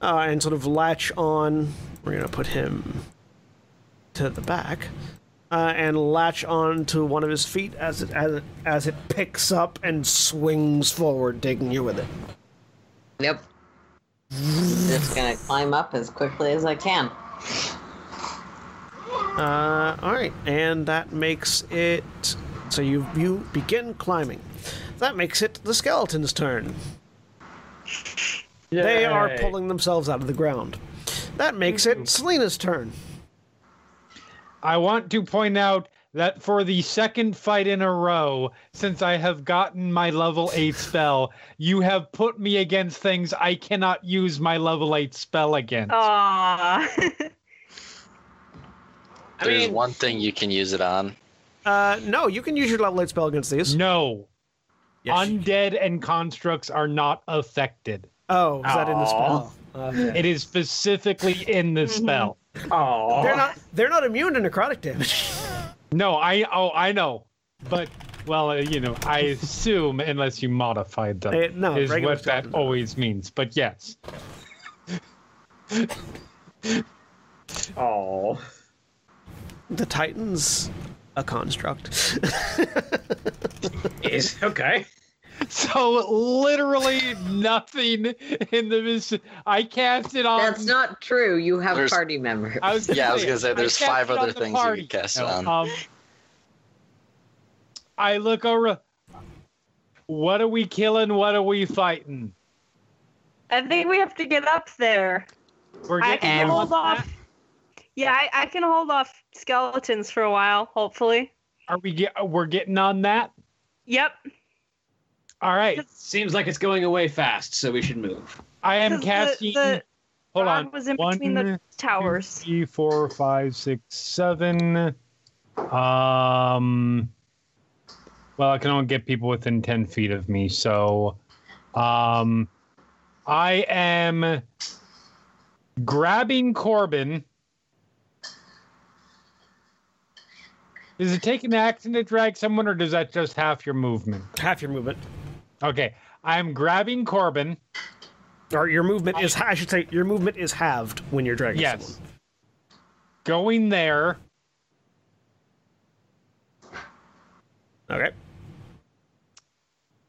J: uh, and sort of latch on. We're gonna put him to the back uh, and latch on to one of his feet as it as it, as it picks up and swings forward, taking you with it.
E: Yep. Just gonna climb up as quickly as I can.
J: Uh, all right, and that makes it so you you begin climbing. That makes it the skeleton's turn.
A: They are
B: Yay.
A: pulling themselves out of the ground. That makes it Selena's turn.
C: I want to point out that for the second fight in a row, since I have gotten my level 8 spell, you have put me against things I cannot use my level 8 spell against.
D: Oh, Aw.
B: I
F: There's
B: mean-
F: one thing you can use it on.
A: Uh, no, you can use your level 8 spell against these.
C: No,
A: Yes, you-
C: undead and constructs are not affected.
A: oh, is that in the spell? Uh,
C: It is specifically in the spell.
B: Oh,
A: they're not they're not immune to necrotic damage.
C: No, I oh I know, but well uh, you know I assume unless you modified them
A: Eh, no,
C: is
A: regular
C: what that
A: spell.
C: always means. But yes,
B: Oh,
A: the Titan's a construct.
B: is okay.
C: so literally nothing in the mis- I cast it on.
E: That's not true. You have
F: There's-
E: party members.
C: Um, I was gonna
F: Yeah, I was
C: say,
F: gonna say, there's
C: cast
F: five
C: it on
F: other
C: the
F: things you
C: party.
F: could cast it
C: No,
F: on.
C: Um, I look over. What are we killing? What are we fighting?
D: I think we have to get up there.
C: We're
D: I
C: getting
D: can
C: on
D: hold
C: that?
D: off. Yeah, I, I can hold off skeletons for a while, hopefully.
C: Are we get? We're getting on that.
D: Yep.
C: All right.
B: Seems like it's going away fast, so we should move.
C: I am
D: 'Cause the-
C: casting.
D: the
C: hold
D: rod
C: on.
D: was in
C: One,
D: between the towers.
C: Three, four, five, six, seven. Um. Well, I can only get people within ten feet of me, so, um, I am grabbing Corbin. Does it take an action to drag someone, or does that just half your movement?
A: Half your movement,
C: Okay, I'm grabbing Corbin.
A: or your movement is I should say your movement is halved when you're dragging
C: Yes.
A: someone.
C: Going there.
A: Okay.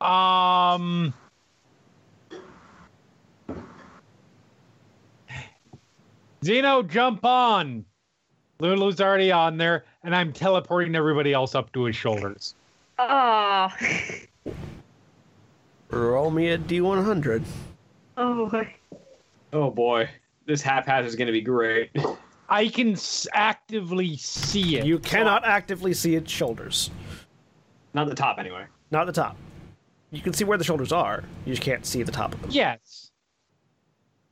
C: Um. Zeno, jump on. Lulu's already on there, and I'm teleporting everybody else up to his shoulders.
D: Oh.
A: Roll me a d100.
D: Oh.
B: Oh boy, this haphazard is going to be great.
C: I can s- actively see it.
A: You cannot actively see its shoulders,
B: Not the top, anyway.
A: not the top. You can see where the shoulders are. You just can't see the top of them.
C: Yes.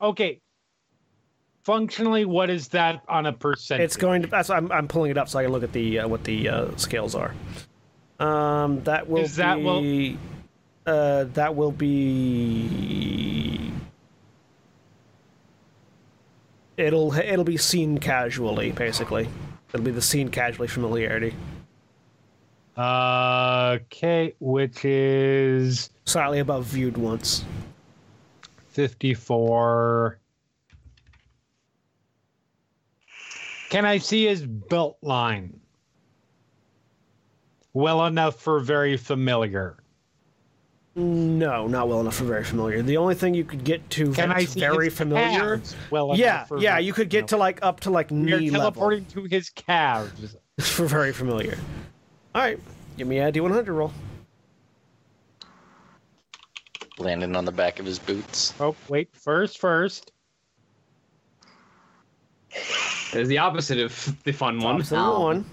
C: Okay. Functionally, what is that on a percentage?
A: It's going to. That's I'm, I'm pulling it up so I can look at the uh, what the uh, scales are. Um, that will
C: Is that will-
A: be. Uh, that will be. It'll it'll be seen casually, basically. It'll be the seen casually familiarity.
C: Uh, okay, which is
A: Slightly above viewed once.
C: 54. Can I see his belt line? Well enough for very familiar.
A: No, not well enough for very familiar. The only thing you could get to
C: Can I
A: that's
C: see
A: very
C: his
A: familiar.
C: calves Well, enough
A: Yeah,
C: for
A: yeah,
C: very
A: you could get to like up to like
C: familiar?
A: knee
C: You're
A: level.
C: teleporting to his calves.
A: for very familiar. All right, give me a D100 roll.
F: Landing on the back of his boots.
C: Oh, wait, first, first.
B: There's the opposite of the fun one.
A: Opposite of the one.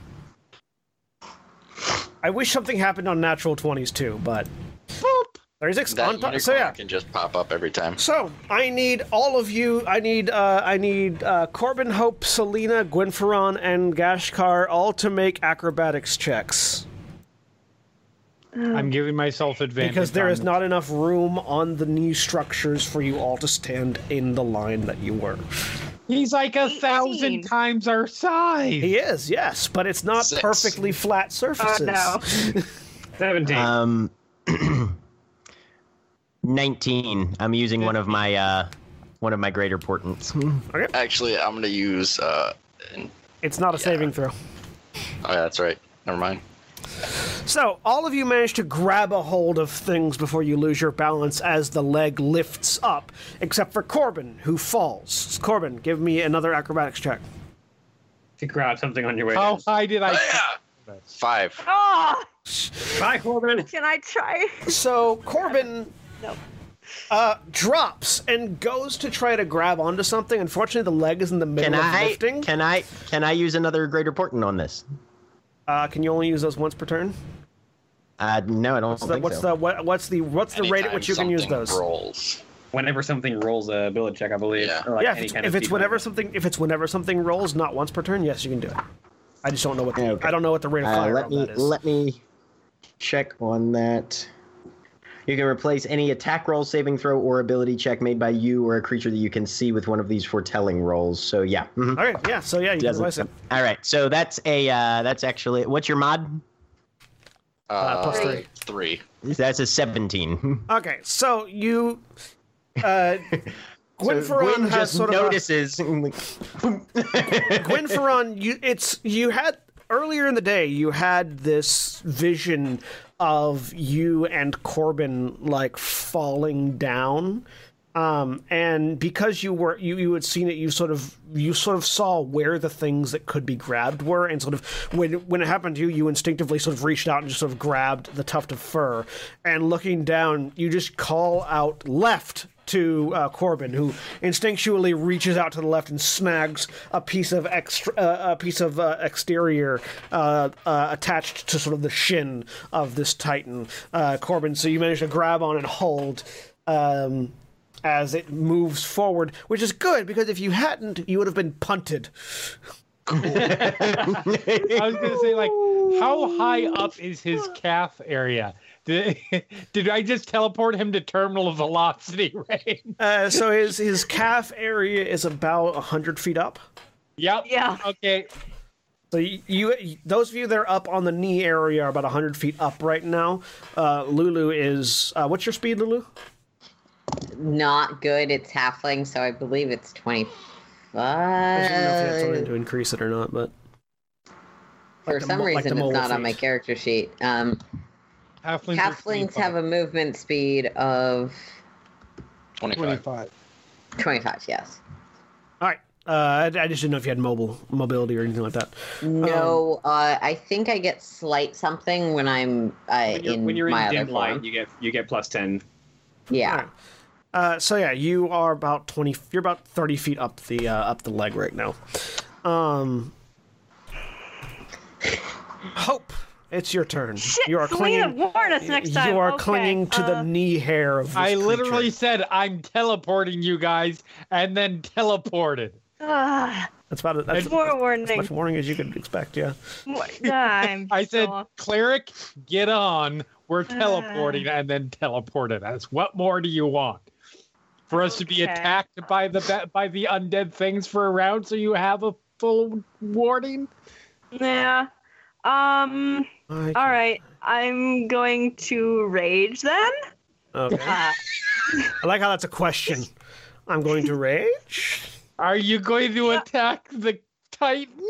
A: I wish something happened on natural 20s too, but. 36
F: That
A: on top.
F: unicorn
A: So yeah.
F: can just pop up every time.
A: So Oh, I need all of you. I need uh, I need uh, Corbin, Hope, Selena, Gwynferon, and Gashkar all to make acrobatics checks
C: I'm giving myself advantage.
A: because there
C: on
A: is
C: the-
A: not enough room on the knee structures for you all to stand in the line that you were.
C: He's like a thousand
D: 18.
C: times our size.
A: He is yes, but it's not
F: Six.
A: perfectly flat
D: Oh,
A: surfaces.
D: no.
B: Seventeen.
C: Uh,
H: Um, 19. I'm using one of my uh, one of my greater portents. Hmm.
F: Actually, I'm gonna use. Uh, in-
A: It's not a saving throw.
F: oh, yeah, that's right. Never mind.
A: So, all of you manage to grab a hold of things before you lose your balance as the leg lifts up, except for Corbin, who falls. Corbin, give me another acrobatics check.
B: Figure out something on your way.
C: How
B: down.
C: high did
F: Oh,
C: I?
F: Five.
D: Oh,
B: Bye, Corbin.
D: can I try?
A: So, Corbin.
D: No.
A: uh, drops and goes to try to grab onto something. Unfortunately, the leg is in the middle
H: Can
A: of
H: I?
A: lifting.
H: Can I? Can I use another greater portent on this?
A: uh, can you only use those once per turn?
H: Uh, no, I don't
A: So that-
H: think
A: what's
H: so.
A: the what, what's the what's the rate at
F: Anytime
A: which you can use
F: something
A: those?
F: Rolls.
B: Whenever something rolls a ability check, I believe.
F: Yeah.
B: or like
A: yeah, if
B: any
A: it's,
B: kind
A: if
B: of
A: it's
B: D20.
A: whenever something if it's whenever something rolls, not once per turn, yes, you can do it. I just don't know what the,
H: Okay.
A: I don't know what the rate of
H: Uh,
A: fire
H: let
A: of
H: me
A: that is.
H: let me check on that. You can replace any attack roll, saving throw, or ability check made by you or a creature that you can see with one of these foretelling rolls. So yeah. mhm.
A: All right, yeah, so yeah, you can
H: Doesn't-
A: replace it.
H: All right. So that's a uh, that's actually what's your mod?
F: Uh,
A: plus
F: three. Three.
H: That's a seventeen.
A: Okay, so you, uh, Gwen
H: So
A: Ferron
H: Gwyn
A: has
H: just
A: sort of a-
H: notices. and like,
A: Gwen Ferron, you it's you had earlier in the day you had this vision of you and Corbin like falling down. Um, and because you were you, you had seen it, you sort of you sort of saw where the things that could be grabbed were, and sort of when when it happened to you, you instinctively sort of reached out and just sort of grabbed the tuft of fur, and looking down, you just call out left to uh, Corbin, who instinctually reaches out to the left and snags a piece of extra, uh, a piece of uh, exterior uh, uh, attached to sort of the shin of this Titan, uh, Corbin. So you manage to grab on and hold. Um, as it moves forward, which is good because if you hadn't, you would have been punted.
C: I was gonna say, like, how high up is his calf area? Did, did I just teleport him to terminal velocity range?
A: Uh, so his his calf area is about hundred feet up.
C: Yep.
D: Yeah.
C: Okay.
A: So you, you, those of you that are up on the knee area are about 100 feet up right now. Uh, Lulu is, uh, what's your speed, Lulu?
E: Not good. It's halfling, so I believe it's twenty
A: I don't know if you have something
E: five.
D: Uh,
A: to increase it or not, but
E: For
A: the
E: some
A: mo- like the
E: reason,
A: mole
E: it's not on my
A: feet.
E: character sheet. Um,
C: Halflings, are
E: halflings have
C: 25.
E: a movement speed of
F: Twenty-five.
C: 25.
E: twenty-five. Yes.
A: all right. Uh, I, I just didn't know if you had mobile mobility or anything like that.
E: No, uh, I think I get slight something when I'm uh,
B: When you're
E: in
B: when you're
E: my
B: in
E: other
B: dim
E: form.
B: light, you get you get plus ten.
A: All
E: Yeah.
A: right. Uh, so yeah, you are about 20. You're about 30 feet up the uh, up the leg right now. Um, Hope, it's your turn.
D: Shit,
A: you are
D: Selena
A: clinging.
D: warned us next time.
A: You are
D: Okay,
A: clinging to the
D: uh,
A: knee hair of. This
C: I
A: creature.
C: literally said I'm teleporting you guys, and then teleported.
D: ah,
A: That's about it. That's,
D: more
A: as
D: warning.
A: much warning as you could expect. Yeah.
D: More- I'm
C: I said,
D: so- Uh-huh.
C: cleric, get on. We're teleporting, and then teleported us. What more do you want? For us to be
D: Okay.
C: attacked by the ba- by the undead things for a round, so you have a full warning.
D: yeah. Um.
A: I-
D: All right. I'm going to rage then.
A: Okay.
D: Uh,
A: I like how that's a question. I'm going to rage.
C: Are you going to attack the titan?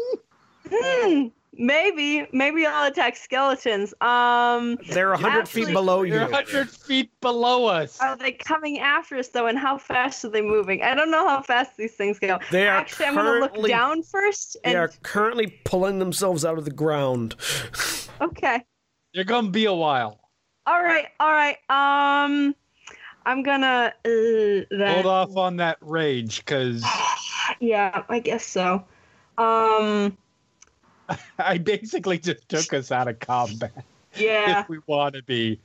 D: hmm, maybe. Maybe I'll attack skeletons. Um.
A: They're a hundred
D: Actually-
A: feet below you.
C: You're hundred feet below us.
D: Are they coming after us though? And how fast are they moving? I don't know how fast these things go.
A: They are
D: Actually, I'm gonna look
A: currently-
D: down first.
A: They
D: And
A: are currently pulling themselves out of the ground.
D: okay.
C: You're gonna be a while.
D: All right, all right. Um, I'm gonna uh, then,
C: Hold off on that rage, because
D: Yeah, I guess so. Um,
C: I basically just took us out of combat
D: yeah,
C: if we want to be.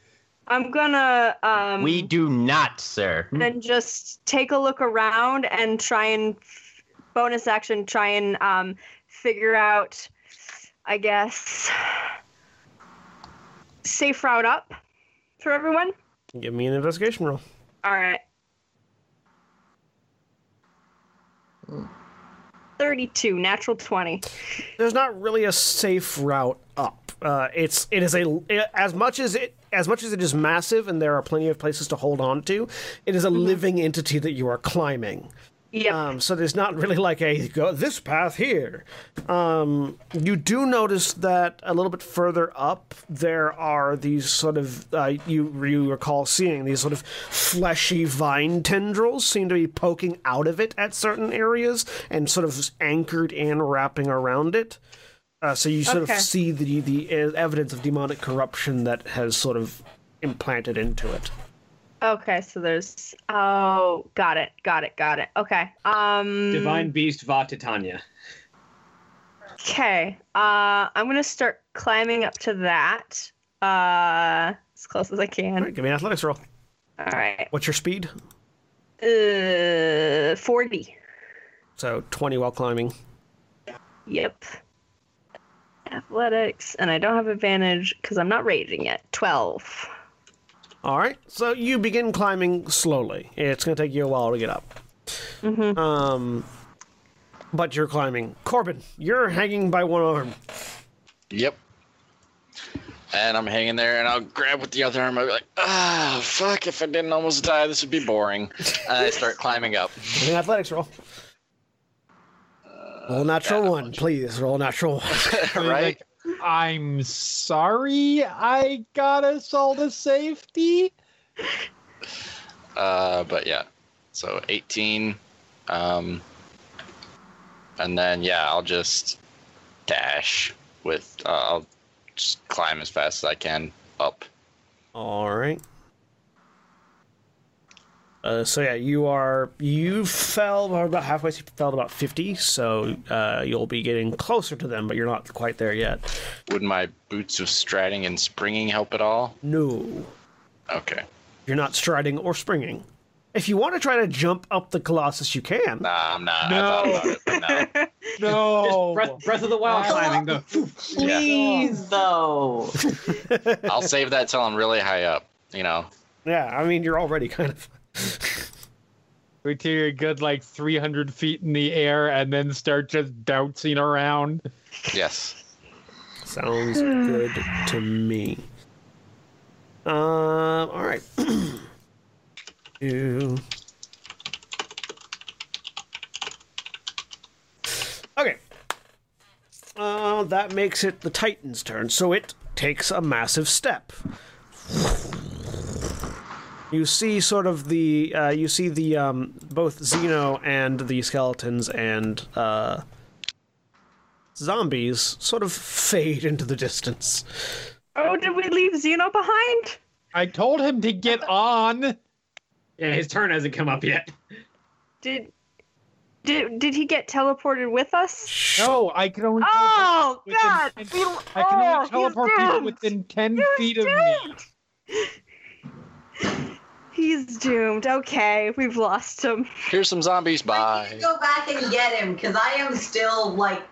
D: I'm gonna um
H: we do not, sir.
D: then just take a look around and try and f- bonus action try and um figure out, I guess, safe route up for everyone.
A: Give me an investigation roll.
D: All right. Thirty-two, natural twenty.
A: There's not really a safe route up. Uh, it's it is a as much as it as much as it is massive and there are plenty of places to hold on to. It is a living entity that you are climbing.
D: Yep.
A: Um, so there's not really like a go this path here. Um, you do notice that a little bit further up there are these sort of uh, you you recall seeing these sort of fleshy vine tendrils seem to be poking out of it at certain areas and sort of anchored in, wrapping around it. Uh, so you sort
D: Okay.
A: of see the e-, the evidence of demonic corruption that has sort of implanted into it.
D: Okay, so there's oh, got it, got it, got it. Okay. Um
B: Divine Beast Vatitanya.
D: Okay. Uh I'm gonna start climbing up to that. Uh as close as I
A: All
D: can.
A: right, give me an athletics roll.
D: All right.
A: What's your speed?
D: Uh forty.
A: So 20 while climbing.
D: Yep. Athletics, and I don't have advantage because I'm not raging yet. Twelve.
A: All right, so you begin climbing slowly. It's going to take you a while to get up. Um, but you're climbing. Corbin, you're hanging by one arm.
F: Yep. And I'm hanging there, and I'll grab with the other arm. I'll be like, ah, fuck! If I didn't almost die, this would be boring. And I start climbing up.
A: Give me an athletics roll. roll natural one, please. Roll natural one.
F: right?
C: Like, I'm sorry, I got us all to safety.
F: Uh, but yeah, so 18. Um, and then, yeah, I'll just dash with, uh, I'll just climb as fast as I can up.
A: All right. Uh, so yeah, you are you fell about halfway. You fell about fifty, so uh, you'll be getting closer to them, but you're not quite there yet.
F: Would my boots of striding and springing help at all?
A: No,
F: Okay.
A: you're not striding or springing. If you want to try to jump up the colossus, you can.
F: Nah, I'm not. I thought
C: No.
F: about it, but no.
C: No.
B: Breath, Breath of the Wild
C: Wow.
B: climbing though.
E: Please, though.
F: I'll save that till I'm really high up, you know.
A: Yeah, I mean you're already kind of.
C: Wait till you're a good like 300 feet in the air and then start just bouncing around.
F: Yes.
A: Sounds good to me. Um. All right. Two. Okay. Uh, that makes it the Titan's turn, so it takes a massive step. You see, sort of the uh, you see the um, both Xeno and the skeletons and uh, zombies sort of fade into the distance.
D: Oh, did we leave Xeno behind?
C: I told him to get on.
B: Yeah, his turn hasn't come up yet.
D: Did did did he get teleported with us?
C: No, I can only.
D: Oh
C: within
D: God!
C: 10 I
D: We,
C: can
D: oh,
C: only
D: he's
C: teleport people
D: doomed.
C: within 10
D: He's
C: feet of me.
D: doomed. He's doomed. Okay, we've lost him.
F: Here's some zombies. Bye.
E: Go back and get him, because I am still like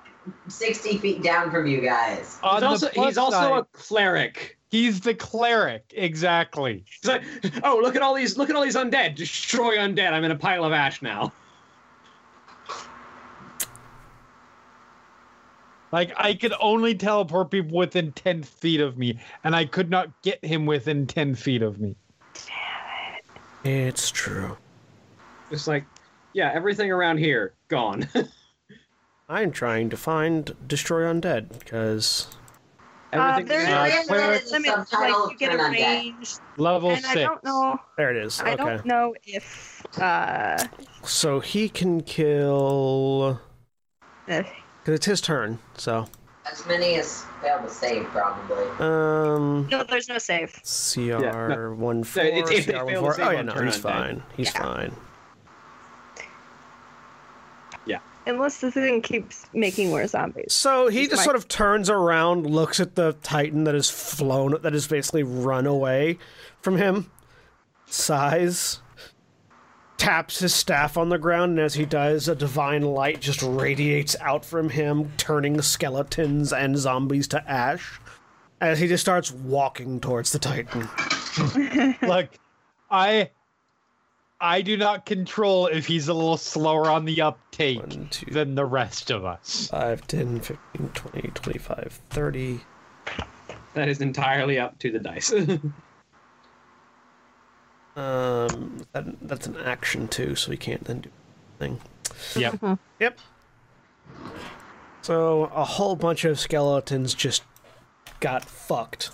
E: 60 feet down from you guys.
C: On
B: He's
C: the
B: also,
C: plus
B: he's also
C: side,
B: a cleric.
C: he's the cleric. Exactly.
B: He's like, oh, look at all these, look at all these undead. Destroy undead. I'm in a pile of ash now.
C: Like I could only teleport people within ten feet of me, and I could not get him within ten feet of me.
A: It's true.
B: Just like, yeah, everything around here gone.
A: I'm trying to find Destroy Undead, because.
D: Uh,
B: everything.
D: there's
C: Uh,
D: a
C: cleric-
D: range limit, like
E: subtitle
D: you get a
E: turn on deck.
D: range,
C: Level
D: and
C: six.
D: I don't know.
A: There it is.
D: I
A: okay.
D: don't know if uh
A: So he can kill.
D: if
A: Because it's his turn, so.
E: As many as fail to save, probably.
A: Um.
D: No, there's no save.
A: CR
B: Yeah, no.
A: 1 4.
B: No, it's- if they
A: CR
B: fail to
A: 1 4.
B: save
A: Oh, yeah,
B: on
A: no,
B: turn
A: he's
B: undead.
A: fine. He's
D: Yeah.
A: fine.
D: Unless the thing keeps making more zombies.
A: So he
D: He's
A: just
D: fine.
A: sort of turns around, looks at the Titan that has flown, that has basically run away from him, sighs, taps his staff on the ground, and as he does, a divine light just radiates out from him, turning skeletons and zombies to ash. As he just starts walking towards the Titan.
C: Look, I, I do not control if he's a little slower on the uptake
A: One, two, Uh.
C: than the rest of us.
A: 5, 10, 15, 20, 25, 30.
B: That is entirely up to the dice.
A: Um, that, that's an action too, so he can't then do anything.
C: Yep.
A: Yep. So a whole bunch of skeletons just got fucked.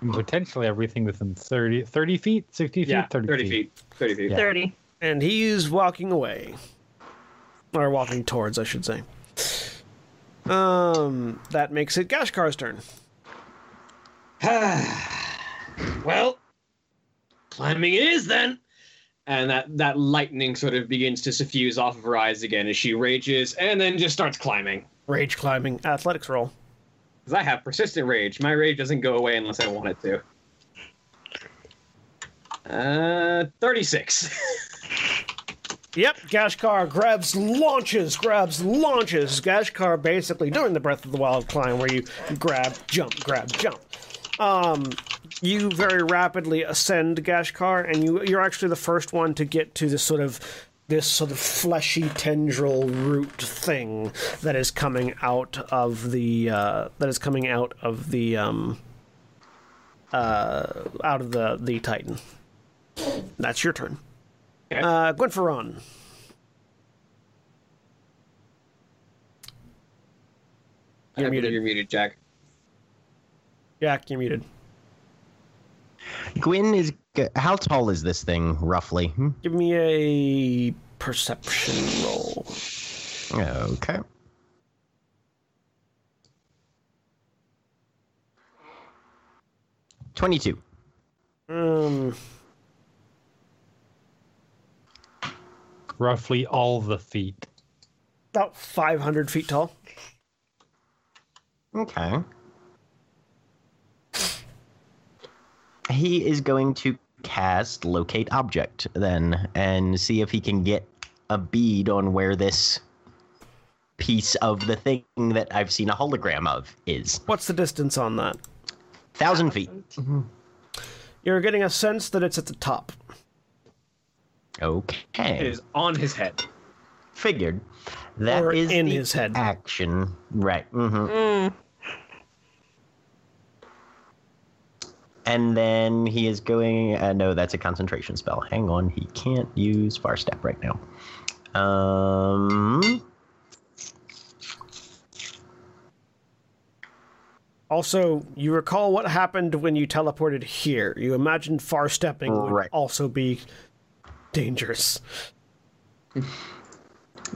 C: And Potentially everything within 30, 30 feet, 60 feet,
B: yeah,
C: 30, feet.
B: Thirty feet.
C: Yeah.
D: Thirty.
A: And he's walking away. Or walking towards, I should say. Um that makes it Gashkar's turn.
B: Well, climbing it is then. And that, that lightning sort of begins to suffuse off of her eyes again as she rages and then just starts climbing.
A: Rage climbing, athletics roll.
B: Because I have persistent rage. My rage doesn't go away unless I want it to. Uh, 36.
A: Yep, Gashkar grabs, launches, grabs, launches. Gashkar basically doing the Breath of the Wild climb where you grab, jump, grab, jump. Um, you very rapidly ascend Gashkar, and you you're actually the first one to get to this sort of this sort of fleshy tendril root thing that is coming out of the uh, that is coming out of the um, uh, out of the the Titan. That's your turn. Uh, Gwenferon.
B: You're muted. You're muted, Jack.
A: Jack, you're muted.
H: Gwyn is. g- How tall is this thing, roughly? Hmm?
A: Give me a perception roll.
H: Okay. Twenty-two.
A: Um,
C: Roughly all the feet.
A: about 500 feet tall.
H: Okay. He is going to cast locate object then and see if he can get a bead on where this piece of the thing that I've seen a hologram of is.
A: What's the distance on that?
H: Thousand feet.
A: You're getting a sense that it's at the top.
B: It
H: Okay.
B: is on his head.
H: Figured. That is
A: Or in
H: the
A: his head.
H: action. Right. hmm
E: Mm.
H: And then he is going. Uh, no, that's a concentration spell. Hang on, he can't use far step right now. Um,
A: Also, you recall what happened when you teleported here. You imagined far stepping would
H: Right.
A: also be dangerous.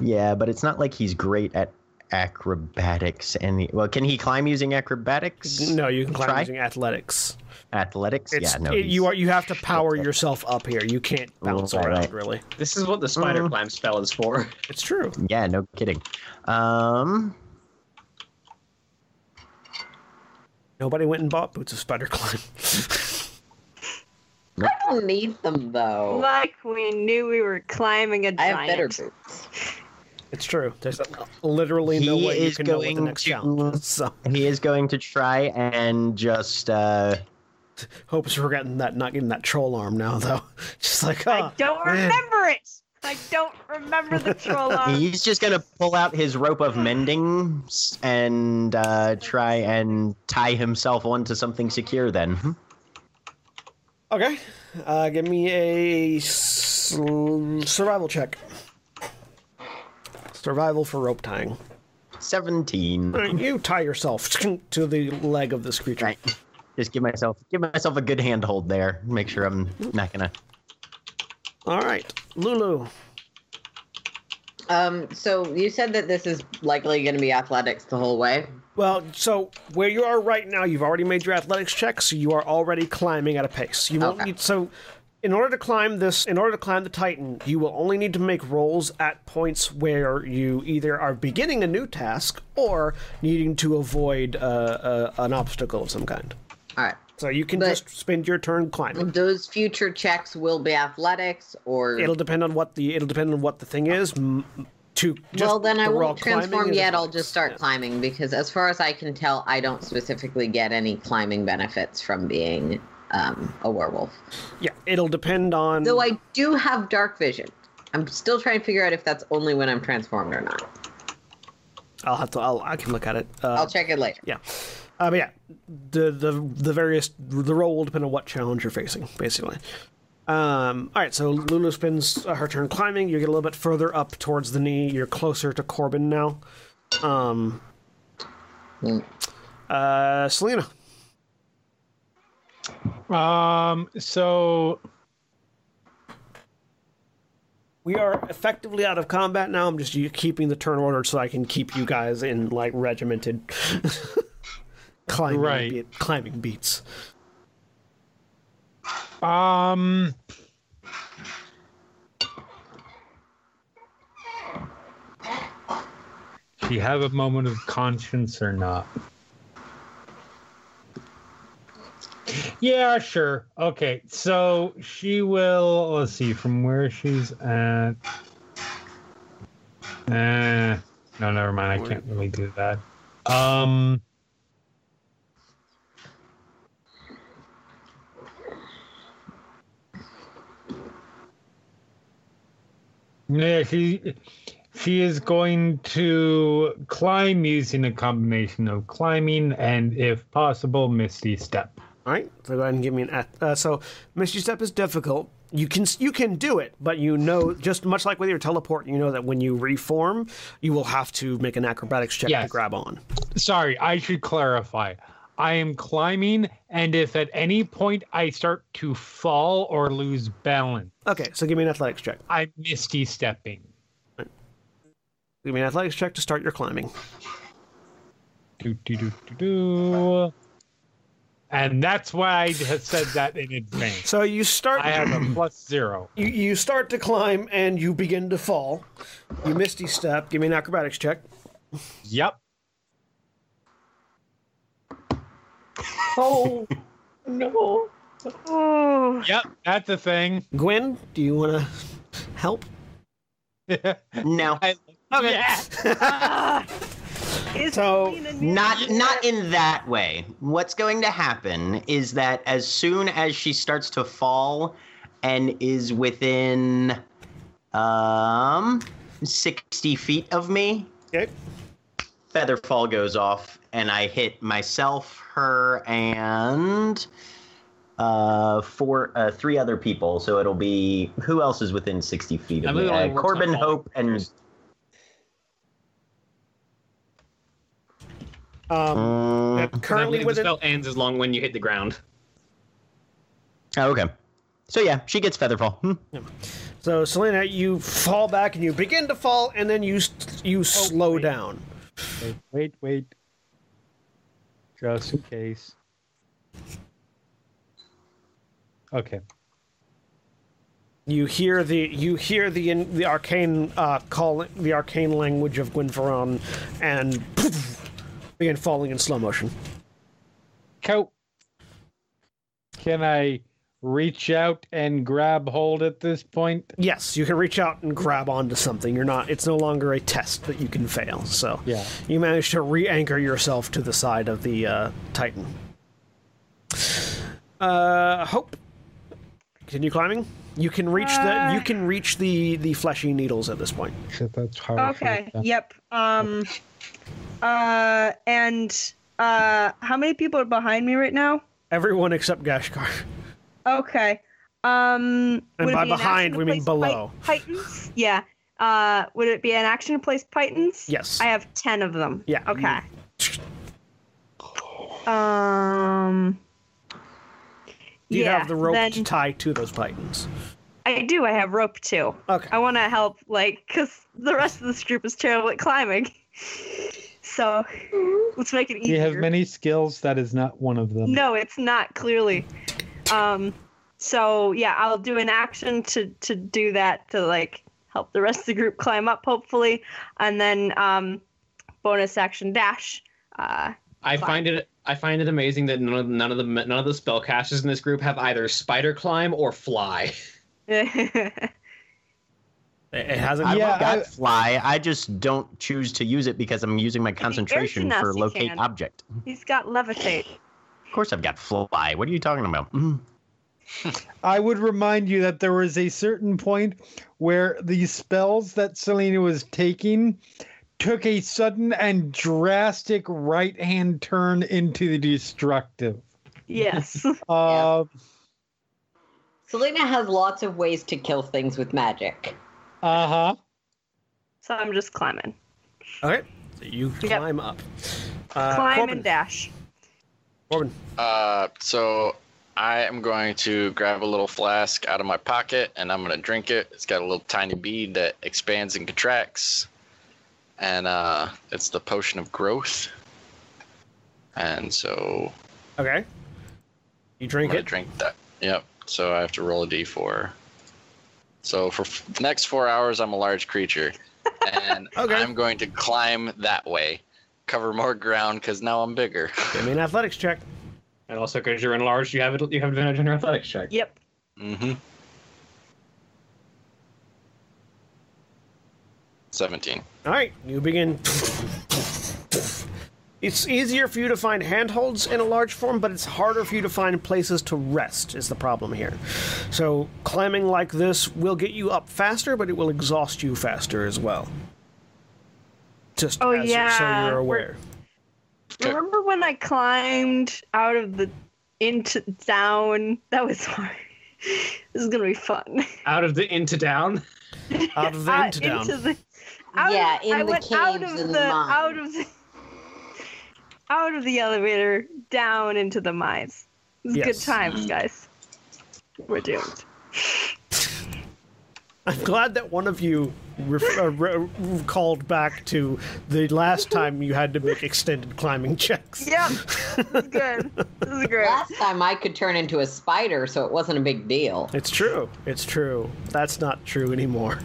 H: yeah, but it's not like he's great at acrobatics. And well, can he climb using acrobatics?
A: No, you can climb
H: Try?
A: using athletics.
H: Athletics?
A: It's,
H: yeah, no.
A: it- you
H: he's-
A: are you have to power yourself up here. You can't bounce
H: Right.
A: around really.
B: This is what the spider climb spell is for.
A: It's true.
H: Yeah, no kidding. Um,
A: Nobody went and bought boots of spider climb.
E: I don't need them though.
D: Like we knew we were climbing a
E: I
D: giant.
E: have better boots.
A: it's true. There's literally no
H: He
A: way you
H: is
A: can know what the
H: going
A: next
H: to-
A: challenge. is, So
H: he is going to try and just. Uh,
A: hope it's forgetting that not getting that troll arm now though. Just like
D: I
A: oh,
D: don't
A: man.
D: remember it. I don't remember the troll
A: Uh,
D: arm.
H: He's just gonna pull out his rope of mending s- and uh, try and tie himself onto something secure. Then
A: Okay. Uh, give me a sl- survival check. Survival for rope tying.
H: seventeen.
A: Alright, You tie yourself to the leg of this creature.
H: Right. Just give myself give myself a good handhold there. Make sure I'm not gonna.
A: All right, Lulu.
E: Um, so you said that this is likely going to be athletics the whole way.
A: Well, so where you are right now, you've already made your athletics check, so you are already climbing at a pace. You won't
E: Okay.
A: need so. In order to climb this, in order to climb the Titan, you will only need to make rolls at points where you either are beginning a new task or needing to avoid uh, uh, an obstacle of some kind.
E: All right.
A: So you can
E: But-
A: just spend your turn climbing.
E: Those future checks will be athletics or
A: It'll depend on what the it'll depend on what the thing is. M- To just
E: well, then I
A: the raw
E: won't
A: climbing
E: transform
A: is
E: yet. I'll
A: athletics.
E: just start climbing because, as far as I can tell, I don't specifically get any climbing benefits from being um, a werewolf.
A: Yeah, it'll depend on.
E: Though I do have dark vision. I'm still trying to figure out if that's only when I'm transformed or not.
A: I'll have to. I'll, I can look at it. Uh,
E: I'll check it later.
A: Yeah. Uh, but yeah, the the the various the role will depend on what challenge you're facing, basically. Um, all right, so Lulu spends uh, her turn climbing. You get a little bit further up towards the knee. You're closer to Corbin now. Um,
E: Mm.
A: uh, Selena,
C: Um, so
A: we are effectively out of combat now. I'm just u- keeping the turn ordered so I can keep you guys in like regimented climbing
C: Right.
A: beat, climbing beats.
C: Um. Do you have a moment of conscience or not? Yeah, sure. Okay, so she will. Let's see, from where she's at. Eh, no, never mind. I can't really do that. Um. Yeah, she she is going to climb using a combination of climbing and, if possible, misty step.
A: All right, so go ahead and give me an. ath- Uh, so Misty Step is difficult. You can you can do it, but you know just much like with your teleport, you know that when you reform, you will have to make an acrobatics check to
C: Yes.
A: grab on.
C: Sorry, I should clarify. I am climbing, and if at any point I start to fall or lose balance,
A: Okay, so give me an athletics check.
C: I'm misty stepping.
A: Give me an athletics check to start your climbing.
C: Do, do, do, do, do. And that's why I have said that in advance.
A: So you start
C: I have a plus zero.
A: you, you start to climb and you begin to fall. You misty step. Give me an acrobatics check.
C: Yep.
E: Oh, no.
D: Oh,
C: Yep. That's a thing.
A: Gwen, do you want to help?
H: No,
A: Okay.
D: it's
A: So,
D: clean and neat.
H: not not in that way. What's going to happen is that as soon as she starts to fall, and is within, um, sixty feet of me,
A: Okay.
H: feather fall goes off, and I hit myself, her, and uh, four, uh, three other people. So it'll be who else is within sixty feet
I: I
H: of
I: believe it
H: me?
I: only
H: Uh,
I: works on
H: Corbin,
I: all
H: Hope, and
A: Um, currently
H: Mm,
B: Uh, I believe
A: within
B: the spell ends as long when you hit the ground.
H: oh, okay. So yeah, she gets feather fall. Hmm.
A: So Selena, you fall back and you begin to fall, and then you s- you
C: Oh,
A: slow down.
C: Wait, wait, wait. Just in case. Okay.
A: You hear the you hear the in, the arcane uh, call the arcane language of Gwynferon, and poof, begin falling in slow motion.
C: Coat. Can I reach out and grab hold at this point?
A: Yes, you can reach out and grab onto something. You're not. It's no longer a test that you can fail. So
C: Yeah.
A: you manage to re-anchor yourself to the side of the uh, Titan. Uh, hope. Continue climbing. You can reach
D: Uh.
A: the you can reach the the fleshy needles at this point.
C: Shit, that's hard.
D: Okay. Yep. Um. Uh. And uh. How many people are behind me right now?
A: Everyone except Gashkar.
D: Okay. Um.
A: And
D: would it
A: by
D: be an
A: behind,
D: action to
A: we mean
D: place
A: below.
D: pi- Pythons. Yeah. Uh. Would it be an action to place pythons?
A: Yes.
D: I have ten of them.
A: Yeah.
D: Okay. Um.
A: Do you
D: yeah,
A: have the rope
D: then-
A: to tie to those pythons?
D: I do. I have rope too.
A: Okay.
D: I want to help, like, because the rest of this group is terrible at climbing. So let's make it
C: We
D: easier.
C: have many skills. That is not one of them.
D: No, it's not clearly. Um, so yeah, I'll do an action to to do that to like help the rest of the group climb up, hopefully, and then um, bonus action dash. Uh,
B: I
D: Fine.
B: find it I find it amazing that none of none of the none of the spellcasters in this group have either spider climb or fly.
A: It it hasn't.
H: I've
C: Yeah,
H: got
C: I-
H: fly. I just don't choose to use it because I'm using my concentration for
D: Ertinus you
H: locate
D: can.
H: object.
D: he's got levitate.
H: Of course, I've got fly. What are you talking about? Mm.
C: I would remind you that there was a certain point where the spells that Selena was taking took a sudden and drastic right hand turn into the destructive.
D: Yes.
C: Uh,
E: Selena has lots of ways to kill things with magic.
C: Uh huh.
D: so I'm just climbing,
A: Okay. So you
D: Yep.
A: climb up. Uh,
D: climb
A: Corbin,
D: and dash.
A: Corbin.
F: Uh, so I am going to grab a little flask out of my pocket and I'm going to drink it. It's got a little tiny bead that expands and contracts. And uh, it's the potion of growth. And so
A: Okay. You
F: I'm
A: drink
F: going
A: it.
F: to drink that. Yep. so I have to roll a d4. So for f- the next four hours, I'm a large creature, and
A: Okay.
F: I'm going to climb that way, cover more ground because now I'm bigger.
A: Give me an athletics check.
B: And also, because you're enlarged, you have it, you have advantage on your athletics check.
D: Yep.
F: Mm-hmm. Seventeen.
A: All right, you begin. It's easier for you to find handholds in a large form, but it's harder for you to find places to rest, is the problem here. So, climbing like this will get you up faster, but it will exhaust you faster as well. Just
D: Oh,
A: as you-
D: yeah,
A: so you're
D: we're-
A: aware.
D: Remember when I climbed out of the into down? That was hard. this is gonna be fun.
B: Out of the into down.
A: Out of the
D: Uh,
A: into down.
D: into the- out
E: Yeah,
D: of-
E: in
D: I
E: the
D: went out
E: caves
D: of
E: in
D: the,
E: the mine.
D: out of the out of the elevator down into the mines. It's good
A: Yes.
D: times, guys. We're doomed.
A: I'm glad that one of you ref- uh, re- called back to the last time you had to make extended climbing checks.
D: Yep. good. This is great.
E: Last time I could turn into a spider, so it wasn't a big deal.
A: It's true. It's true. That's not true anymore.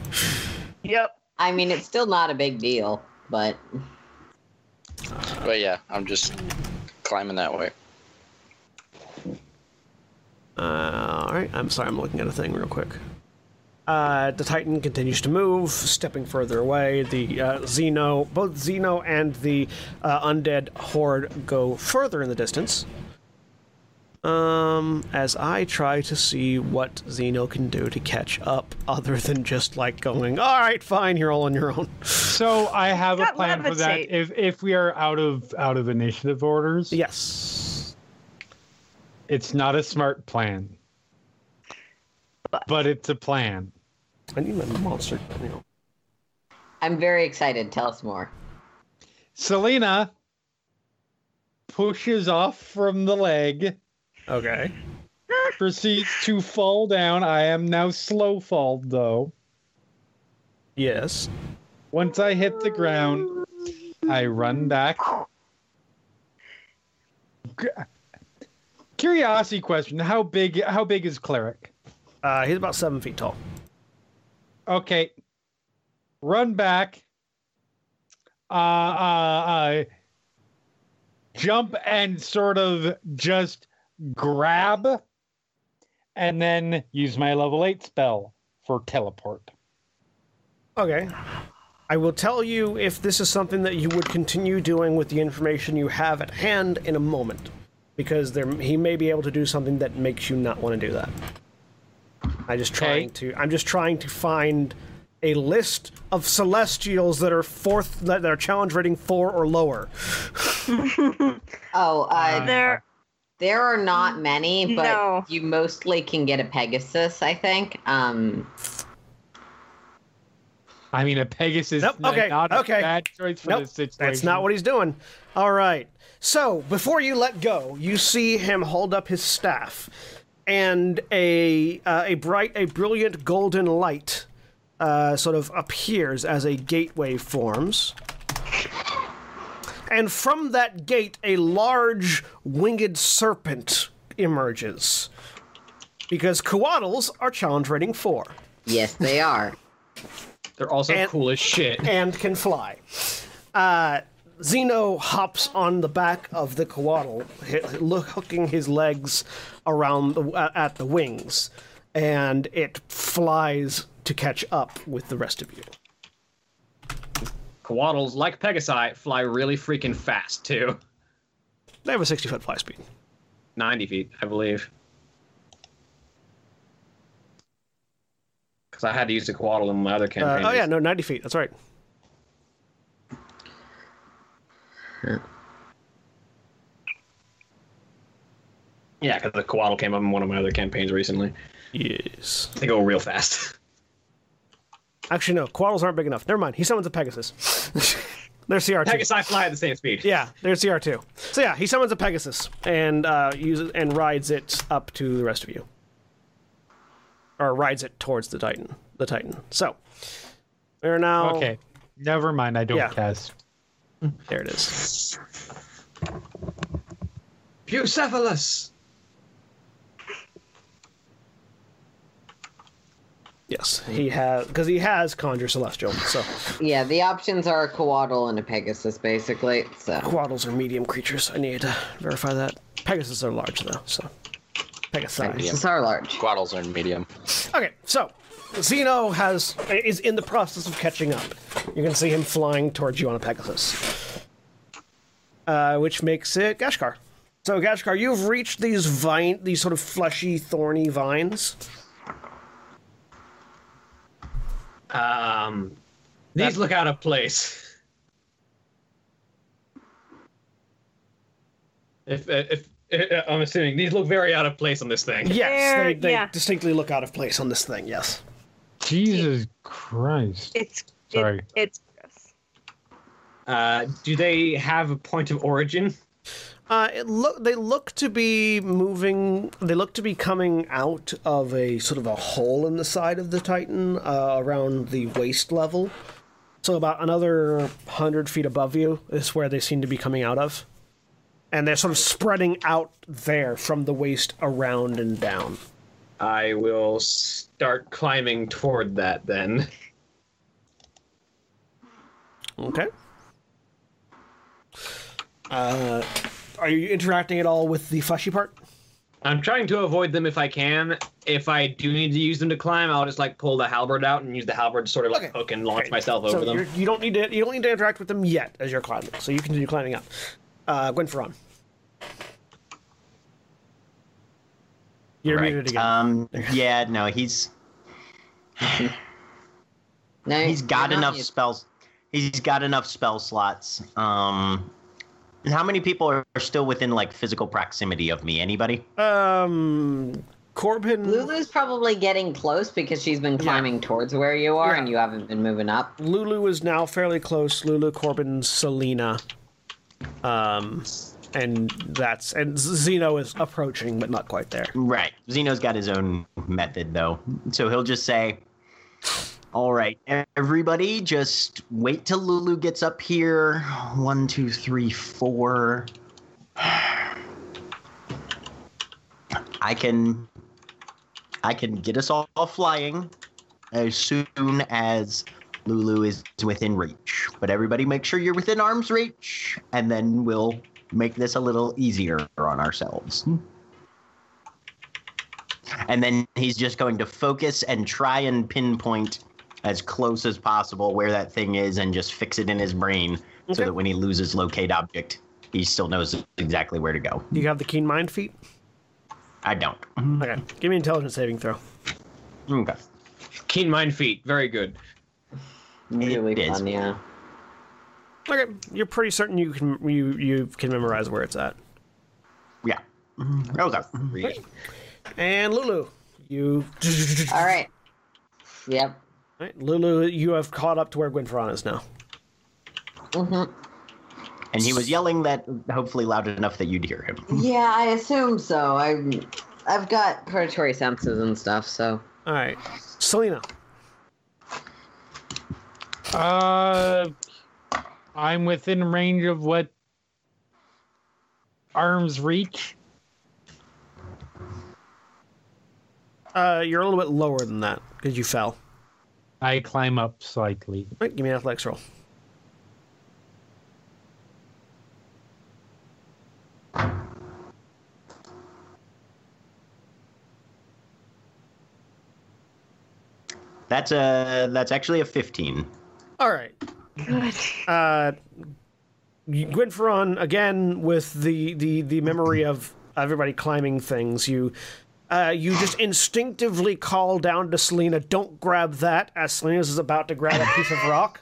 D: Yep.
E: I mean, it's still not a big deal, but
F: But yeah, I'm just climbing that way.
A: Uh, all right. I'm sorry. I'm looking at a thing real quick. Uh, the Titan continues to move, stepping further away. The uh, Zeno, both Xeno and the uh, undead horde, go further in the distance. Um, as I try to see what Xeno can do to catch up, other than just like going, all right, fine, you're all on your own.
C: So I have a
D: Got
C: plan for that.
D: levitate.
C: If if we are out of out of initiative orders,
A: yes.
C: it's not a smart plan,
D: But-
C: but it's a plan.
A: I need my monster. You know.
E: I'm very excited. Tell us more.
C: Selena pushes off from the leg,
A: Okay.
C: proceeds to fall down. I am now slow fall though.
A: Yes.
C: Once I hit the ground, I run back. G- Curiosity question: How big? How big is cleric?
A: Uh, he's about seven feet tall.
C: Okay. Run back. Uh, uh, uh, jump and sort of just grab and then use my level 8 spell for teleport.
A: Okay. I will tell you if this is something that you would continue doing with the information you have at hand in a moment, because there, he may be able to do something that makes you not want to do that. I just trying to. I'm just trying to find a list of celestials that are fourth that are challenge rating four or lower.
E: Oh, uh,
D: There
E: there are not many, but
D: No.
E: you mostly can get a Pegasus, I think. Um,
C: I mean, a Pegasus
A: Nope,
C: not-
A: okay,
C: not a
A: okay.
C: bad choice for
A: Nope,
C: this situation.
A: That's not what he's doing. All right. So before you let go, you see him hold up his staff, and a uh, a bright, a brilliant golden light uh, sort of appears as a gateway forms. And from that gate, a large winged serpent emerges. Because coattles are challenge rating four
E: yes, they are.
B: They're also
A: And-
B: cool as shit.
A: and can fly. Uh, Zeno hops on the back of the coatl, hi- look, hooking his legs around the, uh, at the wings, and it flies to catch up with the rest of you.
B: Coattles, like Pegasi, fly really freaking fast too.
A: They have a 60 foot fly speed.
B: 90 feet, I believe. Because I had to use the coatl in my other
A: Uh,
B: campaign.
A: oh, yeah, no, 90 feet. That's right.
B: Yeah, because the coatl came up in one of my other campaigns recently.
A: Yes.
B: They go real fast.
A: Actually, no, coatls aren't big enough. Never mind. He summons a Pegasus. They're CR2.
B: Pegasi fly at the same speed.
A: Yeah, there's CR2. So, yeah, he summons a Pegasus and uh, uses and rides it up to the rest of you. Or rides it towards the Titan. The Titan. So, we're now.
C: Okay. Never mind. I don't
A: Yeah.
C: cast.
A: There it is.
B: Bucephalus!
A: Yes, he has because he has conjure celestial. So
E: Yeah, the options are a coatl and a pegasus, basically. So
A: quaddles are medium creatures. I need to verify that. Pegasus are large though, so Pegasi.
E: these are large.
F: Quaddles are medium.
A: Okay, so Zeno has is in the process of catching up. You can see him flying towards you on a Pegasus, uh, which makes it Gashkar. So Gashkar, you've reached these vine, these sort of fleshy, thorny vines.
B: Um, these look out of place. If, uh, if if I'm assuming these look very out of place on this thing.
A: Yes, they,
D: They're-
A: they
D: yeah.
A: distinctly look out of place on this thing. Yes.
C: Jesus Christ.
D: It's
C: Sorry.
D: It, it's gross.
B: Uh, do they have a point of origin?
A: Uh, it look they look to be moving. Mm, They look to be coming out of a sort of a hole in the side of the Titan uh, around the waist level. So about another hundred feet above you is where they seem to be coming out of, and they're sort of spreading out there from the waist around and down.
B: I will start climbing toward that then.
A: Okay. Uh, are you interacting at all with the fleshy part?
B: I'm trying to avoid them if I can. If I do need to use them to climb, I'll just like pull the halberd out and use the halberd to sort of like
A: Okay.
B: hook and launch
A: Okay,
B: myself
A: so
B: over them.
A: you're- You don't need to. You don't need to interact with them yet as you're climbing. So you continue climbing up. Uh, Gwenferon. You're
H: Right.
A: muted
B: Uh,
A: again.
H: Um, yeah, no, he's
E: No,
H: he's got
E: they're not
H: enough
E: used.
H: spells. He's got enough spell slots. Um, and how many people are are still within like physical proximity of me? Anybody?
A: um, Corbin.
E: Lulu's probably getting close because she's been climbing towards where you are, and you haven't been moving up.
A: Lulu is now fairly close. Lulu, Corbin, Selena. Um, and that's and Zeno is approaching, but not quite there.
H: Right. Zeno's got his own method though, so he'll just say, "All right, everybody, just wait till Lulu gets up here. One, two, three, four. I can, I can get us all flying as soon as." Lulu is within reach, but everybody make sure you're within arm's reach, and then we'll make this a little easier on ourselves and then he's just going to focus and try and pinpoint as close as possible where that thing is and just fix it in his brain
A: Okay.
H: so that when he loses locate object he still knows exactly where to go
A: Do you have the keen mind feat?
H: i don't
A: Okay, give me an intelligence saving throw.
H: okay
B: Keen mind feet, very good.
E: Really
H: It is.
E: fun, yeah.
A: Okay, you're pretty certain you can you you can memorize where it's at.
H: yeah okay
A: And Lulu, you.
E: All right. Yep.
A: Alright, Lulu, you have caught up to where Gwynferon is now.
E: Mm-hmm.
H: and he was yelling that hopefully loud enough that you'd hear him
E: Yeah, I assume so. I, I've got predatory senses and stuff, so
A: All right, Selena.
C: Uh, I'm within range of what arms reach.
A: Uh, you're a little bit lower than that because you fell. All
C: I climb up slightly.
A: right, give me an athletics roll.
H: that's a that's actually a 15
A: All right.
D: Good.
A: Uh, Gwynferon again with the the the memory of everybody climbing things. You. Uh, you just instinctively call down to Selena, don't grab that, as Selena is about to grab a piece of rock.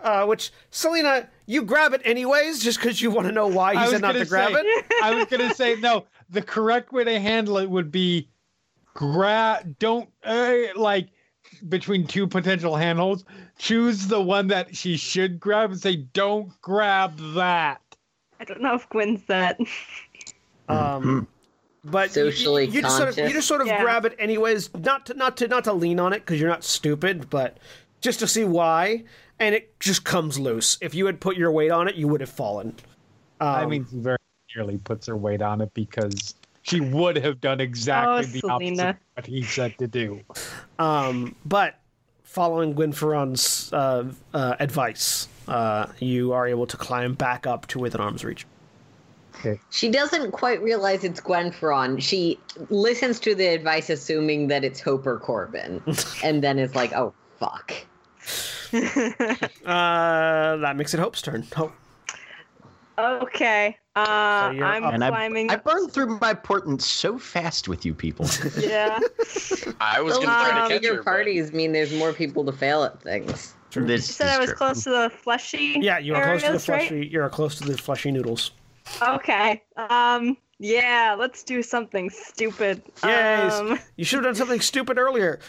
A: Uh, which, Selena, you grab it anyways, just because you want to know why
C: I
A: he
C: was
A: said not to
C: gonna
A: grab
C: say-
A: it.
C: I was gonna say no. The correct way to handle it would be grab. Don't uh, like between two potential handholds. Choose the one that she should grab and say, "Don't grab that."
D: I don't know if Gwen's that.
A: Um, but you-
E: Socially
A: you, you just sort of you
E: conscious.
A: just sort of
D: Yeah.
A: grab it anyways, not to not to not to lean on it because you're not stupid, but just to see why, and it just comes loose. If you had put your weight on it, you would have fallen. Um,
C: I mean, she very nearly puts her weight on it because She would have done exactly
D: Oh,
C: the opposite
D: Selena.
C: of what he said to do.
A: Um, but following Gwynferon's uh, uh, advice, uh, you are able to climb back up to within arm's reach.
E: She doesn't quite realize it's Gwen Ferron. She listens to the advice, assuming that it's Hope or Corbin, and then is like, "Oh fuck."
A: Uh, that makes it Hope's turn. Hope.
D: Okay. Uh,
A: So you're
D: I'm
A: up.
H: And I,
D: climbing.
H: I burned through my portent so fast with you people.
D: yeah.
F: I was
E: The
F: going to try
E: um,
F: to catch
E: your
F: her. but-
E: parties mean there's more people to fail at things.
H: this
D: You said
H: is
D: I was
H: true.
D: close to the fleshy.
A: Yeah, you are close to the
D: areas, right?
A: fleshy. You are close to the fleshy noodles.
D: Okay. Um. Yeah. Let's do something stupid.
A: Yes.
D: Um,
A: You should have done something stupid earlier.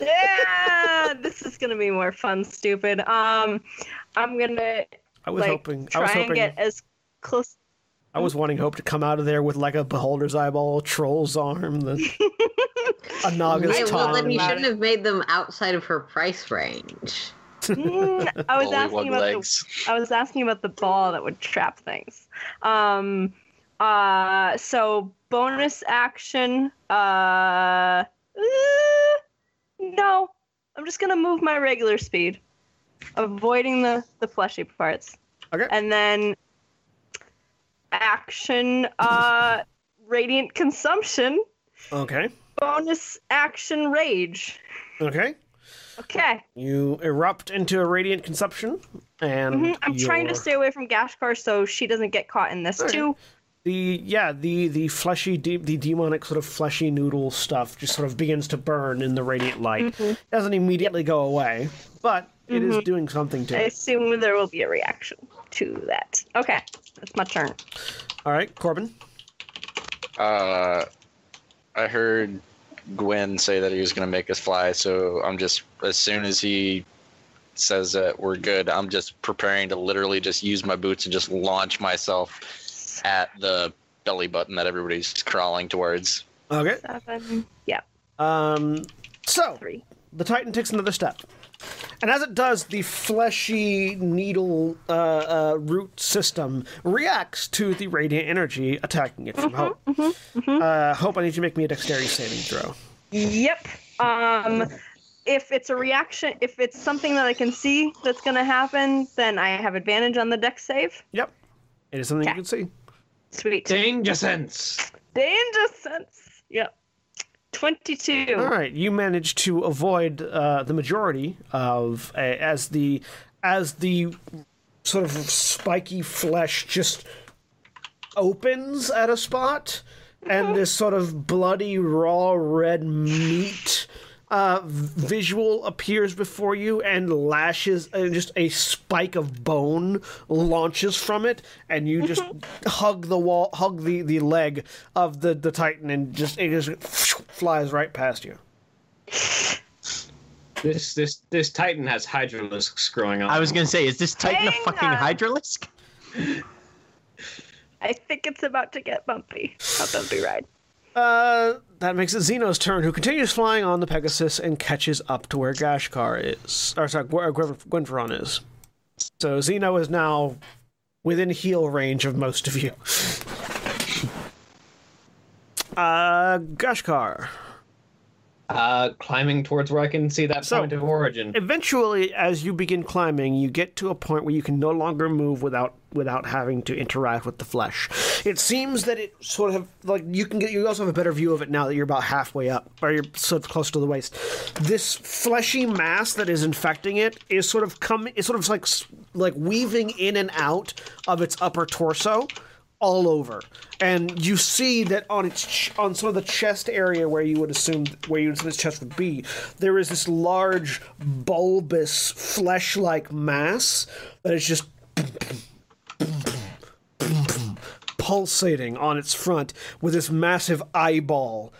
D: yeah. This is gonna be more fun. Stupid. Um. I'm gonna
A: I was
D: like
A: hoping. I
D: try
A: was
D: and
A: hoping.
D: get as close.
A: I was wanting Hope to come out of there with like a beholder's eyeball, a troll's arm, the, a
E: Yeah,
A: Naga's
E: well, then
A: tongue.
E: you
D: about
E: shouldn't have made them outside of her price range.
D: Mm, I was asking
F: Bullywug
D: about the
F: legs.
D: I was asking about the ball that would trap things. Um, uh, so bonus action. Uh, eh, no, I'm just gonna move my regular speed, avoiding the the fleshy parts.
A: Okay.
D: And then action. Uh, radiant consumption.
A: Okay.
D: Bonus action rage.
A: Okay.
D: Okay.
A: You erupt into a radiant consumption, and
D: hmm I'm trying to
A: your-
D: stay away from Gashkar so she doesn't get caught in this
A: Alright.
D: too.
A: the yeah the the fleshy de- the demonic sort of fleshy noodle stuff just sort of begins to burn in the radiant light.
D: Mm-hmm.
A: Doesn't immediately go away, but it is doing something to
D: I
A: it.
D: assume there will be a reaction to that. Okay, that's my turn.
A: All right, Corbin.
F: Uh, I heard Gwen say that he was going to make us fly, so I'm just as soon as he says that we're good, I'm just preparing to literally just use my boots and just launch myself at the belly button that everybody's crawling towards.
A: Okay.
D: Seven. Yeah,
A: Um. So
D: three.
A: the Titan takes another step. And as it does, the fleshy needle uh, uh, root system reacts to the radiant energy attacking it from Hope. Uh, Hope, I need you to make me a dexterity saving throw.
D: Yep. Um, if it's a reaction, if it's something that I can see that's gonna happen, then I have advantage on the deck save.
A: Yep. It is something you
D: Okay.
A: can see.
D: Sweet.
B: Danger sense.
D: Danger sense. Yep. Twenty-two.
A: All right, you manage to avoid uh, the majority of uh, as the as the sort of spiky flesh just opens at a spot, and this sort of bloody raw red meat uh, visual appears before you and lashes and just a spike of bone launches from it and you just hug the wall hug the, the leg of the, the titan and just it just flies right past you
B: This this this Titan has hydralisks growing up.
H: I was gonna say, is this Titan a
D: Hang
H: fucking
D: on.
H: hydralisk?
D: I think it's about to get bumpy. A bumpy ride.
A: uh, that makes it Zeno's turn who continues flying on the Pegasus and catches up to where Gashkar is or sorry where Gwen- Gwenferon is so Zeno is now within heel range of most of you uh, Gashkar
B: Uh, climbing towards where I can see that
A: So-
B: point of origin.
A: eventually as you begin climbing you get to a point where you can no longer move without without having to interact with the flesh it seems that it sort of like you can get you also have a better view of it now that you're about halfway up or you're sort of close to the waist this fleshy mass that is infecting it is sort of coming is sort of like s- like weaving in and out of its upper torso all over and you see that on its ch- on sort of the chest area where you would assume where you would assume its chest would be there is this large bulbous flesh-like mass that is just pulsating on its front with this massive eyeball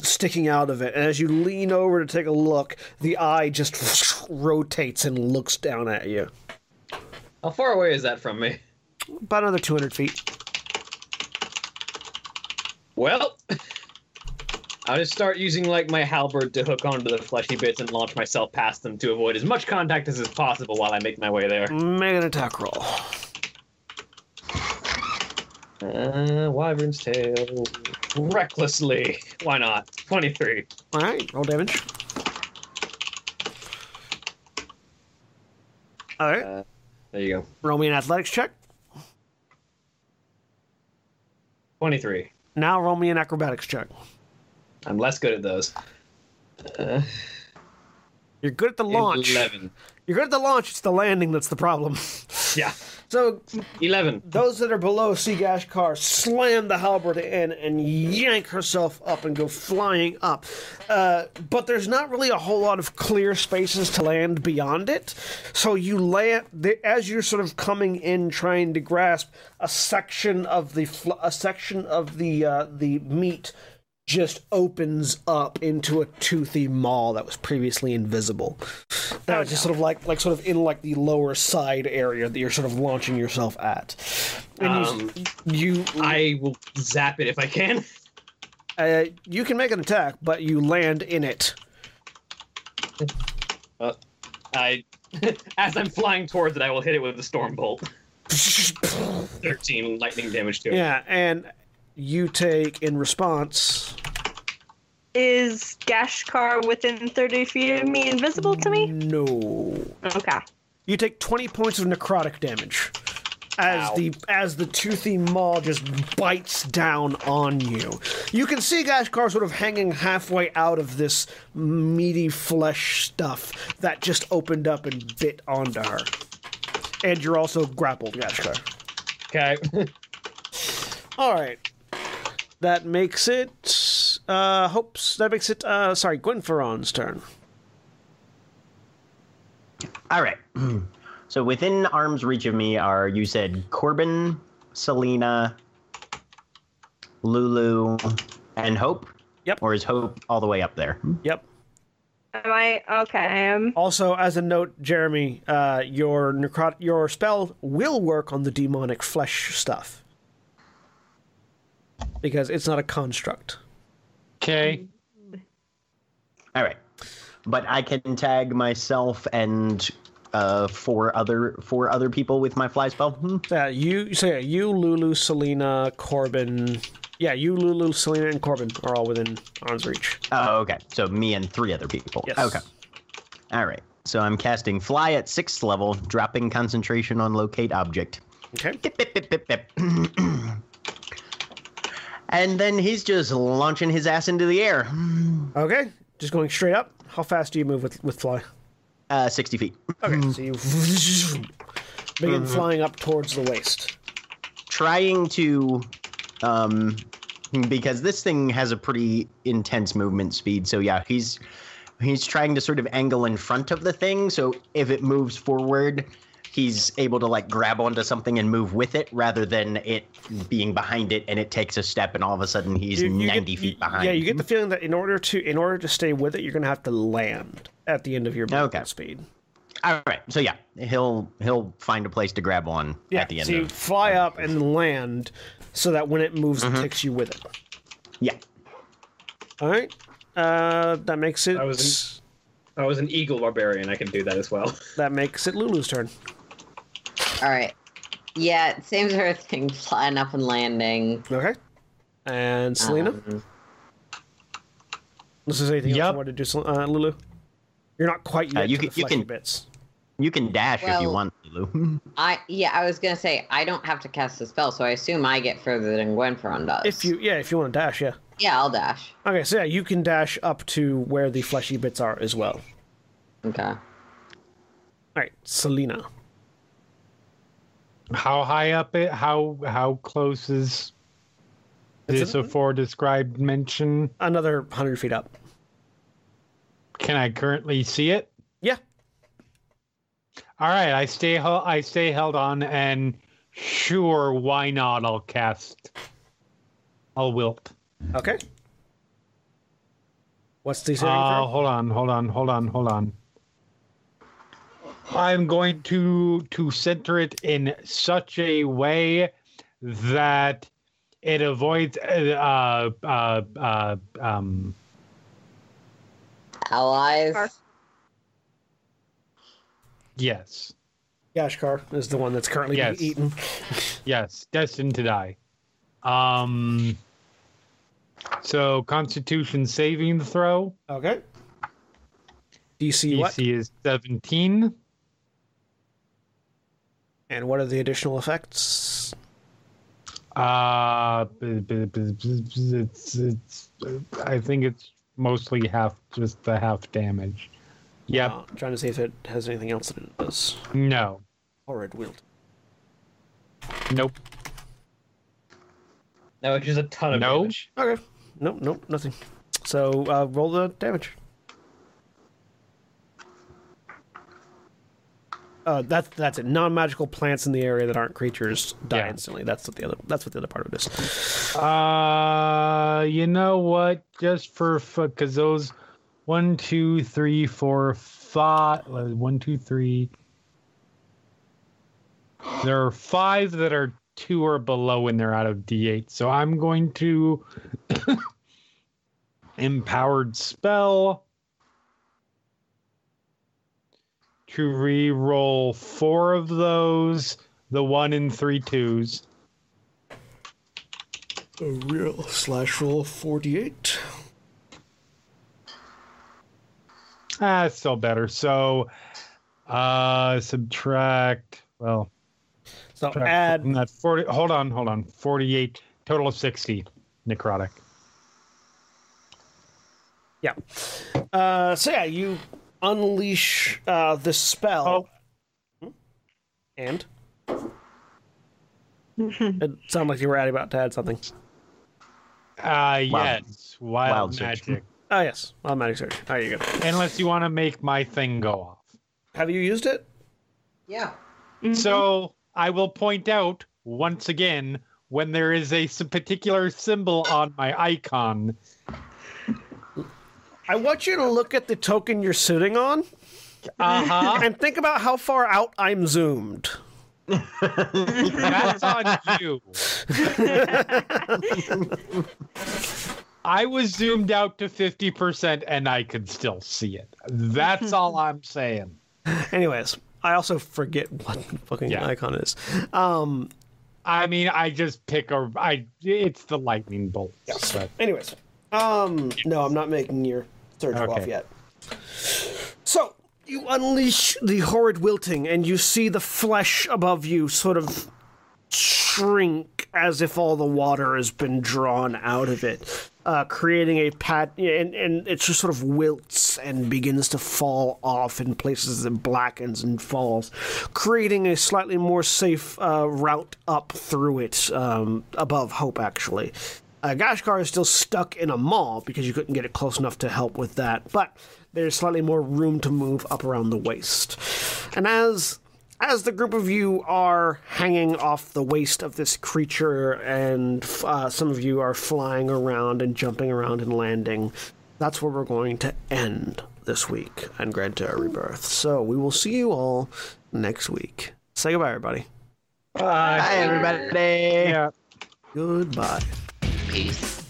A: sticking out of it and as you lean over to take a look the eye just rotates and looks down at you
B: How far away is that from me?
A: about another 200 feet
B: Well, I'll just start using like my halberd to hook onto the fleshy bits and launch myself past them to avoid as much contact as is possible while I make my way there.
A: make an attack roll
B: Uh, Wyvern's tail. Recklessly. Why not? 23.
A: All right, roll damage. All right,
B: There you go.
A: roll me an athletics check.
B: 23.
A: Now roll me an acrobatics check.
B: I'm less good at those.
A: You're good at the launch.
B: 11.
A: You're good at the launch. It's the landing that's the problem.
B: Yeah.
A: So
B: 11.
A: those that are below see Gashkar slam the halberd in and yank herself up and go flying up. Uh, but there's not really a whole lot of clear spaces to land beyond it. So you land the, as you're sort of coming in, trying to grasp a section of the fl- a section of the uh, the meat just opens up into a toothy maw that was previously invisible. That was just sort of like like sort of in like the lower side area that you're sort of launching yourself at. And
B: Um,
A: you you,
B: I will zap it if I can.
A: uh, you can make an attack, but you land in it.
B: I, as I'm flying towards it, I will hit it with a storm bolt. 13 lightning damage to it.
A: Yeah, and you take in response.
D: Is Gashkar within 30 feet of me invisible to me?
A: No.
D: Okay.
A: You take 20 points of necrotic damage as
B: Ow.
A: the as the toothy maw just bites down on you. You can see Gashkar sort of hanging halfway out of this meaty flesh stuff that just opened up and bit onto her. And you're also grappled, Gashkar.
B: Okay.
A: All right. That makes it uh hopes that makes it uh sorry, Gwynferon's turn.
H: All right. So within arm's reach of me are you said Corbin, Selena, Lulu, and Hope.
A: Yep.
H: Or is Hope all the way up there?
A: Yep.
D: Am I okay? I am.
A: Also, as a note, Jeremy, uh, your necrot- your spell will work on the demonic flesh stuff because it's not a construct.
C: Okay.
H: All right. But I can tag myself and uh, four other four other people with my fly spell. Hmm.
A: Yeah, you. So yeah, you, Lulu, Selena, Corbin. Yeah, you, Lulu, Selena, and Corbin are all within arm's reach.
H: Oh, okay. So me and three other people.
A: Yes.
H: Okay. All right. So I'm casting fly at sixth level, dropping concentration on locate object.
A: Okay.
H: Bip, bip, bip, bip, bip. and then he's just launching his ass into the air,
A: Okay. Just going straight up. How fast do you move with with fly?
H: uh, 60 feet.
A: Okay. So you begin
H: Hmm.
A: flying up towards the waist.
H: Trying to, um, because this thing has a pretty intense movement speed. So yeah, he's he's trying to sort of angle in front of the thing. So if it moves forward, he's able to like grab onto something and move with it, rather than it being behind it and it takes a step and all of a sudden he's
A: You- you get-
H: 90 feet
A: you-
H: behind.
A: Yeah, you get the feeling that in order to in order to stay with it, you're gonna have to land at the end of your movement
H: Okay.
A: speed.
H: All right, so yeah, he'll he'll find a place to grab on
A: Yeah,
H: at the Mm-hmm. end.
A: so you
H: of,
A: fly up and land, so that when it moves, it takes you with it.
H: yeah,
A: All right, uh, that makes it
B: That was I was an eagle barbarian. I can do that as well.
A: that makes it Lulu's turn.
E: All right. Yeah, same sort of thing, flying up and landing.
A: Okay, and
H: Uh-huh.
A: Selena,
E: Um,
A: this is anything else
C: Yep.
A: you wanted to do, Sel- uh, Lulu? You're not quite
H: Uh,
A: yet.
H: you
A: to
H: can-
A: the
H: you
A: fleshy
H: can-
A: bits.
H: you can dash if you
E: Well-
H: want, Lulu.
E: I yeah, I was gonna say I don't have to cast a spell, so I assume I get further than Gwenferon does.
A: If you yeah, if you want to dash, yeah.
E: yeah, I'll dash.
A: Okay, so yeah, you can dash up to where the fleshy bits are as well.
E: Okay.
A: All right, Selena.
C: How high up it? How how close is
A: It's
C: this
A: a-
C: afore described mention?
A: another 100 feet up.
C: Can I currently see it?
A: Yeah.
C: All right, I stay hel- I stay held on, and sure, why not? I'll cast. I'll wilt.
A: Okay. What's the saving
C: Uh,
A: throw?
C: hold on, hold on, hold on, hold on. I'm going to to center it in such a way that it avoids uh, uh, uh, um,
E: Allies.
D: Sure.
C: yes,
A: Gashkar is the one that's currently being
C: Yes.
A: eaten.
C: yes, destined to die. Um, so Constitution saving throw.
A: Okay. DC
C: DC
A: what?
C: is seventeen.
A: And what are the additional effects?
C: Uh, b- b- b- b- b- it's, it's, I think it's mostly half, just the half damage. Yep.
A: Uh, trying to see if it has anything else that it does.
C: No.
A: Horrid wield.
C: Nope.
B: No, it's just a ton of
C: No.
B: damage.
A: Okay. Nope, nope, nothing. So uh, roll the damage. Uh, that's that's it. Non-magical plants in the area that aren't creatures die
C: Yeah.
A: instantly. That's what the other. That's what the other part of it is.
C: Uh, you know what? Just for because those one, two, three, four, five. uh, One, two, three. There are five that are two or below, and they're out of D8. So I'm going to empowered spell to re-roll four of those. The one and three twos.
A: A real slash roll forty-eight.
C: Ah, it's still better. So uh subtract well
A: So
C: subtract
A: add
C: from that forty hold on, hold on. Forty eight total of sixty necrotic.
A: Yeah. Uh, so yeah, you unleash uh, this spell.
C: Oh.
A: And it sounded like you were about to add something.
C: Uh yes. Wild,
H: Wild search.
C: magic.
A: Ah, yes, automatic search. There you go.
C: Unless you want to make my thing go off.
A: Have you used it?
E: Yeah.
C: So I will point out once again when there is a s- particular symbol on my icon.
A: I want you to look at the token you're sitting on
C: Uh-huh.
A: and think about how far out I'm zoomed.
C: That's on you. I was zoomed out to 50% and I could still see it. That's all I'm saying.
A: Anyways, I also forget what the fucking
C: Yeah.
A: icon is. Um.
C: I mean, I just pick a I it's the lightning bolt. so-
A: Anyways, um, no, I'm not making your third go off
C: Okay.
A: yet. So you unleash the horrid wilting, and you see the flesh above you sort of shrink as if all the water has been drawn out of it, uh, creating a pat. And and it just sort of wilts and begins to fall off in places and blackens and falls, creating a slightly more safe uh, route up through it um, above Hope, actually. Uh, Gashkar is still stuck in a mall because you couldn't get it close enough to help with that, but there's slightly more room to move up around the waist. And as as the group of you are hanging off the waist of this creature, and uh, some of you are flying around and jumping around and landing, that's where we're going to end this week and Grand Terra Rebirth. So we will see you all next week. Say goodbye, everybody.
H: Hi, everybody.
C: Yeah.
A: Goodbye.
F: Peace.